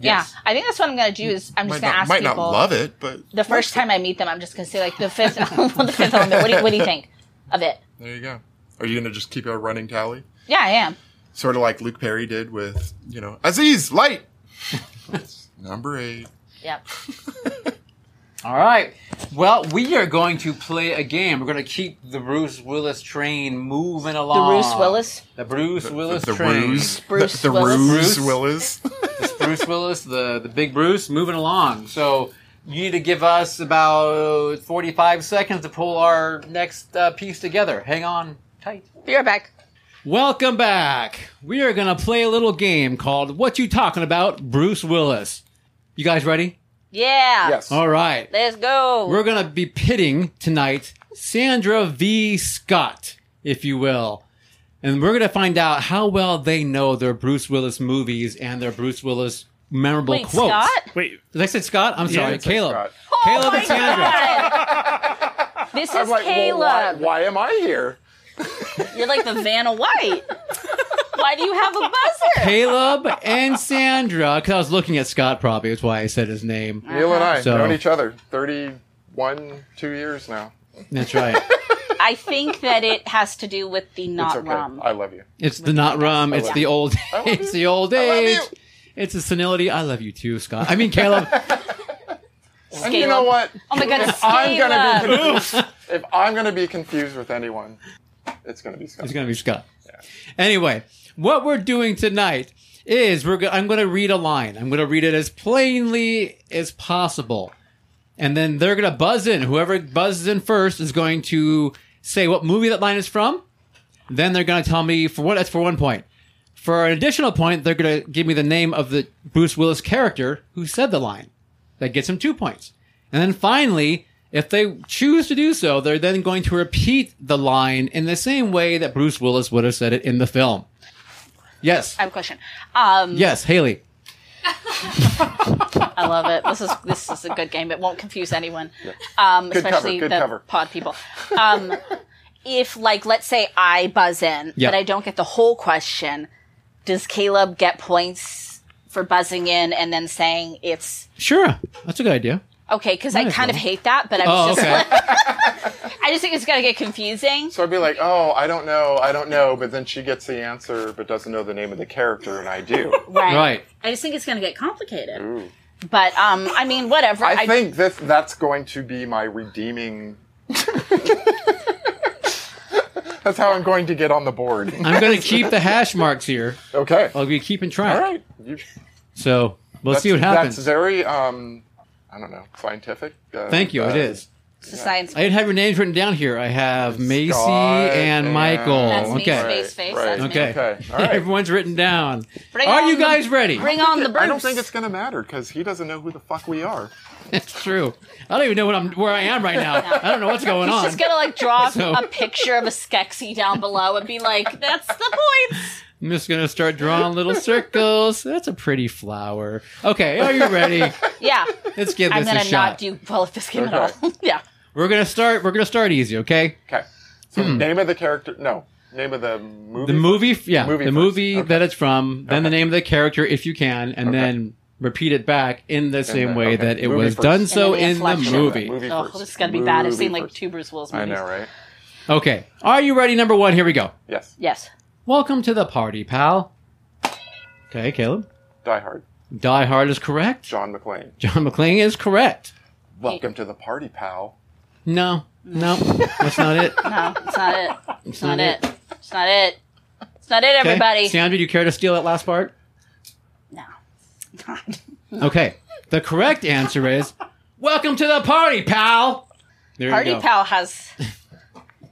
[SPEAKER 1] Yes.
[SPEAKER 2] Yeah, I think that's what I'm going to do. Is I'm
[SPEAKER 3] Might
[SPEAKER 2] just going to
[SPEAKER 3] not,
[SPEAKER 2] ask
[SPEAKER 3] might
[SPEAKER 2] people
[SPEAKER 3] not love it, but
[SPEAKER 2] the first time I meet them. I'm just going to say like the fifth, (laughs) the fifth element. What do you, what do you think of it?
[SPEAKER 3] there you go. Are you going to just keep a running tally,
[SPEAKER 2] Yeah, I am.
[SPEAKER 3] sort of like Luke Perry did with, you know, Aziz Light, (laughs) number eight.
[SPEAKER 2] Yep.
[SPEAKER 1] All right. Well, we are going to play a game. We're going to keep the Bruce Willis train moving
[SPEAKER 2] The
[SPEAKER 1] along.
[SPEAKER 2] Roos Willis.
[SPEAKER 1] The Bruce Willis
[SPEAKER 3] the, the
[SPEAKER 1] train.
[SPEAKER 3] ruse,
[SPEAKER 2] Bruce
[SPEAKER 3] the, the
[SPEAKER 2] Willis.
[SPEAKER 3] ruse
[SPEAKER 1] Bruce.
[SPEAKER 3] Willis.
[SPEAKER 1] (laughs) Bruce Willis, the, the big Bruce, moving along. So you need to give us about 45 seconds to pull our next uh, piece together. Hang on tight.
[SPEAKER 2] Be right back.
[SPEAKER 1] Welcome back. We are going to play a little game called What You Talking About, Bruce Willis. You guys ready?
[SPEAKER 2] Yeah.
[SPEAKER 1] All right.
[SPEAKER 2] Let's go.
[SPEAKER 1] We're going to be pitting tonight Sandra V. Scott, if you will. And we're going to find out how well they know their Bruce Willis movies and their Bruce Willis memorable
[SPEAKER 2] Wait,
[SPEAKER 1] quotes.
[SPEAKER 2] Scott. Oh
[SPEAKER 4] Wait, (laughs)
[SPEAKER 1] Did I say Scott? I'm sorry.
[SPEAKER 4] you said
[SPEAKER 1] Caleb.
[SPEAKER 2] (laughs)
[SPEAKER 3] Scott.
[SPEAKER 1] Caleb and Sandra.
[SPEAKER 2] God. This is Caleb.
[SPEAKER 3] why am I here?
[SPEAKER 2] You're like the Vanna White. why do you have a buzzer?
[SPEAKER 1] Caleb and Sandra. Because I was looking at Scott probably. That's why I said his name.
[SPEAKER 3] Neil and I
[SPEAKER 1] So-
[SPEAKER 3] known each other 31, two years now.
[SPEAKER 1] That's right.
[SPEAKER 2] I think that it has to do with the not
[SPEAKER 3] it's okay.
[SPEAKER 2] rum.
[SPEAKER 3] I love you.
[SPEAKER 1] It's the not rum. It's the old. (laughs) It's the old
[SPEAKER 3] love
[SPEAKER 1] age.
[SPEAKER 3] you.
[SPEAKER 1] It's the senility. I love you too, Scott. I mean, Caleb.
[SPEAKER 3] And you know what?
[SPEAKER 2] Oh my God, it's
[SPEAKER 3] I'm gonna
[SPEAKER 2] Caleb.
[SPEAKER 3] be confused. if I'm gonna be confused with anyone, it's gonna be Scott.
[SPEAKER 1] It's going to be Scott. Anyway, what we're doing tonight is we're go- I'm going to read a line. I'm going to read it as plainly as possible. And then they're going to buzz in. Whoever buzzes in first is going to say what movie that line is from. Then they're going to tell me for what that's for one point. For an additional point, they're going to give me the name of the Bruce Willis character who said the line. That gets them two points. And then finally, if they choose to do so, they're then going to repeat the line in the same way that Bruce Willis would have said it in the film. Yes.
[SPEAKER 2] I have a question. Um,
[SPEAKER 1] Yes, Haley.
[SPEAKER 2] I love it. This is this is a good game. It won't confuse anyone, um,
[SPEAKER 3] Good cover,
[SPEAKER 2] especially
[SPEAKER 3] good
[SPEAKER 2] the
[SPEAKER 3] cover.
[SPEAKER 2] pod people. Um, if like let's say I buzz in,
[SPEAKER 1] Yeah.
[SPEAKER 2] but I don't get the whole question, does Caleb get points for buzzing in and then saying it's
[SPEAKER 1] Sure. That's a good idea.
[SPEAKER 2] okay? Because I
[SPEAKER 1] Might as
[SPEAKER 2] kind of
[SPEAKER 1] well.
[SPEAKER 2] hate that, but I was
[SPEAKER 1] Oh,
[SPEAKER 2] just
[SPEAKER 1] okay.
[SPEAKER 2] I just think it's gonna get confusing.
[SPEAKER 3] So I'd be like, oh, I don't know, I don't know, but then she gets the answer but doesn't know the name of the character, and I do.
[SPEAKER 2] (laughs) Right.
[SPEAKER 1] Right.
[SPEAKER 2] I just think it's gonna get complicated. But um, I mean, whatever.
[SPEAKER 3] Mm. I think this that's going to be my
[SPEAKER 2] (laughs)
[SPEAKER 3] redeeming. (laughs) that's how I'm going to get on the board.
[SPEAKER 1] I'm going to keep the hash marks here.
[SPEAKER 3] Okay.
[SPEAKER 1] I'll be keeping track.
[SPEAKER 3] All right. You-
[SPEAKER 1] So we'll
[SPEAKER 3] that's-
[SPEAKER 1] see what happens.
[SPEAKER 3] That's very, um, I don't know, scientific. uh,
[SPEAKER 1] Thank you.
[SPEAKER 3] uh,
[SPEAKER 1] it is.
[SPEAKER 2] it's a science.
[SPEAKER 1] I didn't have your names written down here. I have Macy
[SPEAKER 3] Scott
[SPEAKER 1] and
[SPEAKER 3] and-
[SPEAKER 1] Michael.
[SPEAKER 2] that's me,
[SPEAKER 1] okay.
[SPEAKER 2] space face.
[SPEAKER 3] Right,
[SPEAKER 2] That's me.
[SPEAKER 1] Okay.
[SPEAKER 3] Okay. All right.
[SPEAKER 1] (laughs) Everyone's written down.
[SPEAKER 2] Bring
[SPEAKER 1] Are you
[SPEAKER 2] on-
[SPEAKER 1] guys ready?
[SPEAKER 2] Bring on the birds.
[SPEAKER 3] I don't think it's going to matter because he doesn't know who the fuck we are.
[SPEAKER 1] It's true. I don't even know what I'm where I am right now. I don't know what's going
[SPEAKER 2] He's
[SPEAKER 1] on.
[SPEAKER 2] just gonna like draw
[SPEAKER 1] (laughs) So-
[SPEAKER 2] a picture of a Skeksis down below and be like, "That's the points."
[SPEAKER 1] I'm just gonna start drawing little circles. That's a pretty flower. Okay, are you ready?
[SPEAKER 2] Yeah,
[SPEAKER 1] Let's give
[SPEAKER 2] I'm
[SPEAKER 1] this
[SPEAKER 2] gonna
[SPEAKER 1] a
[SPEAKER 2] not
[SPEAKER 1] shot.
[SPEAKER 2] do well at this game
[SPEAKER 3] Okay.
[SPEAKER 2] at all. (laughs) yeah,
[SPEAKER 1] we're gonna start. We're gonna start easy. Okay.
[SPEAKER 3] Okay. So name of the character. No. Name of the movie.
[SPEAKER 1] Hmm. The movie. f- Yeah.
[SPEAKER 3] Movie
[SPEAKER 1] the
[SPEAKER 3] first.
[SPEAKER 1] movie
[SPEAKER 3] Okay.
[SPEAKER 1] that it's from. Then the name of the character, if you can, and
[SPEAKER 3] Okay.
[SPEAKER 1] then repeat it back in the same
[SPEAKER 3] then-
[SPEAKER 1] way
[SPEAKER 3] okay.
[SPEAKER 1] that it
[SPEAKER 3] Movie
[SPEAKER 1] was
[SPEAKER 3] first.
[SPEAKER 1] done
[SPEAKER 3] And
[SPEAKER 1] so
[SPEAKER 2] then the
[SPEAKER 1] in the
[SPEAKER 2] inflection.
[SPEAKER 1] movie.
[SPEAKER 3] Movie
[SPEAKER 2] oh,
[SPEAKER 3] first.
[SPEAKER 2] this is gonna be bad. I've seen like
[SPEAKER 3] Movie first.
[SPEAKER 2] two Bruce Willis
[SPEAKER 3] I
[SPEAKER 2] movies.
[SPEAKER 3] know, right?
[SPEAKER 1] Okay. Are you ready? Number one. Here we go.
[SPEAKER 3] Yes.
[SPEAKER 2] Yes,
[SPEAKER 1] Welcome to the party, pal. Okay, Caleb.
[SPEAKER 3] Die Hard.
[SPEAKER 1] Die Hard is correct.
[SPEAKER 3] John McClane.
[SPEAKER 1] John McClane is correct.
[SPEAKER 3] Welcome to the party, pal.
[SPEAKER 1] No, no, that's not
[SPEAKER 2] (laughs)
[SPEAKER 1] it.
[SPEAKER 2] no, it's not it. It's not it. It's not it. It's not it. Everybody,
[SPEAKER 1] Sandra, do you care to steal that last part?
[SPEAKER 2] no.
[SPEAKER 1] Okay. The correct answer is Welcome to the party, pal. There
[SPEAKER 2] Party
[SPEAKER 1] you go. (laughs)
[SPEAKER 2] Pal has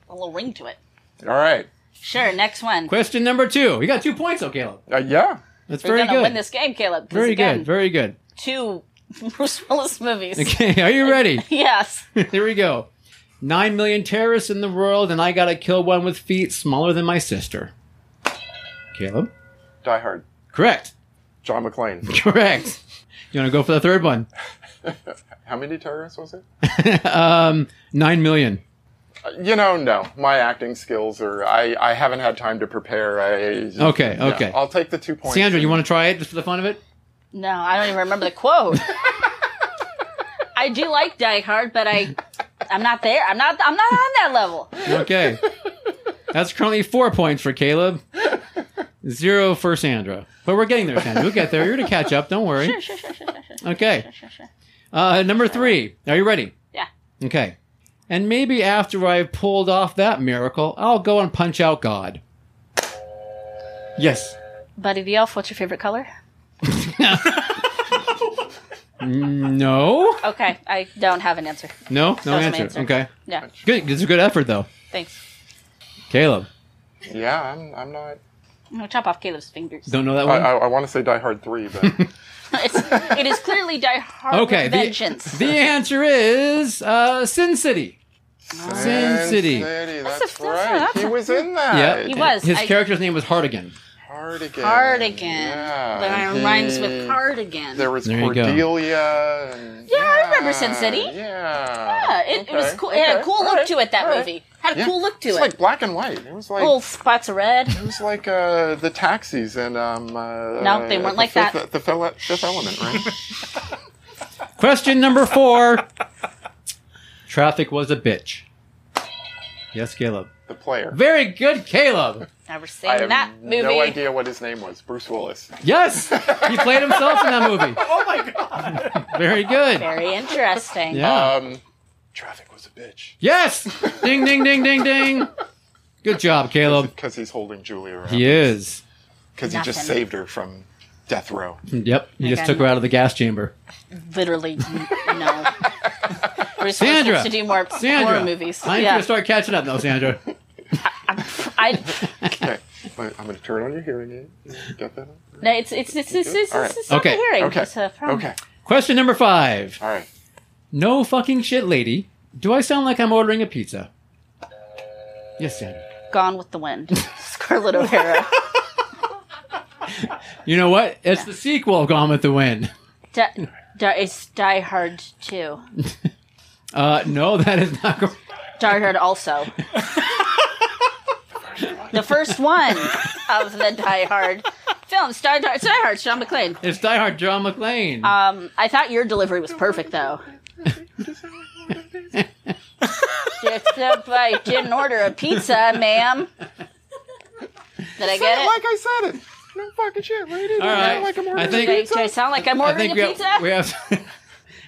[SPEAKER 2] a little ring to it.
[SPEAKER 3] All right.
[SPEAKER 2] Sure, next one.
[SPEAKER 1] Question number two. You got two points, though, Caleb.
[SPEAKER 3] Uh, yeah.
[SPEAKER 1] That's
[SPEAKER 2] We're
[SPEAKER 1] very
[SPEAKER 2] gonna
[SPEAKER 1] good.
[SPEAKER 2] win this game, Caleb. 'cause
[SPEAKER 1] very
[SPEAKER 2] again,
[SPEAKER 1] good. Very good.
[SPEAKER 2] two (laughs) Bruce Willis movies.
[SPEAKER 1] Okay, (laughs) are you
[SPEAKER 2] (laughs)
[SPEAKER 1] ready?
[SPEAKER 2] Yes.
[SPEAKER 1] Here we go. Nine million terrorists in the world, and I gotta kill one with feet smaller than my sister. Caleb?
[SPEAKER 3] Die Hard.
[SPEAKER 1] Correct. (laughs)
[SPEAKER 3] John McClane.
[SPEAKER 1] Correct. You wanna go for the third one?
[SPEAKER 3] How many terrorists was it?
[SPEAKER 1] Nine million.
[SPEAKER 3] Uh, You know, no. My acting skills are. I, I haven't had time to prepare. I
[SPEAKER 1] Okay,
[SPEAKER 3] yeah.
[SPEAKER 1] okay.
[SPEAKER 3] I'll take the two points.
[SPEAKER 1] Sandra, you wanna try it just for the fun of it?
[SPEAKER 2] No, I don't even remember the quote. I do like Die Hard, but I, I'm not there. I'm not. I'm not on that level.
[SPEAKER 1] Okay. That's currently four points for Caleb. Zero for Sandra. But we're getting there, Sandra. We'll get there. You're going to catch up. Don't worry. Okay. Uh, number three. Are you ready?
[SPEAKER 2] Yeah.
[SPEAKER 1] Okay. And maybe after I've pulled off that miracle, I'll go and punch out God. Yes. (laughs)
[SPEAKER 2] Buddy the Elf. What's your favorite color?
[SPEAKER 1] No.
[SPEAKER 2] Okay, I don't have an answer.
[SPEAKER 1] No. No
[SPEAKER 2] my
[SPEAKER 1] answer.
[SPEAKER 2] answer.
[SPEAKER 1] Okay.
[SPEAKER 2] Yeah.
[SPEAKER 1] Good. It's a good effort, though.
[SPEAKER 2] Thanks.
[SPEAKER 1] Caleb.
[SPEAKER 3] Yeah, I'm, I'm not.
[SPEAKER 2] I'm gonna chop off Caleb's fingers.
[SPEAKER 1] Don't know that
[SPEAKER 3] I,
[SPEAKER 1] one.
[SPEAKER 3] I, I want to say Die Hard
[SPEAKER 1] (laughs)
[SPEAKER 3] 3, but.
[SPEAKER 2] (laughs) It's, it is clearly Die Hard.
[SPEAKER 1] okay.
[SPEAKER 2] with
[SPEAKER 1] the-
[SPEAKER 2] vengeance.
[SPEAKER 1] The, answer is uh, Sin City. Sin City.
[SPEAKER 3] That's,
[SPEAKER 2] That's a- that's a-
[SPEAKER 3] right.
[SPEAKER 2] that's
[SPEAKER 3] he
[SPEAKER 2] a-
[SPEAKER 3] was in that.
[SPEAKER 1] Yeah,
[SPEAKER 2] He was.
[SPEAKER 1] His
[SPEAKER 2] I-
[SPEAKER 1] character's name was Hardigan.
[SPEAKER 3] Cardigan.
[SPEAKER 2] cardigan.
[SPEAKER 3] Yeah.
[SPEAKER 2] That
[SPEAKER 3] and
[SPEAKER 2] rhymes
[SPEAKER 3] he-
[SPEAKER 2] with cardigan.
[SPEAKER 3] There was
[SPEAKER 1] There you go.
[SPEAKER 3] Cordelia. And,
[SPEAKER 2] Yeah, I remember Sin City.
[SPEAKER 3] Yeah.
[SPEAKER 2] yeah, it, it
[SPEAKER 3] Okay,
[SPEAKER 2] was cool. It had a
[SPEAKER 3] okay,
[SPEAKER 2] cool look
[SPEAKER 3] alright,
[SPEAKER 2] to it. That
[SPEAKER 3] alright.
[SPEAKER 2] movie had a
[SPEAKER 3] Yeah.
[SPEAKER 2] cool look to
[SPEAKER 3] It's
[SPEAKER 2] it. Oh.
[SPEAKER 3] like black and white. It was like.
[SPEAKER 2] Little spots of red.
[SPEAKER 3] It was like uh, the taxis and um. Uh,
[SPEAKER 2] No, they weren't
[SPEAKER 3] uh,
[SPEAKER 2] like
[SPEAKER 3] the fifth,
[SPEAKER 2] that.
[SPEAKER 3] The fel- fifth
[SPEAKER 2] (laughs)
[SPEAKER 3] element, right?
[SPEAKER 1] Question number four. Traffic was a bitch. Yes, Caleb.
[SPEAKER 3] the player.
[SPEAKER 1] Very good, Caleb.
[SPEAKER 2] Never
[SPEAKER 3] I
[SPEAKER 2] seen
[SPEAKER 3] have
[SPEAKER 2] that movie.
[SPEAKER 3] no idea what his name was. Bruce Willis.
[SPEAKER 1] Yes, he played himself in that
[SPEAKER 2] (laughs)
[SPEAKER 1] movie. Oh my god. (laughs) Very good.
[SPEAKER 2] Very interesting.
[SPEAKER 1] Yeah.
[SPEAKER 3] Um, traffic was a bitch
[SPEAKER 1] Yes. Ding, ding, ding, ding, ding. Good job, Caleb. Oh.
[SPEAKER 3] because he's holding Julia around.
[SPEAKER 1] He is.
[SPEAKER 3] Because he just
[SPEAKER 2] Nothing.
[SPEAKER 3] saved her from
[SPEAKER 1] (laughs)
[SPEAKER 3] Death row.
[SPEAKER 1] Yep. You just
[SPEAKER 2] Okay.
[SPEAKER 1] took her out of the gas chamber.
[SPEAKER 2] Literally, n-
[SPEAKER 1] (laughs)
[SPEAKER 2] no. We're supposed
[SPEAKER 1] Sandra!
[SPEAKER 2] to do more
[SPEAKER 1] Sandra,
[SPEAKER 2] horror movies.
[SPEAKER 1] I'm
[SPEAKER 2] yeah,
[SPEAKER 1] gonna start catching up now, Sandra.
[SPEAKER 2] I.
[SPEAKER 3] Okay. Wait, I'm going to turn on your hearing aid. Got that on?
[SPEAKER 2] No, it's it's it's it's, it's,
[SPEAKER 3] All
[SPEAKER 2] it's,
[SPEAKER 3] right.
[SPEAKER 2] it's not
[SPEAKER 1] Okay.
[SPEAKER 2] a hearing.
[SPEAKER 3] Okay.
[SPEAKER 2] It's a problem.
[SPEAKER 3] Okay.
[SPEAKER 1] Question number five.
[SPEAKER 2] (laughs)
[SPEAKER 3] All right.
[SPEAKER 1] No fucking shit, lady. Do I sound like I'm ordering a pizza? Yes, Sandra.
[SPEAKER 2] Gone with the Wind, (laughs)
[SPEAKER 1] (laughs)
[SPEAKER 2] Scarlett O'Hara.
[SPEAKER 1] You know what? It's the sequel of Gone with the Wind.
[SPEAKER 2] Di- Di- it's Die Hard too.
[SPEAKER 1] Uh, no, that is not correct.
[SPEAKER 2] Die Hard also. the first one of the Die Hard films. Die, Die, it's Die Hard, Sean McClain.
[SPEAKER 1] (laughs) It's Die Hard, John McClane.
[SPEAKER 2] Um, I thought your delivery was perfect though. Except uh, I didn't order a pizza, ma'am. Did I
[SPEAKER 3] Said
[SPEAKER 2] get
[SPEAKER 3] it
[SPEAKER 2] it?
[SPEAKER 3] like I said it. No fucking shit, lady.
[SPEAKER 1] All right.
[SPEAKER 3] Like I'm
[SPEAKER 1] I
[SPEAKER 3] ordering
[SPEAKER 1] think-
[SPEAKER 3] a
[SPEAKER 2] Do
[SPEAKER 3] pizza.
[SPEAKER 2] I sound like I'm
[SPEAKER 1] I
[SPEAKER 2] ordering
[SPEAKER 1] think
[SPEAKER 2] a
[SPEAKER 1] we
[SPEAKER 2] pizza?
[SPEAKER 1] have, we have. (laughs)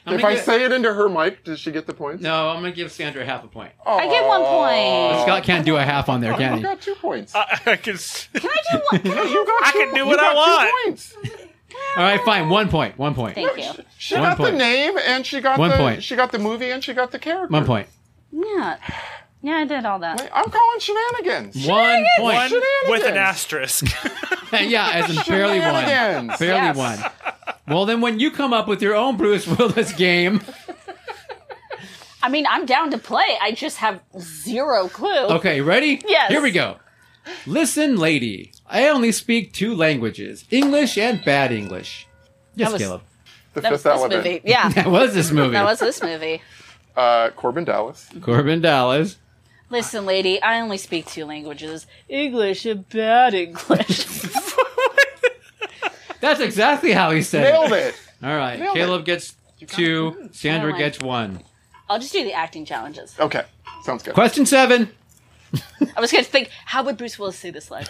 [SPEAKER 1] I'm
[SPEAKER 3] If
[SPEAKER 1] gonna
[SPEAKER 3] I
[SPEAKER 1] give-
[SPEAKER 3] say it into her mic, does she get the points?
[SPEAKER 1] no, I'm gonna give Sandra half a point.
[SPEAKER 3] Oh.
[SPEAKER 2] I get
[SPEAKER 1] (laughs)
[SPEAKER 2] one point.
[SPEAKER 1] Scott can't do a half on there,
[SPEAKER 3] You
[SPEAKER 1] can he?
[SPEAKER 3] got two points.
[SPEAKER 4] I can s-
[SPEAKER 2] Can I do
[SPEAKER 1] (laughs)
[SPEAKER 2] one? Can I
[SPEAKER 3] you got
[SPEAKER 4] Uh, I
[SPEAKER 3] two,
[SPEAKER 4] can do
[SPEAKER 3] you
[SPEAKER 4] what I
[SPEAKER 3] got two
[SPEAKER 4] want.
[SPEAKER 3] Points.
[SPEAKER 1] All right, fine. One point. One point.
[SPEAKER 2] Thank you.
[SPEAKER 3] She
[SPEAKER 1] One
[SPEAKER 3] got
[SPEAKER 1] point.
[SPEAKER 3] the name and she got
[SPEAKER 1] One
[SPEAKER 3] the
[SPEAKER 1] point.
[SPEAKER 3] she got the movie and she got the character.
[SPEAKER 1] One point.
[SPEAKER 2] Yeah. Yeah, I did all that.
[SPEAKER 3] Wait, I'm calling shenanigans.
[SPEAKER 1] One
[SPEAKER 4] one
[SPEAKER 1] point.
[SPEAKER 4] with an asterisk. (laughs)
[SPEAKER 1] yeah, as in barely one.
[SPEAKER 3] Shenanigans.
[SPEAKER 1] Barely
[SPEAKER 2] Yes.
[SPEAKER 1] one. Well, then when you come up with your own Bruce Willis (laughs) game,
[SPEAKER 2] I mean, I'm down to play. I just have zero clue.
[SPEAKER 1] okay, ready?
[SPEAKER 2] Yes.
[SPEAKER 1] Here we go. Listen, lady, I only speak two languages English and bad English. Yes,
[SPEAKER 2] That was-
[SPEAKER 1] Caleb. (laughs)
[SPEAKER 3] The
[SPEAKER 2] That was
[SPEAKER 3] fifth
[SPEAKER 2] this
[SPEAKER 3] element.
[SPEAKER 2] movie. Yeah.
[SPEAKER 1] That was this movie.
[SPEAKER 2] That was this movie.
[SPEAKER 3] Uh, Corbin Dallas.
[SPEAKER 1] Corbin Dallas.
[SPEAKER 2] Listen, lady, I only speak two languages English and bad
[SPEAKER 1] (laughs)
[SPEAKER 2] English.
[SPEAKER 1] That's exactly how he said
[SPEAKER 3] Nailed
[SPEAKER 1] it.
[SPEAKER 3] it.
[SPEAKER 1] All right,
[SPEAKER 3] Nailed it.
[SPEAKER 1] Caleb gets two, Sandra
[SPEAKER 2] Oh my.
[SPEAKER 1] gets one.
[SPEAKER 2] I'll just do the acting challenges.
[SPEAKER 3] Okay, sounds good.
[SPEAKER 1] Question seven.
[SPEAKER 2] I was going to think, how would Bruce Willis say this line?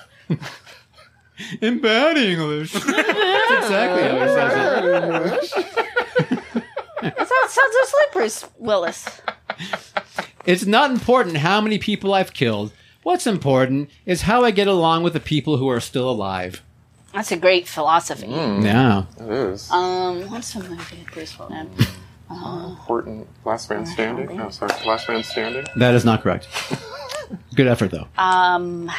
[SPEAKER 1] In bad English. (laughs) That's exactly how he says it.
[SPEAKER 2] That sounds, sounds just like Bruce Willis.
[SPEAKER 1] It's not important how many people I've killed. What's important is how I get along with the people who are still alive.
[SPEAKER 2] That's a great philosophy.
[SPEAKER 1] Mm.
[SPEAKER 3] Mm.
[SPEAKER 1] Yeah.
[SPEAKER 3] It is
[SPEAKER 2] Um, what's a movie with Bruce Willis?
[SPEAKER 3] important. Last man standing. No, sorry. Last man standing.
[SPEAKER 1] That is not correct. Good effort, though.
[SPEAKER 2] Um,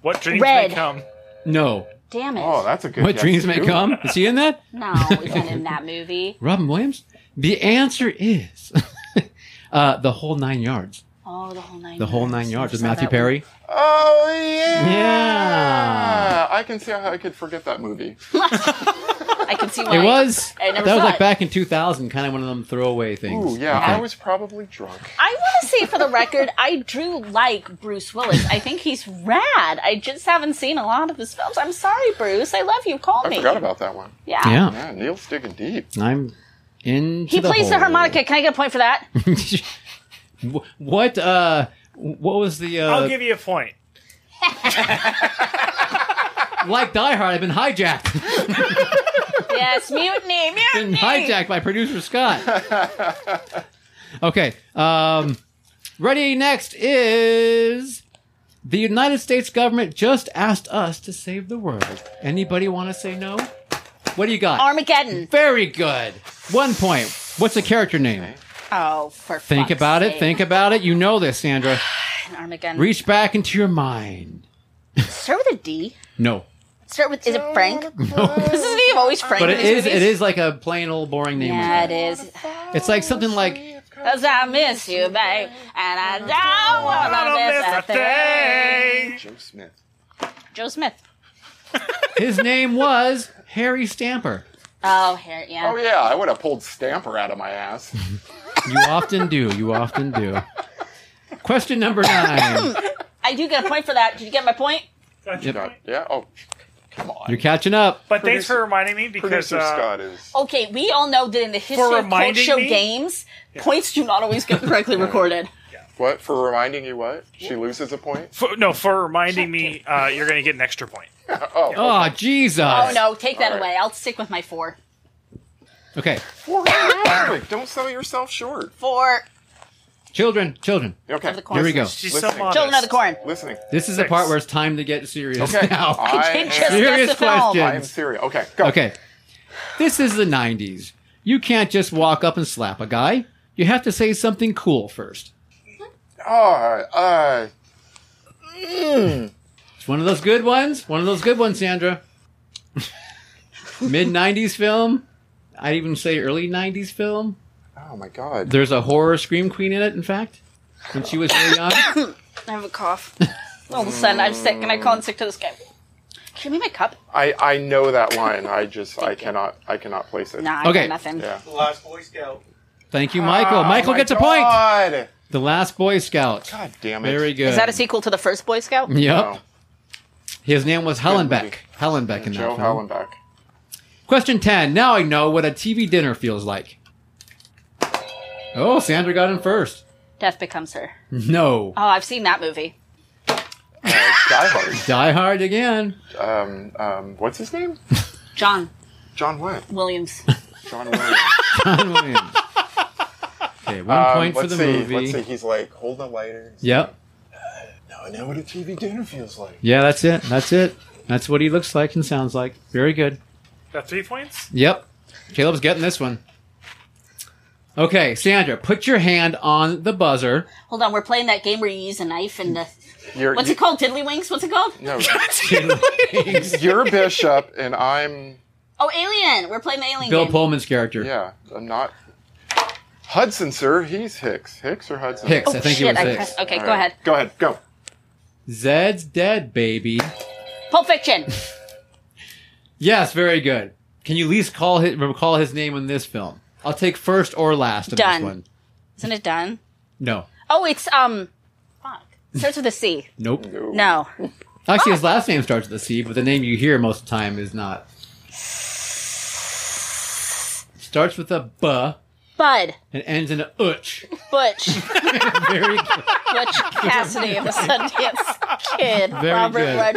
[SPEAKER 4] What dreams
[SPEAKER 2] Red.
[SPEAKER 4] may come?
[SPEAKER 1] no.
[SPEAKER 2] damn it.
[SPEAKER 3] Oh, that's a good.
[SPEAKER 1] What
[SPEAKER 3] guess,
[SPEAKER 1] dreams may
[SPEAKER 3] too.
[SPEAKER 1] come? Is he in that? (laughs)
[SPEAKER 2] no, he's not in that movie.
[SPEAKER 1] Robin Williams? The answer is (laughs) uh, The Whole Nine Yards.
[SPEAKER 2] Oh, the whole nine.
[SPEAKER 1] The Whole Nine Yards with
[SPEAKER 2] I saw
[SPEAKER 1] Matthew
[SPEAKER 2] that one.
[SPEAKER 1] Perry.
[SPEAKER 3] Oh yeah.
[SPEAKER 1] Yeah.
[SPEAKER 3] I can see how I could forget that movie.
[SPEAKER 2] I can see why.
[SPEAKER 1] It was.
[SPEAKER 2] I
[SPEAKER 1] That
[SPEAKER 2] never
[SPEAKER 1] was
[SPEAKER 2] saw
[SPEAKER 1] like
[SPEAKER 2] it.
[SPEAKER 1] back in 2000, kind of one of them throwaway things.
[SPEAKER 3] Ooh, yeah.
[SPEAKER 1] Okay.
[SPEAKER 3] I was probably drunk.
[SPEAKER 2] I want to say for the record, I do like Bruce Willis. I think he's rad. I just haven't seen a lot of his films. I'm sorry, Bruce. I love you. Call
[SPEAKER 3] I
[SPEAKER 2] me.
[SPEAKER 3] forgot about that one.
[SPEAKER 2] yeah.
[SPEAKER 1] Yeah.
[SPEAKER 3] Yeah, Neil's digging deep.
[SPEAKER 1] I'm in.
[SPEAKER 2] He plays the harmonica. Can I get a point for that?
[SPEAKER 1] (laughs) Wh- what uh what was the uh
[SPEAKER 4] I'll give you a point.
[SPEAKER 1] like Die Hard I've been hijacked
[SPEAKER 2] yes, mutiny,
[SPEAKER 1] been
[SPEAKER 2] mutiny.
[SPEAKER 1] hijacked by producer Scott okay um ready next is the United States government just asked us to save the world anybody want to say no what do you got
[SPEAKER 2] Armageddon.
[SPEAKER 1] very good one point what's the character name
[SPEAKER 2] Oh, for
[SPEAKER 1] think
[SPEAKER 2] fuck's
[SPEAKER 1] about it
[SPEAKER 2] sake.
[SPEAKER 1] think about it you know this Sandra
[SPEAKER 2] Armageddon.
[SPEAKER 1] reach back into your mind
[SPEAKER 2] Start with a D.
[SPEAKER 1] no
[SPEAKER 2] Start with. Is it Frank? (laughs) This is me. I'm always Frank.
[SPEAKER 1] but
[SPEAKER 2] in
[SPEAKER 1] it
[SPEAKER 2] these
[SPEAKER 1] is it
[SPEAKER 2] movies.
[SPEAKER 1] is like a plain old boring name
[SPEAKER 2] Yeah, it is.
[SPEAKER 1] It's like something like
[SPEAKER 2] Cause I miss you, babe, and I don't
[SPEAKER 4] I
[SPEAKER 2] wanna miss,
[SPEAKER 4] don't miss a thing.
[SPEAKER 3] Jim Smith.
[SPEAKER 2] Joe Smith.
[SPEAKER 1] his name was Harry Stamper.
[SPEAKER 2] Oh, here, yeah.
[SPEAKER 3] Oh yeah, I would have pulled Stamper out of
[SPEAKER 1] (laughs)
[SPEAKER 3] my ass.
[SPEAKER 1] You often do. You often do. Question number nine.
[SPEAKER 2] I do get a point for that. Did you get my point?
[SPEAKER 4] Gotcha.
[SPEAKER 1] Yep.
[SPEAKER 3] God, yeah. Oh, come on.
[SPEAKER 1] You're catching up.
[SPEAKER 4] But thanks for reminding me because
[SPEAKER 3] Producer
[SPEAKER 4] uh,
[SPEAKER 3] Scott is.
[SPEAKER 2] Okay, we all know that in the history of coach
[SPEAKER 4] reminding
[SPEAKER 2] show
[SPEAKER 4] me?
[SPEAKER 2] games, points do not always get correctly recorded.
[SPEAKER 3] What for reminding you? What she loses a point.
[SPEAKER 4] for, no for reminding me uh, you're going to get an extra point.
[SPEAKER 1] Oh Jesus.
[SPEAKER 2] Oh no, take that
[SPEAKER 3] All right.
[SPEAKER 2] away. I'll stick with my four.
[SPEAKER 1] Okay.
[SPEAKER 3] Four. Patrick, don't sell yourself short.
[SPEAKER 2] Four.
[SPEAKER 1] Children, children.
[SPEAKER 3] Okay.
[SPEAKER 2] Of the corn.
[SPEAKER 1] Here we go.
[SPEAKER 4] She's so
[SPEAKER 3] Listening.
[SPEAKER 4] modest.
[SPEAKER 2] Children of the Corn.
[SPEAKER 1] (laughs)
[SPEAKER 3] Listening.
[SPEAKER 1] This is the part where it's time to get serious.
[SPEAKER 3] Okay.
[SPEAKER 1] Now.
[SPEAKER 3] I
[SPEAKER 2] Didn't
[SPEAKER 3] am,
[SPEAKER 2] just
[SPEAKER 1] Serious
[SPEAKER 2] guess the film.
[SPEAKER 1] question.
[SPEAKER 3] I am serious. Okay. Go.
[SPEAKER 1] Okay. This is the 90s. You can't just walk up and slap a guy. You have to say something cool first.
[SPEAKER 3] Oh, uh,
[SPEAKER 1] It's one of those good ones. One of those good ones, Sandra. (laughs) Mid 90s film. I'd even say early 90s film.
[SPEAKER 3] oh my God.
[SPEAKER 1] There's a horror scream queen in it, in fact, when she was very young.
[SPEAKER 2] I have a cough. (laughs) All of a sudden, I'm sick, and I call in sick to this guy. Give me my cup.
[SPEAKER 3] I, I know that line. I just I cannot I cannot place it.
[SPEAKER 2] Nah, I got
[SPEAKER 1] Okay.
[SPEAKER 2] nothing.
[SPEAKER 3] Yeah.
[SPEAKER 5] The last Boy Scout.
[SPEAKER 1] Thank you, Michael.
[SPEAKER 3] Oh
[SPEAKER 1] Michael
[SPEAKER 3] my
[SPEAKER 1] gets a point.
[SPEAKER 3] God.
[SPEAKER 1] The Last Boy Scout.
[SPEAKER 3] God damn it.
[SPEAKER 1] Very good.
[SPEAKER 2] Is that a sequel to the first Boy Scout?
[SPEAKER 1] Yep.
[SPEAKER 3] Oh,
[SPEAKER 1] His name was Hellenbeck.
[SPEAKER 3] movie.
[SPEAKER 1] Hellenbeck in that
[SPEAKER 3] Joe
[SPEAKER 1] film.
[SPEAKER 3] Hallenbeck.
[SPEAKER 1] Question 10. Now I know what a TV dinner feels like. Oh, Sandra got in first.
[SPEAKER 2] Death Becomes Her.
[SPEAKER 1] No.
[SPEAKER 2] Oh, I've seen that movie.
[SPEAKER 3] Uh, Die Hard.
[SPEAKER 1] Die Hard again.
[SPEAKER 3] Um, um, what's his name?
[SPEAKER 2] John
[SPEAKER 3] John what?
[SPEAKER 2] Williams.
[SPEAKER 3] John Williams.
[SPEAKER 1] John
[SPEAKER 3] (laughs)
[SPEAKER 1] Williams. okay, one (laughs)
[SPEAKER 3] Um,
[SPEAKER 1] point for
[SPEAKER 3] let's
[SPEAKER 1] the
[SPEAKER 3] see.
[SPEAKER 1] movie.
[SPEAKER 3] Let's see. He's like holding a lighter.
[SPEAKER 1] Yep.
[SPEAKER 3] No, I know what a TV dinner feels like.
[SPEAKER 1] Yeah, that's it. That's it. That's what he looks like and sounds like. Very good.
[SPEAKER 4] Got three points?
[SPEAKER 1] Yep. Caleb's getting this one. Okay, Sandra, put your hand on the buzzer.
[SPEAKER 2] Hold on, we're playing that game where you use a knife and the.
[SPEAKER 3] You're,
[SPEAKER 2] What's
[SPEAKER 3] you-
[SPEAKER 2] it called? Tiddlywinks? What's it called?
[SPEAKER 1] (laughs)
[SPEAKER 3] No. You're Bishop, and I'm
[SPEAKER 2] Oh, Alien! We're playing the Alien
[SPEAKER 1] Bill
[SPEAKER 2] game.
[SPEAKER 1] Pullman's character.
[SPEAKER 3] yeah. I'm not Hudson, sir. He's Hicks. Hicks or Hudson.
[SPEAKER 1] Hicks,
[SPEAKER 2] Oh,
[SPEAKER 1] I think
[SPEAKER 2] shit,
[SPEAKER 1] it was
[SPEAKER 2] I
[SPEAKER 1] Hicks.
[SPEAKER 2] pressed, okay,
[SPEAKER 3] All
[SPEAKER 2] go
[SPEAKER 3] right.
[SPEAKER 2] ahead.
[SPEAKER 3] Go ahead. Go.
[SPEAKER 1] Zed's dead, baby.
[SPEAKER 2] Pulp Fiction.
[SPEAKER 1] Yes, very good. Can you at least call his, recall his name in this film? I'll take first or last in
[SPEAKER 2] Done.
[SPEAKER 1] this one.
[SPEAKER 2] Isn't it done?
[SPEAKER 1] No.
[SPEAKER 2] Oh, it's, um. Fuck. Starts with a C.
[SPEAKER 1] Nope.
[SPEAKER 2] No.
[SPEAKER 1] Actually, his last name starts with a C, but the name you hear most of the time is not. Starts with a B
[SPEAKER 2] Bud.
[SPEAKER 1] and ends in a utch.
[SPEAKER 2] Butch.
[SPEAKER 1] (laughs) Very good.
[SPEAKER 2] (laughs) Butch Cassidy of the Sundance Kid.
[SPEAKER 1] Very
[SPEAKER 2] Robert
[SPEAKER 1] good.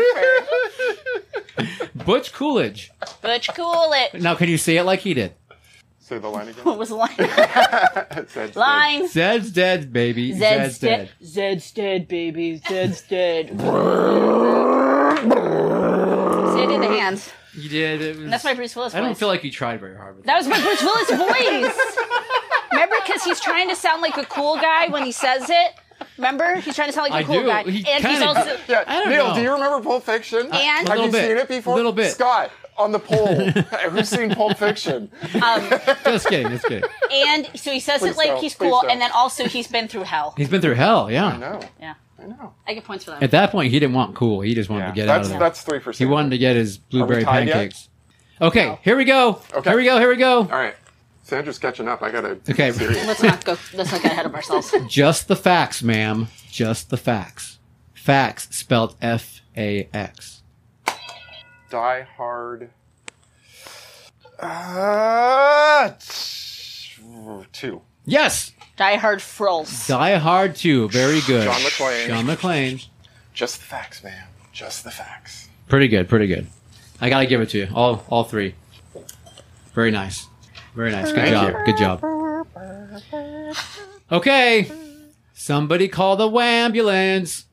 [SPEAKER 2] Redford.
[SPEAKER 1] Butch Coolidge.
[SPEAKER 2] Butch Coolidge.
[SPEAKER 1] Now, can you say it like he did?
[SPEAKER 3] Say the line again.
[SPEAKER 2] (laughs) What was
[SPEAKER 1] (laughs)
[SPEAKER 2] the line?
[SPEAKER 3] It said-
[SPEAKER 2] line.
[SPEAKER 1] Zed's dead, baby.
[SPEAKER 2] Zed's dead. Zed's dead, baby.
[SPEAKER 1] (laughs)
[SPEAKER 2] Zed's dead. Zed in the hands.
[SPEAKER 1] You did. It was,
[SPEAKER 2] That's my Bruce Willis
[SPEAKER 1] I
[SPEAKER 2] voice.
[SPEAKER 1] don't feel like you tried very hard with that.
[SPEAKER 2] that was my Bruce Willis voice. Remember, because he's trying to sound like a cool guy when he says it. Remember, he's trying to sound
[SPEAKER 1] I
[SPEAKER 2] like a cool
[SPEAKER 1] do.
[SPEAKER 2] guy,
[SPEAKER 1] He
[SPEAKER 2] and he's
[SPEAKER 1] kinda-
[SPEAKER 2] also
[SPEAKER 1] (laughs)
[SPEAKER 3] Yeah.
[SPEAKER 1] I don't
[SPEAKER 3] Neil,
[SPEAKER 1] know.
[SPEAKER 3] do you remember Pulp Fiction?
[SPEAKER 2] And- A
[SPEAKER 3] have
[SPEAKER 1] little
[SPEAKER 3] you
[SPEAKER 1] bit.
[SPEAKER 3] seen it before?
[SPEAKER 1] A little bit.
[SPEAKER 3] Scott on
[SPEAKER 1] (laughs)
[SPEAKER 3] the pole. Who's seen Pulp Fiction?
[SPEAKER 1] Just kidding. Just
[SPEAKER 2] (laughs)
[SPEAKER 1] kidding.
[SPEAKER 2] and so he says it
[SPEAKER 3] Please
[SPEAKER 2] like
[SPEAKER 3] don't,
[SPEAKER 2] he's
[SPEAKER 3] please
[SPEAKER 2] cool,
[SPEAKER 3] don't.
[SPEAKER 2] and then also he's been
[SPEAKER 1] (laughs)
[SPEAKER 2] through hell.
[SPEAKER 1] He's been through hell.
[SPEAKER 3] I
[SPEAKER 1] Yeah.
[SPEAKER 3] know.
[SPEAKER 2] Yeah,
[SPEAKER 3] I know.
[SPEAKER 2] I get points for that.
[SPEAKER 1] At that point, he didn't want cool. He just wanted to get out
[SPEAKER 3] that's
[SPEAKER 1] of there.
[SPEAKER 3] that's three percent.
[SPEAKER 1] He wanted to get his blueberry
[SPEAKER 3] tied yet?
[SPEAKER 1] pancakes. Okay, here we go.
[SPEAKER 3] Okay.
[SPEAKER 1] Here we go. Here we go.
[SPEAKER 3] All right. Sandra's catching up. I gotta.
[SPEAKER 1] Okay.
[SPEAKER 2] let's not go. Let's not get ahead
[SPEAKER 1] (laughs)
[SPEAKER 2] of ourselves.
[SPEAKER 1] Just the facts, ma'am. Just the facts. Facts spelled F A X.
[SPEAKER 3] Die Hard. Uh, two.
[SPEAKER 1] Yes.
[SPEAKER 2] Die Hard Frills.
[SPEAKER 1] Die Hard 2. Very good.
[SPEAKER 3] John McClane.
[SPEAKER 1] John McClane.
[SPEAKER 3] Just the facts, man. Just the facts.
[SPEAKER 1] Pretty good. Pretty good. I gotta give it to you. All all three. Very nice. Very nice. Good job.
[SPEAKER 3] you.
[SPEAKER 1] Good job. Okay. Somebody call the ambulance.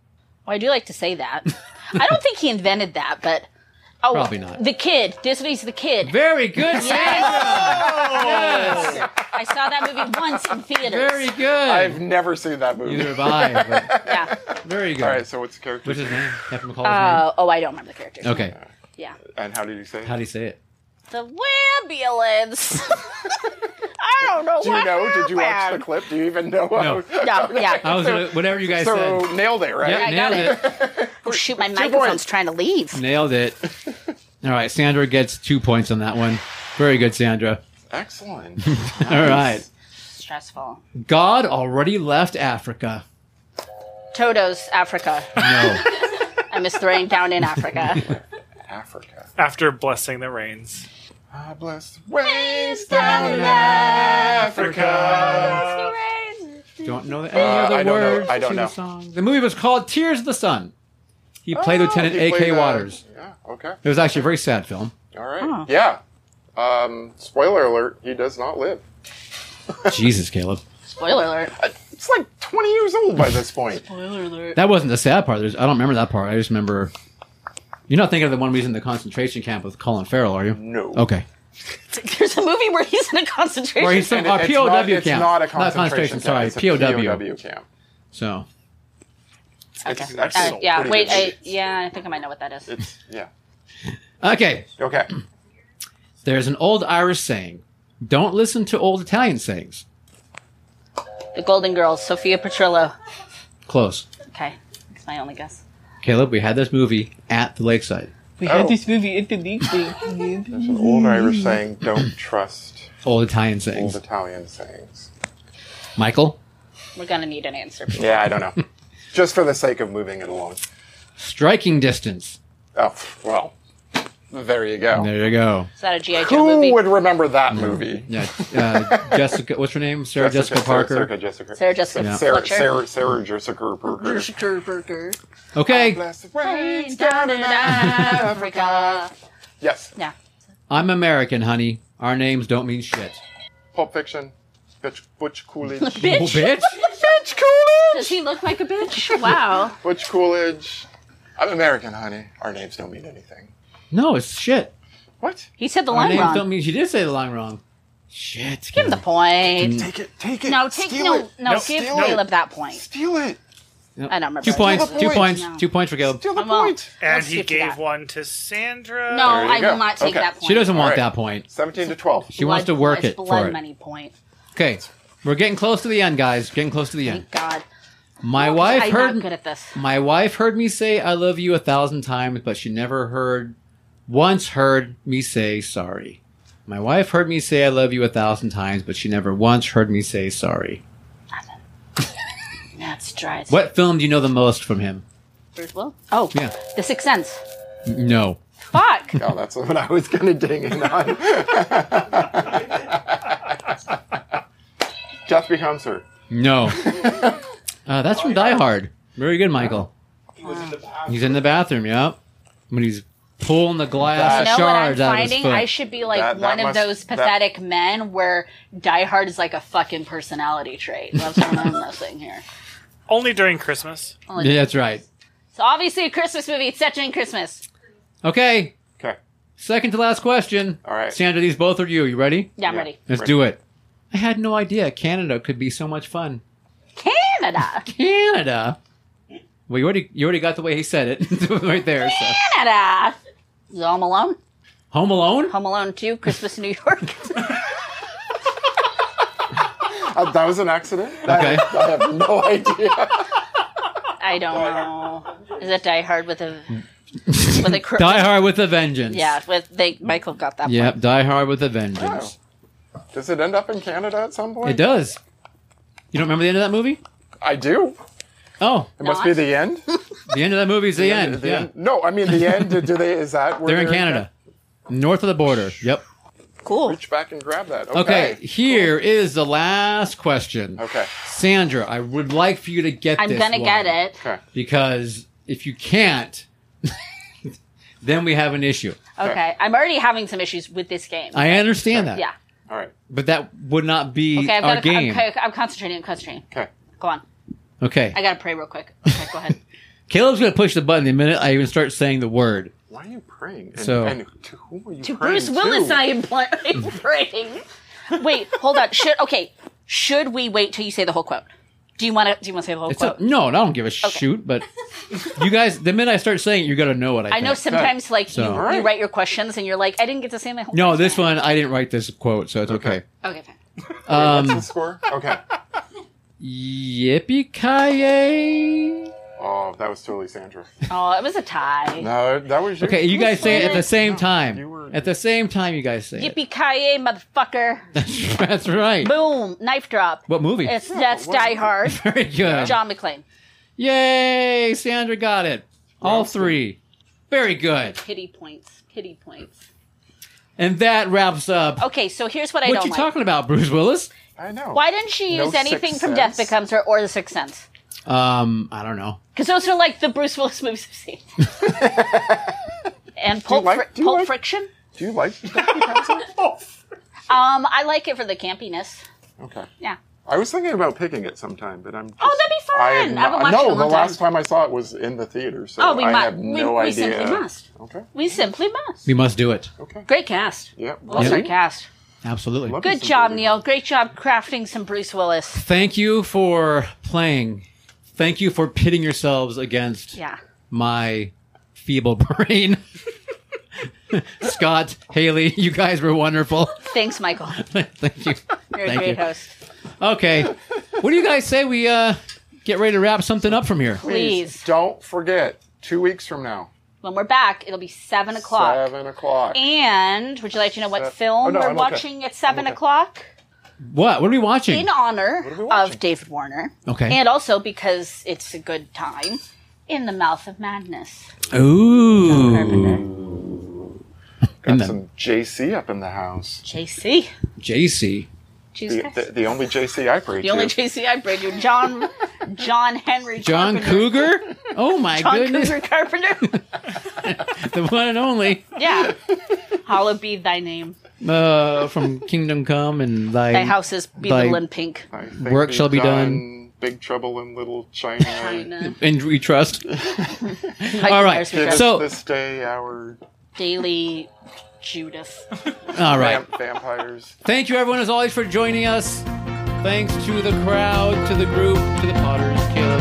[SPEAKER 2] Well, I do like to say that. I don't think he invented that, but oh,
[SPEAKER 1] Probably not.
[SPEAKER 2] The kid, Disney's the kid.
[SPEAKER 1] Very good.
[SPEAKER 2] Yes. I saw that movie once in theaters.
[SPEAKER 1] Very good.
[SPEAKER 3] I've never seen that movie.
[SPEAKER 1] Neither have I.
[SPEAKER 3] (laughs)
[SPEAKER 1] But
[SPEAKER 2] yeah.
[SPEAKER 1] very good.
[SPEAKER 3] All right. So what's the character?
[SPEAKER 1] What's his name? Kevin McCall's
[SPEAKER 2] Uh, oh, I don't remember the characters.
[SPEAKER 1] name? Okay.
[SPEAKER 2] Yeah.
[SPEAKER 3] And how did you say? it?
[SPEAKER 1] How do you say it?
[SPEAKER 2] The Wambulance. (laughs) I don't know
[SPEAKER 3] do you
[SPEAKER 2] what
[SPEAKER 3] know? Did you watch the
[SPEAKER 2] happened.
[SPEAKER 3] clip? Do you even know?
[SPEAKER 1] No.
[SPEAKER 2] No,
[SPEAKER 1] (laughs)
[SPEAKER 2] yeah.
[SPEAKER 1] I was gonna, whatever you guys
[SPEAKER 3] so
[SPEAKER 1] said.
[SPEAKER 3] nailed it, right?
[SPEAKER 1] Yeah,
[SPEAKER 2] I got
[SPEAKER 1] nailed it.
[SPEAKER 2] Oh, shoot, my microphone's trying to leave.
[SPEAKER 1] Nailed it. All right, Sandra gets two points on that one. Very good, Sandra. (laughs)
[SPEAKER 3] Excellent.
[SPEAKER 1] All right.
[SPEAKER 2] Stressful.
[SPEAKER 1] God already left Africa.
[SPEAKER 2] Toto's Africa.
[SPEAKER 3] (laughs)
[SPEAKER 1] No.
[SPEAKER 2] I miss throwing down in
[SPEAKER 1] (laughs)
[SPEAKER 2] Africa.
[SPEAKER 3] Africa.
[SPEAKER 4] After blessing the rains.
[SPEAKER 3] Ah, bless the waves down in Africa.
[SPEAKER 1] don't know any other
[SPEAKER 3] Uh, I don't know-
[SPEAKER 1] words
[SPEAKER 3] I don't
[SPEAKER 1] to the
[SPEAKER 3] know.
[SPEAKER 1] song. The movie was called Tears of the Sun. He played Lieutenant
[SPEAKER 3] He
[SPEAKER 1] A.K.
[SPEAKER 3] played, uh,
[SPEAKER 1] Waters.
[SPEAKER 3] Yeah. Okay.
[SPEAKER 1] It was actually a very sad film.
[SPEAKER 3] (laughs) All right. Yeah. Um, spoiler alert: He does not live.
[SPEAKER 1] Jesus, Caleb.
[SPEAKER 2] Spoiler alert.
[SPEAKER 3] It's like 20 years old by this point.
[SPEAKER 2] Spoiler alert.
[SPEAKER 1] That wasn't the sad part. There's, I don't remember that part. I just remember. You're not thinking of the one where he's in the concentration camp with Colin Farrell, are you?
[SPEAKER 3] No.
[SPEAKER 1] Okay.
[SPEAKER 2] (laughs) There's a movie where he's in a concentration
[SPEAKER 1] Where he's some
[SPEAKER 3] And it-
[SPEAKER 1] uh,
[SPEAKER 3] it's
[SPEAKER 1] POW
[SPEAKER 3] not,
[SPEAKER 1] camp.
[SPEAKER 3] It's not a concentration camp.
[SPEAKER 1] Sorry,
[SPEAKER 3] it's a
[SPEAKER 1] POW.
[SPEAKER 3] POW camp.
[SPEAKER 1] So
[SPEAKER 3] It's
[SPEAKER 4] Okay.
[SPEAKER 3] actually
[SPEAKER 2] Uh, yeah,
[SPEAKER 3] pretty
[SPEAKER 2] wait,
[SPEAKER 3] good
[SPEAKER 2] I,
[SPEAKER 3] movie.
[SPEAKER 2] yeah, I think I might know what that is.
[SPEAKER 3] It's, yeah.
[SPEAKER 1] okay,
[SPEAKER 3] Okay.
[SPEAKER 1] there's an old Irish saying: "Don't listen to old Italian sayings."
[SPEAKER 2] The Golden Girls, Sophia Petrillo.
[SPEAKER 1] Close.
[SPEAKER 2] Okay, that's my only guess.
[SPEAKER 1] Caleb, we had this movie at the lakeside.
[SPEAKER 2] We
[SPEAKER 3] had Oh. this
[SPEAKER 2] movie at the league.
[SPEAKER 3] There's an old Irish saying,
[SPEAKER 2] (coughs)
[SPEAKER 3] don't trust
[SPEAKER 1] Old Italian
[SPEAKER 3] old
[SPEAKER 1] sayings.
[SPEAKER 3] Italian sayings.
[SPEAKER 1] Michael,
[SPEAKER 2] We're gonna need an answer.
[SPEAKER 3] Yeah, I don't
[SPEAKER 1] (laughs)
[SPEAKER 3] know. Just for the sake of moving it along.
[SPEAKER 1] striking distance.
[SPEAKER 3] Oh, pff, well, there you go.
[SPEAKER 1] There you go.
[SPEAKER 2] Is that a GI Joe
[SPEAKER 3] Who
[SPEAKER 2] movie?
[SPEAKER 3] would remember that movie?
[SPEAKER 1] Yeah,
[SPEAKER 3] (laughs)
[SPEAKER 1] uh, Jessica. What's her name? Sarah Jessica, Parker.
[SPEAKER 3] Sarah Jessica.
[SPEAKER 2] Sarah Jessica
[SPEAKER 3] Sarah, Sarah,
[SPEAKER 2] Fletcher.
[SPEAKER 3] Sarah, Sarah Jessica Parker.
[SPEAKER 1] Okay,
[SPEAKER 3] Bless the rains
[SPEAKER 2] down
[SPEAKER 3] down
[SPEAKER 2] in
[SPEAKER 3] in Africa. Yes,
[SPEAKER 2] Yeah.
[SPEAKER 1] I'm American, honey. Our names don't mean shit.
[SPEAKER 3] Pulp Fiction. Butch,
[SPEAKER 2] (laughs)
[SPEAKER 3] Butch Coolidge.
[SPEAKER 1] Oh,
[SPEAKER 2] Bitch.
[SPEAKER 1] bitch.
[SPEAKER 3] Butch Coolidge.
[SPEAKER 2] Does he look like a bitch? Wow.
[SPEAKER 3] Butch Coolidge. I'm American, honey. Our names don't mean anything.
[SPEAKER 1] No, it's shit.
[SPEAKER 3] What?
[SPEAKER 2] He said the
[SPEAKER 1] Our
[SPEAKER 2] line
[SPEAKER 1] names
[SPEAKER 2] wrong.
[SPEAKER 1] don't mean. She did say the line wrong. Shit.
[SPEAKER 2] Give him the point.
[SPEAKER 3] Take it. Take it.
[SPEAKER 2] No, take
[SPEAKER 3] Steal
[SPEAKER 2] no,
[SPEAKER 3] it.
[SPEAKER 2] no,
[SPEAKER 4] No,
[SPEAKER 2] give
[SPEAKER 3] steal it.
[SPEAKER 2] Caleb that point.
[SPEAKER 3] Steal it.
[SPEAKER 2] I don't remember.
[SPEAKER 1] Two
[SPEAKER 2] that.
[SPEAKER 1] points.
[SPEAKER 3] the
[SPEAKER 1] Two
[SPEAKER 3] point.
[SPEAKER 1] points.
[SPEAKER 2] No.
[SPEAKER 1] Two points for Caleb.
[SPEAKER 3] Steal the
[SPEAKER 2] I won't.
[SPEAKER 3] point.
[SPEAKER 2] I'll
[SPEAKER 4] And he
[SPEAKER 2] skip to
[SPEAKER 4] gave
[SPEAKER 2] that.
[SPEAKER 4] one to Sandra.
[SPEAKER 2] No,
[SPEAKER 3] There you
[SPEAKER 2] I
[SPEAKER 3] go.
[SPEAKER 2] will not take
[SPEAKER 3] Okay.
[SPEAKER 2] that point.
[SPEAKER 1] She doesn't want
[SPEAKER 3] All right.
[SPEAKER 1] that point.
[SPEAKER 3] 17 to (laughs) 12.
[SPEAKER 1] She wants to work
[SPEAKER 2] blood,
[SPEAKER 1] it
[SPEAKER 2] blood
[SPEAKER 1] for it.
[SPEAKER 2] money point.
[SPEAKER 1] Okay, we're getting close to the end, guys. Getting close to the end.
[SPEAKER 2] Thank God.
[SPEAKER 1] My wife
[SPEAKER 2] I'm
[SPEAKER 1] heard.
[SPEAKER 2] not good at this.
[SPEAKER 1] My wife heard me say I love you a thousand times, but she never heard once heard me say sorry. My wife heard me say I love you a thousand times, but she never once heard me say sorry.
[SPEAKER 2] That's dry.
[SPEAKER 1] What film do you know the most from him?
[SPEAKER 2] Well, oh,
[SPEAKER 1] Yeah.
[SPEAKER 2] The Sixth Sense.
[SPEAKER 1] N- No.
[SPEAKER 2] Fuck.
[SPEAKER 3] Oh, that's what I was going to ding it on. (laughs) Death Becomes Her.
[SPEAKER 1] No. (laughs) Uh, that's from Die Hard. Very good, Michael. He's in the bathroom, yeah. When he's pulling the glass
[SPEAKER 2] you know what I'm
[SPEAKER 1] shards out of his
[SPEAKER 2] finding?
[SPEAKER 1] foot.
[SPEAKER 2] I should be like
[SPEAKER 3] That- that
[SPEAKER 2] one of
[SPEAKER 3] must-
[SPEAKER 2] those
[SPEAKER 3] that-
[SPEAKER 2] pathetic men where Die Hard is like a fucking personality trait. That's what I'm noticing here.
[SPEAKER 4] Only during Christmas.
[SPEAKER 2] Only-
[SPEAKER 1] yeah, that's right.
[SPEAKER 2] It's obviously a Christmas movie. It's set during Christmas.
[SPEAKER 1] Okay,
[SPEAKER 3] Okay.
[SPEAKER 1] second to last question.
[SPEAKER 3] All right.
[SPEAKER 1] Sandra, these both are you. You ready?
[SPEAKER 2] Yeah, I'm
[SPEAKER 3] Yeah.
[SPEAKER 2] ready.
[SPEAKER 1] Let's
[SPEAKER 3] Right.
[SPEAKER 1] do it. I had no idea Canada could be so much fun.
[SPEAKER 2] Canada.
[SPEAKER 1] Canada. Well, you already you already got the way he said it (laughs) right there. So.
[SPEAKER 2] Canada. Is it Home Alone?
[SPEAKER 1] Home Alone.
[SPEAKER 2] Home Alone 2, Christmas in New York. (laughs)
[SPEAKER 3] Uh, that was an accident?
[SPEAKER 1] (laughs) Okay.
[SPEAKER 3] I have no idea.
[SPEAKER 2] I don't know. Is it Die Hard with a
[SPEAKER 1] (laughs)
[SPEAKER 2] with a cr-
[SPEAKER 1] Die Hard with a Vengeance.
[SPEAKER 2] Yeah, with they Michael got that.
[SPEAKER 1] Yep. Die Hard with a
[SPEAKER 3] Oh.
[SPEAKER 1] Vengeance.
[SPEAKER 3] Does it end up in Canada at some point?
[SPEAKER 1] It does. You don't remember the end of that movie?
[SPEAKER 3] I do.
[SPEAKER 1] Oh,
[SPEAKER 3] It must be
[SPEAKER 2] Not?
[SPEAKER 3] the end.
[SPEAKER 1] the end of that movie is the, end.
[SPEAKER 3] The
[SPEAKER 1] yeah.
[SPEAKER 3] end- No, I mean the end. Do they? Is that where
[SPEAKER 1] (laughs) They're in Canada, north of the border. Yep.
[SPEAKER 2] Point. Cool.
[SPEAKER 3] Reach back and grab that.
[SPEAKER 1] Okay.
[SPEAKER 3] Okay.
[SPEAKER 1] Here is the last question.
[SPEAKER 3] Okay.
[SPEAKER 1] Sandra, I would like for you to get
[SPEAKER 2] I'm
[SPEAKER 1] this.
[SPEAKER 2] gonna
[SPEAKER 1] one.
[SPEAKER 2] get it.
[SPEAKER 3] Okay.
[SPEAKER 1] because if you can't, (laughs) then we have an issue.
[SPEAKER 2] Okay, I'm already having some issues with this game.
[SPEAKER 1] I understand that,
[SPEAKER 2] yeah.
[SPEAKER 3] All right.
[SPEAKER 1] but that would not be
[SPEAKER 2] Okay, I've
[SPEAKER 1] our
[SPEAKER 2] got. To,
[SPEAKER 1] game.
[SPEAKER 2] I'm, co- I'm concentrating. I'm concentrating.
[SPEAKER 3] Okay.
[SPEAKER 2] Go on.
[SPEAKER 1] Okay,
[SPEAKER 2] I gotta pray real quick. Okay,
[SPEAKER 1] (laughs)
[SPEAKER 2] go ahead.
[SPEAKER 1] Caleb's gonna push the button the minute I even start saying the word.
[SPEAKER 3] Why are you praying? And,
[SPEAKER 1] So-
[SPEAKER 3] and to whom are you
[SPEAKER 2] to
[SPEAKER 3] praying
[SPEAKER 2] Bruce Willis,
[SPEAKER 3] to?
[SPEAKER 2] (laughs) I am pl- praying. Wait, hold on. Should okay? Should we wait till you say the whole quote? Do you want to? Do you want to say the whole
[SPEAKER 1] It's
[SPEAKER 2] quote?
[SPEAKER 1] up. No, I don't give a shoot.
[SPEAKER 2] (laughs)
[SPEAKER 1] But you guys, the minute I start saying, it, you're gonna know what I.
[SPEAKER 2] I know
[SPEAKER 1] think.
[SPEAKER 2] sometimes like you,
[SPEAKER 1] So-
[SPEAKER 2] you write your questions and you're like, I didn't get to say my whole.
[SPEAKER 1] No,
[SPEAKER 2] question.
[SPEAKER 1] this one I didn't write this quote, so it's okay.
[SPEAKER 2] Okay, fine.
[SPEAKER 3] What's the score?
[SPEAKER 2] (laughs)
[SPEAKER 3] Okay.
[SPEAKER 1] Yippee ki
[SPEAKER 3] Oh, that was totally Sandra.
[SPEAKER 2] Oh, it was
[SPEAKER 1] (laughs)
[SPEAKER 2] a tie.
[SPEAKER 3] No, that was you.
[SPEAKER 1] Okay, you guys say it at the same
[SPEAKER 3] you
[SPEAKER 1] time.
[SPEAKER 3] were-
[SPEAKER 1] At the same time, you guys say it.
[SPEAKER 2] Yippee ki
[SPEAKER 1] (laughs)
[SPEAKER 2] motherfucker!
[SPEAKER 1] That's right.
[SPEAKER 2] Boom! Knife drop.
[SPEAKER 1] What movie?
[SPEAKER 2] It's that's
[SPEAKER 3] what-
[SPEAKER 2] Die
[SPEAKER 1] (laughs)
[SPEAKER 2] Hard.
[SPEAKER 1] Very good.
[SPEAKER 2] John McClane.
[SPEAKER 1] Yay! Sandra got it. All three. Very good.
[SPEAKER 2] Pity points. Pity points.
[SPEAKER 1] And that wraps up.
[SPEAKER 2] Okay, so here's what Oh, I
[SPEAKER 1] what
[SPEAKER 2] don't
[SPEAKER 1] you
[SPEAKER 2] like.
[SPEAKER 1] talking about, Bruce Willis?
[SPEAKER 3] I know.
[SPEAKER 2] Why didn't she
[SPEAKER 3] No
[SPEAKER 2] use anything
[SPEAKER 3] Sixth
[SPEAKER 2] from Death
[SPEAKER 3] Sense.
[SPEAKER 2] Becomes Her or The Sixth Sense?
[SPEAKER 1] Um, I don't know.
[SPEAKER 2] Because those are like the Bruce Willis (laughs) movies I've seen. and Pulp,
[SPEAKER 3] like-
[SPEAKER 2] Fri-
[SPEAKER 3] (laughs) do you
[SPEAKER 2] Pulp
[SPEAKER 3] like-
[SPEAKER 2] Friction. (laughs)
[SPEAKER 3] Do
[SPEAKER 2] Oh.
[SPEAKER 3] you like Jackie Robinson?
[SPEAKER 2] Um, I like it for the campiness.
[SPEAKER 3] Okay.
[SPEAKER 2] Yeah.
[SPEAKER 3] I was thinking about picking it sometime, but I'm. Just,
[SPEAKER 2] Oh, that'd be fun.
[SPEAKER 3] I have
[SPEAKER 2] I
[SPEAKER 3] not-
[SPEAKER 2] haven't watched it
[SPEAKER 3] no,
[SPEAKER 2] in a
[SPEAKER 3] the
[SPEAKER 2] long
[SPEAKER 3] last
[SPEAKER 2] time.
[SPEAKER 3] time I saw it was in the theater, so
[SPEAKER 2] Oh, we
[SPEAKER 3] I
[SPEAKER 2] mu-
[SPEAKER 3] have
[SPEAKER 2] we-
[SPEAKER 3] no
[SPEAKER 2] we
[SPEAKER 3] idea.
[SPEAKER 2] simply must.
[SPEAKER 3] Okay.
[SPEAKER 2] We simply must.
[SPEAKER 1] We must do it.
[SPEAKER 3] Okay.
[SPEAKER 2] Great cast.
[SPEAKER 3] Yep.
[SPEAKER 2] Love our cast.
[SPEAKER 1] Absolutely.
[SPEAKER 3] Love
[SPEAKER 2] Oh Good
[SPEAKER 3] Some
[SPEAKER 2] job,
[SPEAKER 3] pretty-
[SPEAKER 2] Neil. Great job crafting some Bruce Willis.
[SPEAKER 1] Thank you for playing. Thank you for pitting yourselves against
[SPEAKER 2] Yeah.
[SPEAKER 1] my feeble (laughs) brain. Scott, Haley, you guys were wonderful. (laughs)
[SPEAKER 2] Thanks, Michael.
[SPEAKER 1] Thank you.
[SPEAKER 2] You're a
[SPEAKER 1] Thank
[SPEAKER 2] great
[SPEAKER 1] you.
[SPEAKER 2] host.
[SPEAKER 1] Okay. What do you guys say we uh, get ready to wrap something up from here?
[SPEAKER 2] Please.
[SPEAKER 3] don't forget. Two weeks from now,
[SPEAKER 2] When we're back, it'll be seven o'clock.
[SPEAKER 3] seven o'clock.
[SPEAKER 2] And would you like to know what
[SPEAKER 3] Se-
[SPEAKER 2] film
[SPEAKER 3] Oh, no,
[SPEAKER 2] we're
[SPEAKER 3] I'm okay.
[SPEAKER 2] watching at seven o'clock?
[SPEAKER 1] What? What are we watching?
[SPEAKER 2] In honor
[SPEAKER 3] we watching?
[SPEAKER 2] of David Warner.
[SPEAKER 1] Okay.
[SPEAKER 2] And also because it's a good time. In the mouth of madness.
[SPEAKER 1] Ooh.
[SPEAKER 3] Got
[SPEAKER 1] the-
[SPEAKER 3] some JC up in the house.
[SPEAKER 2] JC.
[SPEAKER 1] JC.
[SPEAKER 2] Jesus
[SPEAKER 3] The,
[SPEAKER 2] Christ.
[SPEAKER 3] the, the only JC I pray
[SPEAKER 2] The
[SPEAKER 3] to.
[SPEAKER 2] only JC I bring you, John John Henry
[SPEAKER 1] John
[SPEAKER 2] Carpenter. (laughs)
[SPEAKER 1] Cougar? Oh my
[SPEAKER 2] John
[SPEAKER 1] goodness.
[SPEAKER 2] Cougar Carpenter.
[SPEAKER 1] (laughs) The one and only.
[SPEAKER 2] yeah. Hallowed be thy name.
[SPEAKER 1] Uh, from Kingdom Come and Thy,
[SPEAKER 2] Thy houses be
[SPEAKER 1] Thy-
[SPEAKER 2] little and pink.
[SPEAKER 3] I think
[SPEAKER 1] Work
[SPEAKER 3] we've
[SPEAKER 1] shall be done.
[SPEAKER 3] Big Trouble in Little China.
[SPEAKER 2] China.
[SPEAKER 1] And We Trust.
[SPEAKER 2] All
[SPEAKER 1] right.
[SPEAKER 3] Give us
[SPEAKER 1] So-
[SPEAKER 3] this day our
[SPEAKER 2] Daily Judith.
[SPEAKER 1] All right.
[SPEAKER 3] vamp- vampires.
[SPEAKER 1] Thank you, everyone, as always, for joining us. Thanks to the crowd, to the group, to the Potters, Caleb.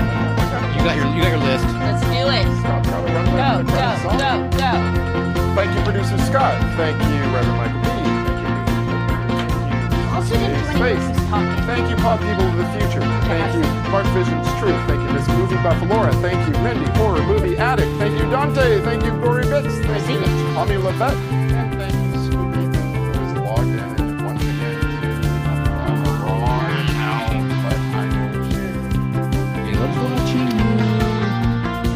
[SPEAKER 1] You got your, you got your list.
[SPEAKER 2] Let's do it.
[SPEAKER 3] Stop, gotta run
[SPEAKER 2] Go,
[SPEAKER 3] back to the credits.
[SPEAKER 2] go, go, go.
[SPEAKER 3] Thank you, producer Scott. Thank you, Reverend Michael B. Thank you.
[SPEAKER 2] Also didn't do anyone
[SPEAKER 3] Space.
[SPEAKER 2] who's talking.
[SPEAKER 3] Thank you, Pod People of the Future. Thank you, Mark Vision's Truth. Thank you, Miss Movie Buffalora. Thank you, Mindy, Horror Movie Addict. Thank you, Dante. Thank you, Gory Bits. Thank you, Tommy Levette. And thank you, Scooby, who's logged in and once again. is wrong now, but I know
[SPEAKER 1] Caleb's watching.
[SPEAKER 3] she-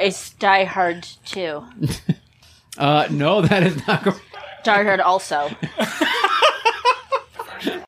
[SPEAKER 2] It's Die Hard 2.
[SPEAKER 1] Uh, no, (laughs) that is not correct.
[SPEAKER 2] Die Hard also.